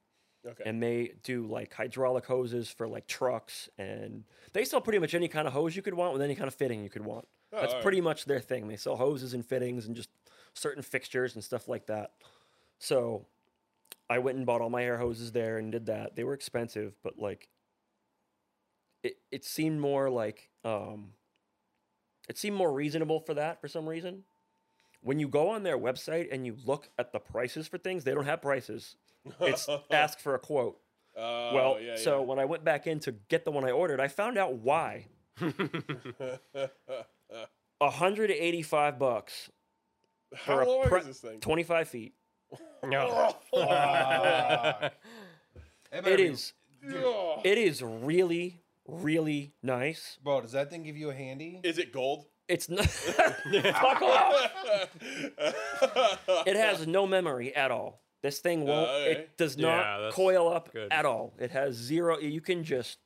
S5: Okay.
S3: and they do like hydraulic hoses for like trucks, and they sell pretty much any kind of hose you could want with any kind of fitting you could want.
S5: Oh,
S3: That's
S5: all right.
S3: pretty much their thing. They sell hoses and fittings and just certain fixtures and stuff like that. So I went and bought all my air hoses there and did that. They were expensive, but like it, it seemed more like um it seemed more reasonable for that for some reason. When you go on their website and you look at the prices for things, they don't have prices. It's ask for a quote.
S5: Oh,
S3: well,
S5: yeah,
S3: so when I went back in to get the one I ordered, I found out why.
S2: Oh,
S5: yeah.
S3: 185 bucks
S5: How
S3: for a
S5: long
S3: pre-
S5: is this thing?
S3: 25 feet.
S2: No.
S3: It is.
S5: Oh.
S3: It is really, really nice.
S6: Bro, does that thing give you a handy?
S5: Is it gold?
S3: It's not. Fuck off. It has no memory at all. This thing won't.
S5: Uh, okay.
S3: It does not
S2: Yeah, that's
S3: coil up
S2: good.
S3: at all. It has zero. You can just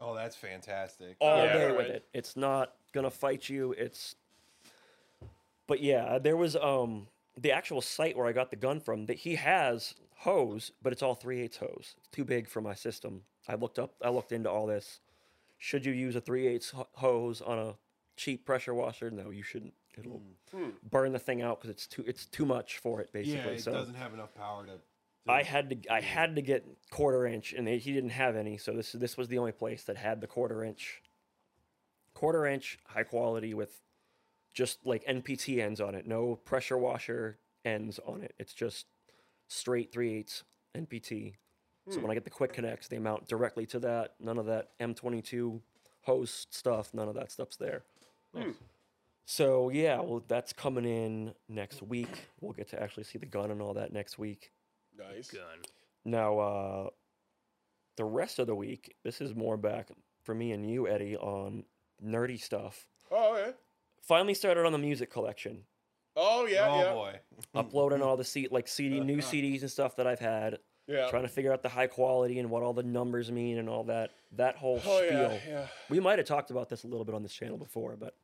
S6: Oh, that's fantastic.
S3: all
S5: Yeah,
S3: day with
S5: right.
S3: it. It's not gonna fight you. It's. But yeah, there was um the actual site where I got the gun from that he has hose, but it's all three eighths hose. It's too big for my system. I looked up. I looked into all this. Should you use a three eighths hose on a cheap pressure washer? No, you shouldn't. It'll burn the thing out because it's too it's too much for it basically.
S6: Hmm. Yeah, it
S3: so
S6: doesn't have enough power to. Oh,
S3: I had to I had to get quarter inch, and they, he didn't have any. So this this was the only place that had the quarter inch, quarter inch high quality with just like NPT ends on it, no pressure washer ends on it. It's just straight three eighths NPT. So when I get the quick connects, they mount directly to that. None of that M22 hose stuff. None of that stuff's there. So yeah, well that's coming in next week. We'll get to actually see the gun and all that next week.
S5: nice.
S2: Gun.
S3: Now, uh, the rest of the week, this is more back for me and you, Eddie, on nerdy stuff.
S5: Oh yeah.
S3: Finally started on the music collection,
S5: Oh yeah.
S6: oh
S5: yeah.
S6: boy.
S5: Hmm.
S3: uploading all the C- like
S5: Uh,
S3: CD, new CDs and stuff that I've had,
S5: Yeah.
S3: trying to figure out the high quality and what all the numbers mean and all that. That whole
S5: oh
S3: spiel.
S5: yeah. Yeah.
S3: We might have talked about this a little bit on this channel before, but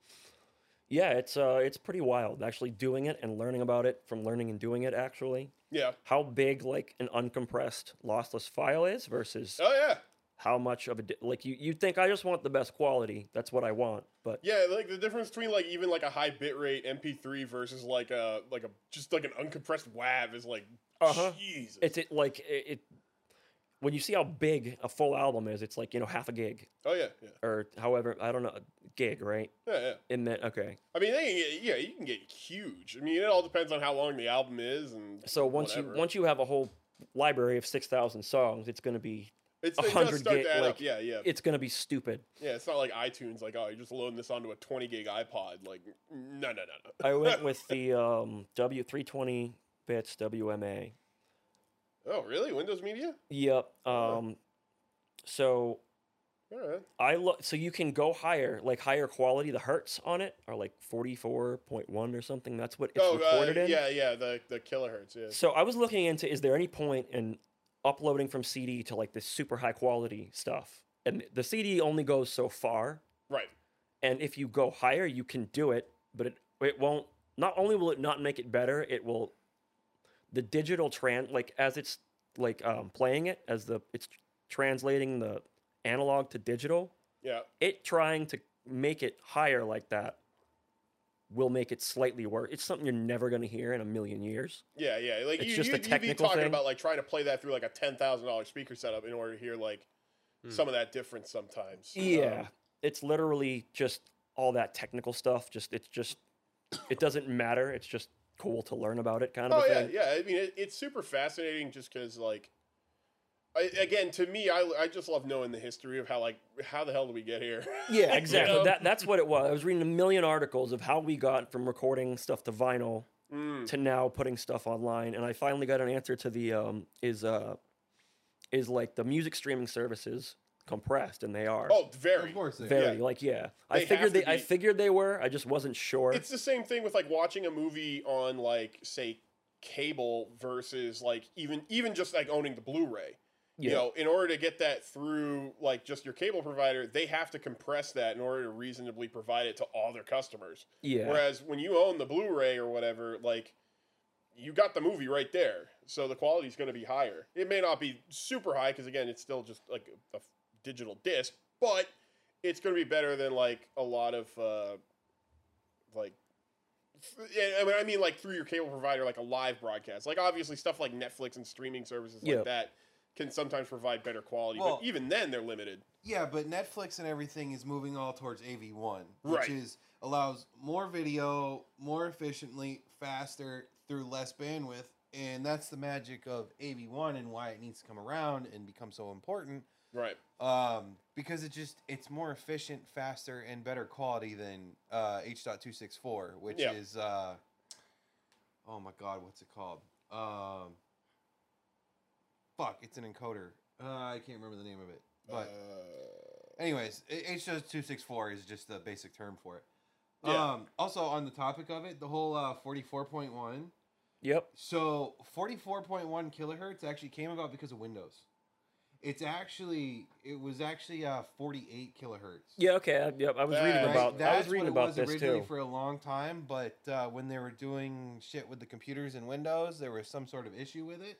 S3: yeah, it's uh, it's pretty wild actually doing it and learning about it from learning and doing it actually.
S5: Yeah.
S3: How big like an uncompressed lossless file is versus
S5: Oh yeah.
S3: how much of a di- like you you think I just want the best quality. That's what I want, but
S5: Yeah, like the difference between like even like a high bitrate MP3 versus like a like a just like an uncompressed WAV is like
S3: Uh-huh.
S5: Jesus.
S3: it's it like it, it when you see how big a full album is, it's like you know half a gig
S5: Oh yeah, yeah,
S3: or however I don't know gig, right?
S5: yeah, yeah.
S3: And then okay,
S5: I mean, they can get, yeah, you can get huge. I mean, it all depends on how long the album is, and
S3: so once
S5: whatever.
S3: you once you have a whole library of six thousand songs, it's gonna be
S5: it's
S3: a
S5: it does
S3: hundred
S5: start
S3: gig,
S5: to add up.
S3: like,
S5: Yeah, yeah,
S3: it's gonna be stupid.
S5: yeah. It's not like iTunes, like oh, you're just loading this onto a 20 gig iPod. Like, no, no, no, no.
S3: I went with the um, W three twenty bits WMA.
S5: Oh, really? Windows Media?
S3: Yep. Um, so
S5: All right.
S3: I look so you can go higher, like higher quality. The hertz on it are like forty four point one or something. That's what it's
S5: oh,
S3: recorded
S5: uh,
S3: in.
S5: yeah, yeah. The the kilohertz. Yeah.
S3: So I was looking into is there any point in uploading from CD to like this super high quality stuff? And the CD only goes so far,
S5: Right.
S3: and if you go higher, you can do it, but it it won't. Not only will it not make it better, it will. The digital trans like as it's like um, playing it as the it's translating the analog to digital
S5: Yeah.
S3: it trying to make it higher like that will make it slightly worse. It's something you're never going to hear in a million years.
S5: Yeah, yeah. Like
S3: It's
S5: you,
S3: just
S5: you,
S3: a
S5: you'd be
S3: technical
S5: talking
S3: thing.
S5: about like trying to play that through like a ten thousand dollar speaker setup in order to hear like
S3: Hmm.
S5: some of that difference sometimes. Um,
S3: it's literally just all that technical stuff. Just it's just it doesn't matter. It's just cool to learn about it kind of
S5: oh
S3: a
S5: yeah,
S3: thing.
S5: yeah. I mean, it, it's super fascinating just because like, I, again, to me, I, I just love knowing the history of how like how the hell did we get here?
S3: Yeah, exactly.
S5: know?
S3: That that's what it was. I was reading a million articles of how we got from recording stuff to vinyl
S5: Mm.
S3: to now putting stuff online, and I finally got an answer to the um, is uh is like the music streaming services compressed, and they are.
S5: Oh, very.
S1: Of course, they are.
S3: Very like yeah.
S5: They
S3: I
S5: have
S3: figured
S5: to
S3: they I
S5: be-
S3: figured they were. I just wasn't sure.
S5: It's the same thing with like watching a movie on like say cable versus like even even just like owning the Blu-ray. You
S3: Yeah.
S5: know, in order to get that through like just your cable provider, they have to compress that in order to reasonably provide it to all their customers.
S3: yeah.
S5: Whereas when you own the Blu-ray or whatever, like you got the movie right there, so the quality's going to be higher. It may not be super high because again, it's still just like a, a digital disc, but it's going to be better than like a lot of uh, like. f- yeah, I mean, I mean, like through your cable provider, like a live broadcast. Like obviously, stuff like Netflix and streaming services
S3: Yeah.
S5: like that can sometimes provide better quality,
S1: Well-
S5: but even then, they're limited.
S1: Yeah, but Netflix and everything is moving all towards AV1, which
S5: Right.
S1: is allows more video more efficiently, faster through less bandwidth, and that's the magic of AV1 and why it needs to come around and become so important.
S5: Right.
S1: Um, because it just it's more efficient, faster, and better quality than uh, H.264, which
S5: Yeah.
S1: is uh, oh my god, what's it called? Um, fuck, it's an encoder. Uh, I can't remember the name of it, but.
S5: Uh,
S1: Anyways, H two six four is just the basic term for it.
S5: Yeah.
S1: Um, also, on the topic of it, the whole uh, forty four point one.
S3: Yep.
S1: So forty four point one kilohertz actually came about because of Windows. It's actually it was actually uh, forty eight kilohertz.
S3: Yeah. Okay. I, yep. I was reading
S5: Right,
S3: about. I
S1: That's
S3: was reading
S1: what
S3: about
S1: it was
S3: this
S1: originally
S3: too.
S1: for a long time, but uh, when they were doing shit with the computers and Windows, there was some sort of issue with it,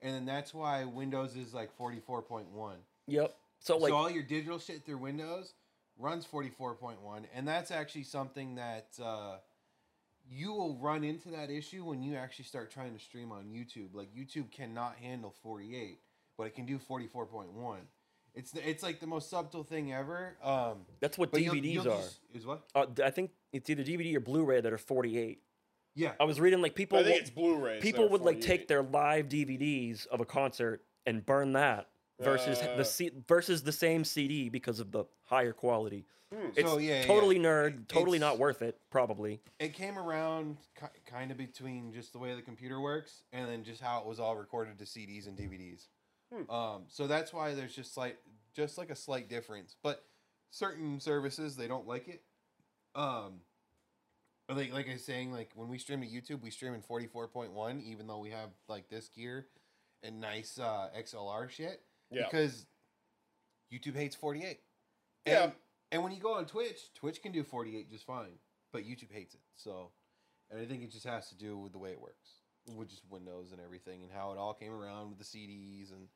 S1: and then that's why Windows is like forty four point one.
S3: yep. So like
S1: so all your digital shit through Windows runs 44.1, and that's actually something that uh, you will run into that issue when you actually start trying to stream on YouTube. Like YouTube cannot handle 48, but it can do 44.1. It's the, it's like the most subtle thing ever. Um,
S3: that's what
S1: but
S3: DVDs
S1: you'll- you'll
S3: are.
S1: just- is what?
S3: Uh, d- I think it's either DVD or Blu-ray that are 48.
S1: Yeah,
S3: I was reading like people.
S5: I think
S3: will-
S5: it's Blu-ray.
S3: people would like take their live DVDs of a concert and burn that versus
S5: Uh.
S3: the C- versus the same CD because of the higher quality.
S5: Hmm.
S3: It's
S1: So, yeah, yeah,
S3: totally
S1: yeah.
S3: nerd, totally
S1: It's-
S3: not worth it, probably.
S1: it came around ki- kind of between just the way the computer works and then just how it was all recorded to CDs and DVDs.
S5: Hmm.
S1: Um, so that's why there's just slight, just like a slight difference. But certain services they don't like it. Um, but like like I was saying, like when we stream to YouTube, we stream in forty four point one, even though we have like this gear and nice uh, XLR shit
S5: Yeah.
S1: because YouTube hates 48. And,
S5: Yeah.
S1: And when you go on Twitch, Twitch can do 48 just fine, but YouTube hates it. So, and I think it just has to do with the way it works, with just Windows and everything, and how it all came around with the CDs. And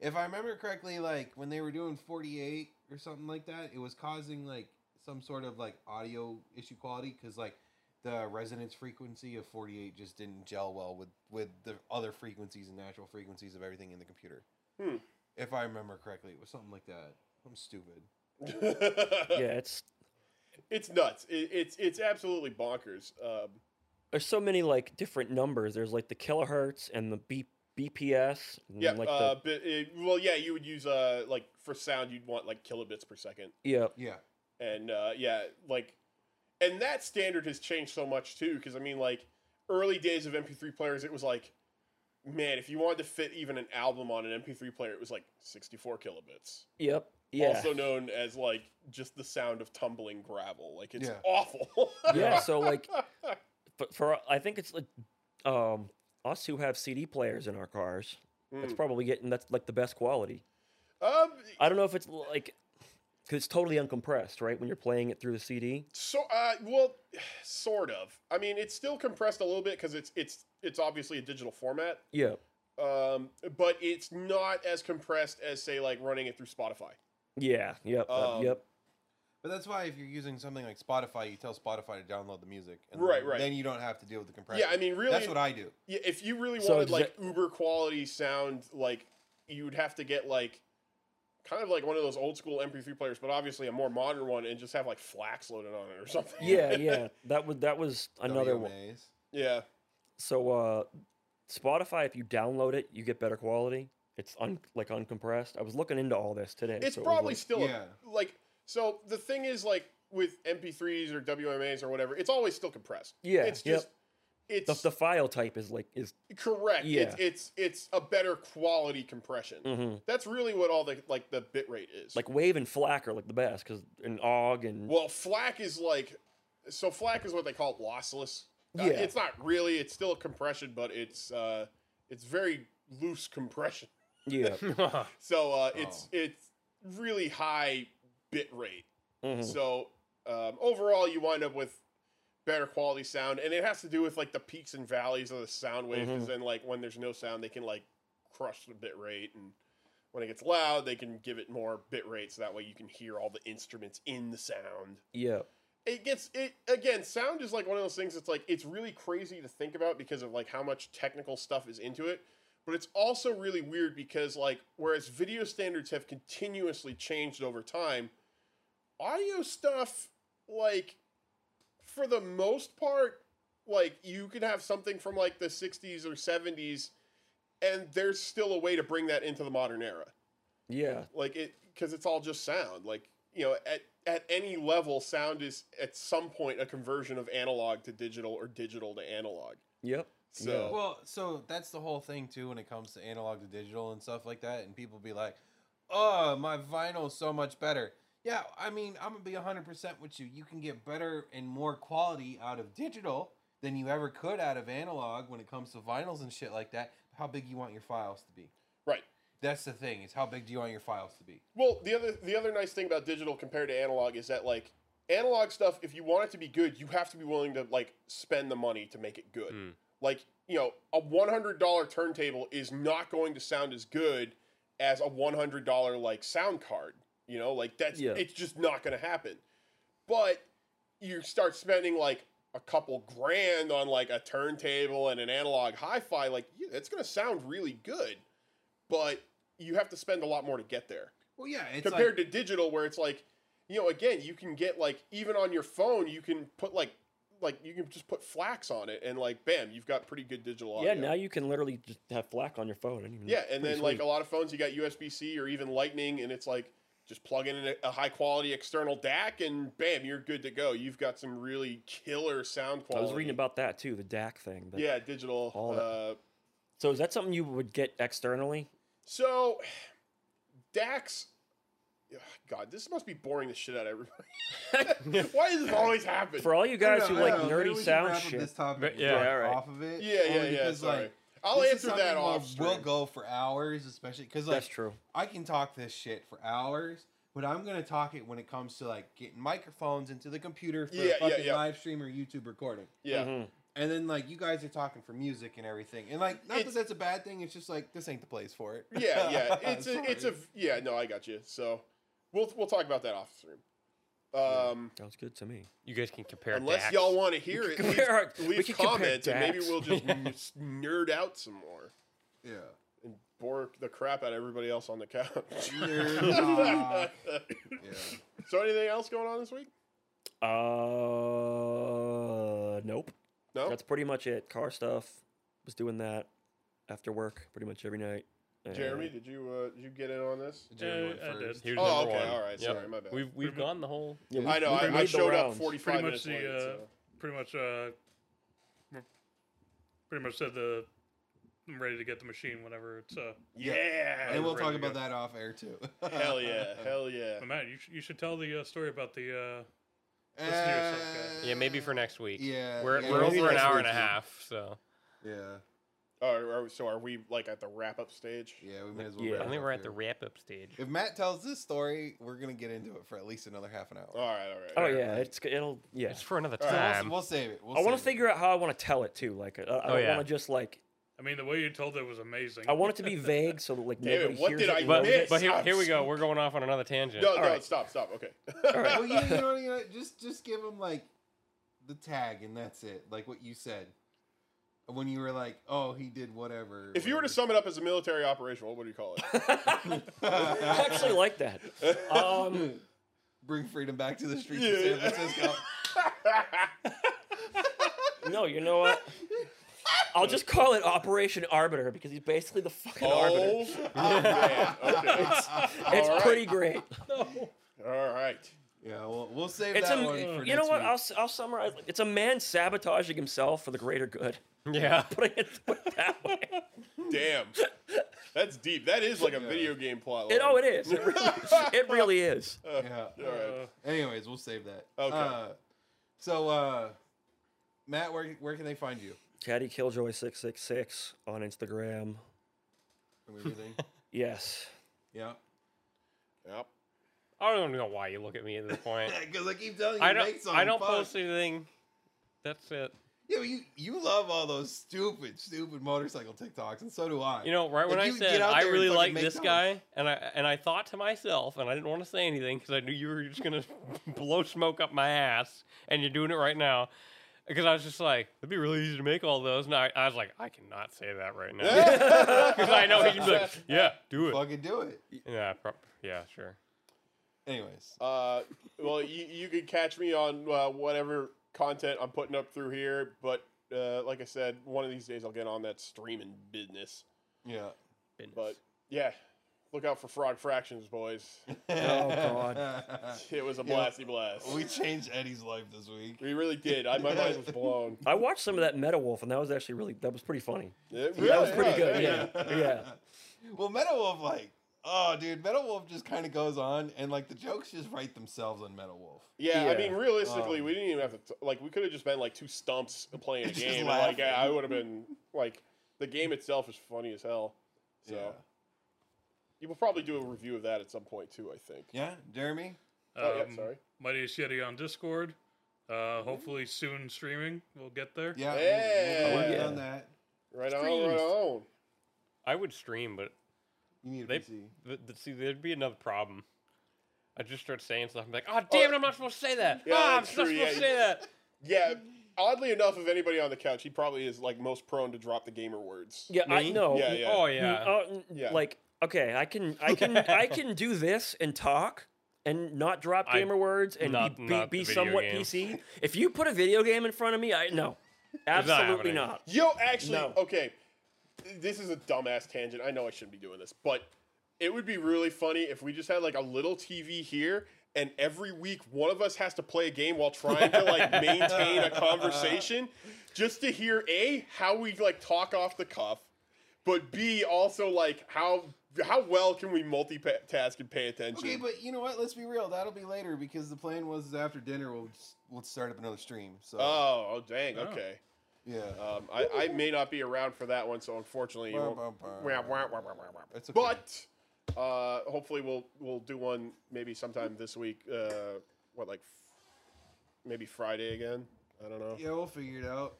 S1: if I remember correctly, like when they were doing 48 or something like that, it was causing like some sort of like audio issue quality because like the resonance frequency of 48 just
S5: Hmm.
S1: didn't gel well with with the other frequencies and natural frequencies of everything in the computer. if I remember correctly. It was something like that. I'm stupid.
S3: Yeah, it's
S5: it's nuts. It, it's it's absolutely bonkers. Um,
S3: there's so many like different numbers. There's like the kilohertz and the B- BPS. And
S5: yeah.
S3: Mm, like
S5: uh, but it, well, yeah. You would use uh like for sound, you'd want like kilobits per second,
S3: the, yeah.
S1: Yeah.
S5: and uh, yeah, like, and that standard has changed so much too. Because I mean, like, early days of MP3 players, it was like, man, if you wanted to fit even an album on an MP3 player, it was like 64 kilobits.
S3: Yep. Yeah.
S5: also known as like just the sound of tumbling gravel. Like it's
S1: Yeah.
S5: awful.
S3: yeah. So like, but for I think it's like, um, us who have CD players in our cars, that's
S5: Mm.
S3: probably getting that's like the best quality.
S5: um,
S3: I don't know if it's like, cause it's totally uncompressed, right? When you're playing it through the CD.
S5: so uh, well, sort of. I mean, it's still compressed a little bit because it's it's it's obviously a digital format.
S3: Yeah.
S5: Um, but it's not as compressed as say like running it through Spotify.
S3: Yeah. Yep. uh,
S5: Um,
S3: yep.
S1: But that's why if you're using something like Spotify, you tell Spotify to download the music. And
S5: Right,
S1: then,
S5: right.
S1: Then you don't have to deal with the compression.
S5: Yeah, I mean, really,
S1: that's what I do.
S5: Yeah, if you really
S3: So
S5: wanted
S3: exa-
S5: like uber quality sound, like you would have to get like kind of like one of those old school MP3 players, but obviously a more modern one, and just have like flax loaded on it or something.
S3: Yeah. Yeah. That was that was another one.
S1: WMAs.
S5: yeah.
S3: So uh Spotify, if you download it, you get better quality. It's un- like uncompressed. I was looking into all this today.
S5: it's
S3: so it was
S5: probably
S3: like-
S5: still a-
S1: Yeah.
S5: like so the thing is like with mp3s or wmas or whatever it's always still compressed
S3: Yeah,
S5: it's
S3: yep.
S5: just it's
S3: the, the file type is like is
S5: correct
S3: Yeah.
S5: it's, it's it's a better quality compression
S3: mhm.
S5: that's really what all the like the bit rate is
S3: like mm. wave and FLAC are like the best because and OGG and
S5: well flac is like so flac is what they call lossless Uh,
S3: Yeah.
S5: it's not really it's still a compression but it's uh it's very loose compression
S3: yeah,
S5: so uh
S3: Oh.
S5: it's it's really high bit rate
S3: mhm.
S5: So um, overall, you wind up with better quality sound, and it has to do with like the peaks and valleys of the sound wave. Because
S3: Mhm.
S5: then, like when there's no sound, they can like crush the bit rate, and when it gets loud, they can give it more bit rate, so that way you can hear all the instruments in the sound.
S3: yeah,
S5: It gets it again. Sound is like one of those things that's like it's really crazy to think about because of like how much technical stuff is into it. But it's also really weird because like whereas video standards have continuously changed over time, audio stuff like for the most part like you could have something from like the 60s or 70s and there's still a way to bring that into the modern era
S3: yeah,
S5: like it because it's all just sound like you know at at any level sound is at some point a conversion of analog to digital or digital to analog
S3: yep.
S5: so
S1: Well, so that's the whole thing too when it comes to analog to digital and stuff like that. And people be like, "Oh, my vinyl's so much better." Yeah, I mean, I'm gonna be 100 percent with you. You can get better and more quality out of digital than you ever could out of analog when it comes to vinyls and shit like that. How big you want your files to be?
S5: right
S1: That's the thing. Is how big do you want your files to be?
S5: well the other the other nice thing about digital compared to analog is that like analog stuff if you want it to be good you have to be willing to like spend the money to make it good
S2: Mm.
S5: like you know a $100 turntable is not going to sound as good as a $100 like sound card you know like that's
S3: Yeah.
S5: it's just not going to happen but you start spending like a couple grand on like a turntable and an analog hi-fi like yeah, it's going to sound really good but you have to spend a lot more to get there
S1: Well, yeah, it's like-
S5: compared to digital where it's like you know again you can get like even on your phone you can put like like you can just put flax on it and like bam you've got pretty good digital audio
S3: yeah, now you can literally just have FLAC on your phone. I didn't even-
S5: yeah and
S3: pretty
S5: then like
S3: sweet.
S5: a lot of phones you got usb-c or even lightning and it's like just plug in a, a high quality external dac and bam you're good to go you've got some really killer sound
S3: I
S5: quality
S3: was reading about that too, the DAC thing. But,
S5: yeah digital
S3: All that.
S5: uh,
S3: So is that something you would get externally?
S5: so dax Ugh, God, this must be boring the shit out of everybody. Why does this always happen?
S3: For all you
S1: I
S3: guys
S1: don't
S3: who
S1: know,
S3: like
S1: I don't know, maybe
S3: nerdy
S1: we should
S3: sound
S1: wrap up
S3: shit,
S1: This topic
S2: But- yeah,
S1: like,
S3: all right.
S1: off of it.
S5: Yeah,
S1: only
S5: yeah, yeah.
S1: because,
S5: Sorry.
S1: like,
S5: I'll
S1: This is
S5: answer that
S1: something
S5: off.
S1: where We'll
S5: stream.
S1: go for hours, especially because
S3: that's
S1: like
S3: true.
S1: I can talk this shit for hours, but I'm gonna talk it when it comes to like getting microphones into the computer for
S5: Yeah,
S1: a
S5: yeah,
S1: fucking
S5: yeah.
S1: live stream or YouTube recording.
S5: Yeah.
S3: Mhm.
S1: And then like you guys are talking for music and everything, and like not
S5: It's-
S1: that that's a bad thing. It's just like this ain't the place for it.
S5: Yeah, yeah. It's a,
S1: Sorry.
S5: it's a yeah, no, I got you. So we'll we'll talk about that off stream. Um
S3: Sounds good to me.
S2: You guys can compare.
S5: unless
S2: DAX.
S5: y'all want to hear it,
S3: compare-
S5: leave,
S3: we
S5: leave
S3: can compare
S5: comments and maybe
S3: DAX.
S5: we'll just n- nerd out some more.
S1: yeah.
S5: and bore the crap out of everybody else on the couch.
S1: yeah.
S5: so, anything else going on this week?
S3: Uh, nope.
S5: No.
S3: That's pretty much it. Car stuff. Was doing that after work pretty much every night. And
S5: Jeremy, did you uh, did you get in on this?
S1: Jeremy went
S4: Yeah, I did.
S1: first.
S2: He was
S5: Oh,
S2: number
S5: okay,
S2: one.
S5: all right.
S2: Yep.
S5: Sorry, my bad.
S2: We've we've gone the whole.
S3: Yeah, we-
S5: I know.
S3: we
S5: I, I
S3: made the
S5: showed up
S3: rounds.
S5: 45
S4: Pretty much
S5: minutes late.
S4: the uh,
S5: so.
S4: pretty much uh, m- pretty much said the I'm ready to get the machine whenever it's uh.
S5: Yeah.
S1: And we'll
S4: Ready
S1: talk
S4: to
S1: about
S4: go.
S1: that off air too.
S5: Hell yeah. Hell yeah.
S4: But Matt, you, sh- you should tell the uh, story about the uh.
S1: Uh,
S4: Listen to yourself,
S2: Yeah, maybe for next week.
S1: yeah,
S2: we're
S1: yeah,
S2: we're
S1: maybe
S2: over an
S1: next
S2: hour
S1: week,
S2: and a
S1: yeah.
S2: half, so
S1: Yeah,
S5: Oh, are, are- so are we like at the wrap up stage?
S1: yeah, we may as well.
S3: Yeah.
S1: wrap
S2: I
S1: it
S2: think
S1: up
S2: we're at the
S1: here.
S2: wrap up stage.
S1: If Matt tells this story, we're gonna get into it for at least another half an hour.
S5: All right. All right.
S3: Oh yeah, it's it'll yeah.
S2: It's for another
S5: All right,
S1: So
S2: time.
S1: we'll, we'll save it. We'll
S3: I want to
S1: save it.
S3: figure out how I want to tell it too. Like uh, I, I
S2: Oh,
S3: don't
S2: yeah.
S3: want to just like
S4: I mean, the way you told it was amazing.
S3: I want it to be vague so that like
S5: Damn it,
S3: nobody
S5: what
S3: hears
S5: did
S3: it
S5: I
S3: and
S2: but
S3: knows it.
S2: but here,
S5: Stop.
S2: here we go. We're going off on another tangent.
S5: No, no,
S3: right.
S5: stop, stop. Okay.
S1: Well, you, you know, you know, just just give him like the tag and that's it. Like what you said when you were like, "Oh, he did whatever."
S5: if you were to sum it up as a military operation, what would you call it?
S3: I actually like that. Um,
S1: bring freedom back to the streets
S5: Yeah.
S1: of San Francisco,
S3: no, you know what? I'll just call it Operation Arbiter because he's basically the fucking arbiter.
S5: oh, man. Okay.
S3: It's
S5: all right.
S3: pretty great.
S5: All right.
S1: yeah, we'll we'll save
S3: It's
S1: that
S3: a
S1: one. For
S3: you know
S1: next
S3: what?
S1: week.
S3: I'll, s- I'll summarize. it. It's a man sabotaging himself for the greater good.
S2: Yeah.
S3: Putting it that way.
S5: Damn. That's deep. That is like a video game plot.
S3: It,
S5: line.
S3: oh, it is. It really, it really is.
S1: yeah.
S5: All right.
S4: Uh,
S1: Anyways, we'll save that.
S5: Okay.
S1: Uh, so, uh, Matt, where where can they find you?
S3: Caddy Killjoy six six six on Instagram.
S1: And everything.
S3: Yes.
S1: yeah.
S5: Yep.
S2: I don't even know why you look at me at this point.
S1: Because I keep telling you,
S2: I
S1: make
S2: don't.
S1: some
S2: I don't
S1: fun.
S2: post anything. That's it.
S1: Yeah, but you you love all those stupid, stupid motorcycle TikToks, and so do I.
S2: You know, right when
S1: Like,
S2: I
S1: you get
S2: said
S1: out
S2: I
S1: there and
S2: really
S1: fucking
S2: like
S1: make
S2: this
S1: those.
S2: guy, and I and I thought to myself, and I didn't want to say anything because I knew you were just gonna blow smoke up my ass, and you're doing it right now. Because I was just like, it'd be really easy to make all those, and I, I was like, I cannot say that right now because I know he'd be like, yeah, do it.
S1: fucking do it.
S2: Yeah, pro- yeah, sure.
S1: Anyways,
S5: Uh, well, you, you can catch me on uh, whatever content I'm putting up through here, but uh, like I said, one of these days I'll get on that streaming business.
S1: yeah.
S5: But yeah, look out for Frog Fractions, boys.
S3: Oh God.
S5: It was a
S1: Yeah.
S5: blasty blast.
S1: we
S5: We,
S1: changed Eddie's life this week.
S5: really did. I, my mind was blown.
S3: I watched some of that Meta Wolf, and that was actually really that was pretty funny.
S5: It
S3: That was
S5: really
S3: pretty good.
S5: yeah.
S3: Yeah. Yeah.
S1: Well, Metal Wolf, like, oh, dude, Metal Wolf just kind of goes on, and like the jokes just write themselves on Metal Wolf.
S5: Yeah, I
S3: Yeah.
S5: mean, realistically,
S1: Um,
S5: we didn't even have to t- like. We could have just been like two stumps playing a
S1: Just
S5: game. And, like
S1: laughing.
S5: I, I would have been like, the game itself is funny as hell. So
S1: Yeah.
S5: you will probably do a review of that at some point too. I think.
S1: Yeah, Jeremy.
S5: Oh, yeah,
S4: um,
S5: sorry.
S4: Mightiest Yeti on Discord. Uh, hopefully soon streaming. We'll get there.
S1: Yeah,
S5: Yeah.
S1: we'll, we'll
S3: Yeah.
S1: on that.
S5: Right on, right
S2: Streams.
S5: on.
S2: I would stream, but
S1: You need a
S2: They-
S1: PC.
S2: th- th- see, there'd be another problem. I would just start saying stuff. I'm like, oh damn it, I'm not supposed to say that.
S5: Yeah,
S2: Ah, I'm not
S5: that's
S2: supposed
S5: true, yeah,
S2: to
S5: you-
S2: say that.
S5: Yeah, oddly enough, of anybody on the couch, he probably is like most prone to drop the gamer words.
S3: Yeah. I
S2: Me?
S3: know.
S5: Yeah, yeah.
S2: Oh
S3: Mm,
S2: yeah.
S3: oh, mm,
S5: Yeah.
S3: Like okay, I can I can I can do this and talk and not drop
S2: I-
S3: gamer words and
S2: not-
S3: be, be,
S2: not
S3: be
S2: the video
S3: somewhat
S2: game.
S3: PC. If you put a video game in front of me, I no, absolutely
S2: happening.
S3: not.
S5: Yo, actually,
S3: No.
S5: okay, this is a dumbass tangent. I know I shouldn't be doing this, but it would be really funny if we just had like a little TV here, and every week one of us has to play a game while trying to like maintain a conversation, just to hear a how we like talk off the cuff, but b also like how how well can we multitask and pay attention.
S1: Okay, but you know what? Let's be real. That'll be later because the plan was is after dinner we'll s- we'll start up another stream. So
S5: oh, oh, dang.
S4: Oh.
S5: Okay.
S1: yeah,
S6: uh,
S5: Um, I, I may not be around for that one, so unfortunately, you won't. Wah, wah, wah, wah, wah, wah.
S1: It's okay.
S5: But uh, hopefully, we'll we'll do one maybe sometime this week. Uh, what like f- maybe Friday again? I don't know.
S1: yeah, we'll figure it out.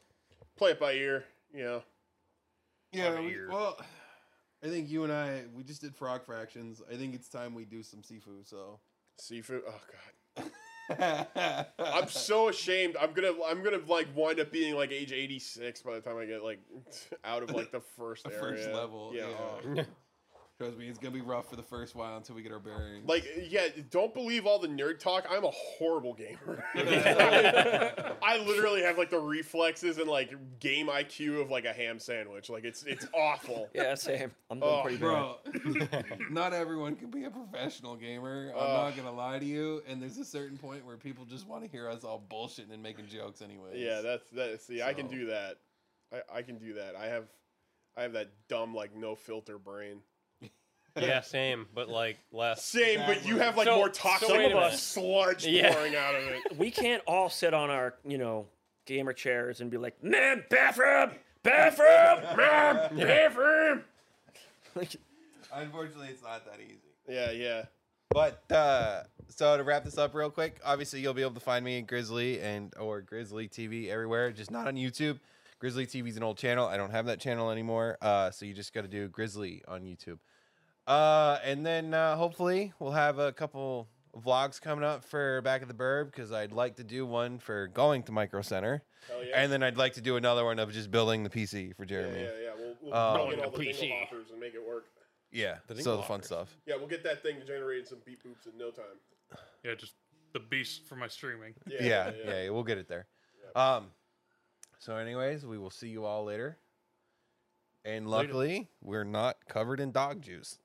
S5: Play it by ear. You know.
S1: Yeah,
S6: Um,
S2: Outta
S1: we,
S2: here.
S1: well, I think you and I we just did frog fractions. I think it's time we do some sifu. So
S5: Seafood. Oh God. I'm so ashamed. I'm gonna I'm gonna like wind up being like age 86 by the time I get like out of like the first
S6: The
S5: area.
S6: first level,
S5: Yeah.
S6: yeah. Trust me, it's gonna be rough for the first while until we get our bearings.
S5: Like yeah, don't believe all the nerd talk. I'm a horrible gamer. I literally have like the reflexes and like game IQ of like a ham sandwich. Like it's it's awful.
S3: Yeah, same. I'm doing
S5: Oh,
S3: pretty bad.
S6: Bro, not everyone can be a professional gamer. I'm
S5: Ugh.
S6: not gonna lie to you. And there's a certain point where people just want to hear us all bullshitting and making jokes anyway.
S5: Yeah, that's that. See, I can
S6: So-
S5: do that. I, I can do that. I have, I have that dumb like no filter brain.
S2: yeah, same, but like less.
S5: Same, but you have like
S2: So-
S5: more
S2: so
S5: toxic
S2: wait a minute.
S5: sludge
S2: Yeah.
S5: pouring out of it.
S3: We can't all sit on our, you know, gamer chairs and be like, man, bathroom, bathroom, man, bathroom.
S6: Unfortunately, it's not that easy.
S5: Yeah, yeah.
S1: But uh, so to wrap this up real quick, obviously you'll be able to find me at Grizzly and or Grizzly TV everywhere, just not on YouTube. Grizzly TV is an old channel. I don't have that channel anymore. Uh, so you just got to do Grizzly on YouTube. Uh, and then uh, hopefully we'll have a couple vlogs coming up for Back of the Burb because I'd like to do one for going to Micro Center,
S5: Hell yeah.
S1: and then I'd like to do another one of just building the PC for
S5: yeah, yeah,
S1: Jeremy.
S5: yeah. We'll, we'll
S1: Um,
S5: plug in
S2: Going
S5: all
S2: to
S5: the
S2: PC.
S5: Dinglehoppers and make it work.
S1: Yeah,
S2: The
S1: so the fun
S2: Dinglehoppers.
S1: stuff.
S5: Yeah, we'll get that thing to generate some beat boops in no time.
S4: Yeah, just the beast for my streaming.
S5: Yeah,
S1: yeah, yeah, yeah, we'll get it there. Um, so, anyways, we will see you all later. And luckily, we're not covered in dog juice.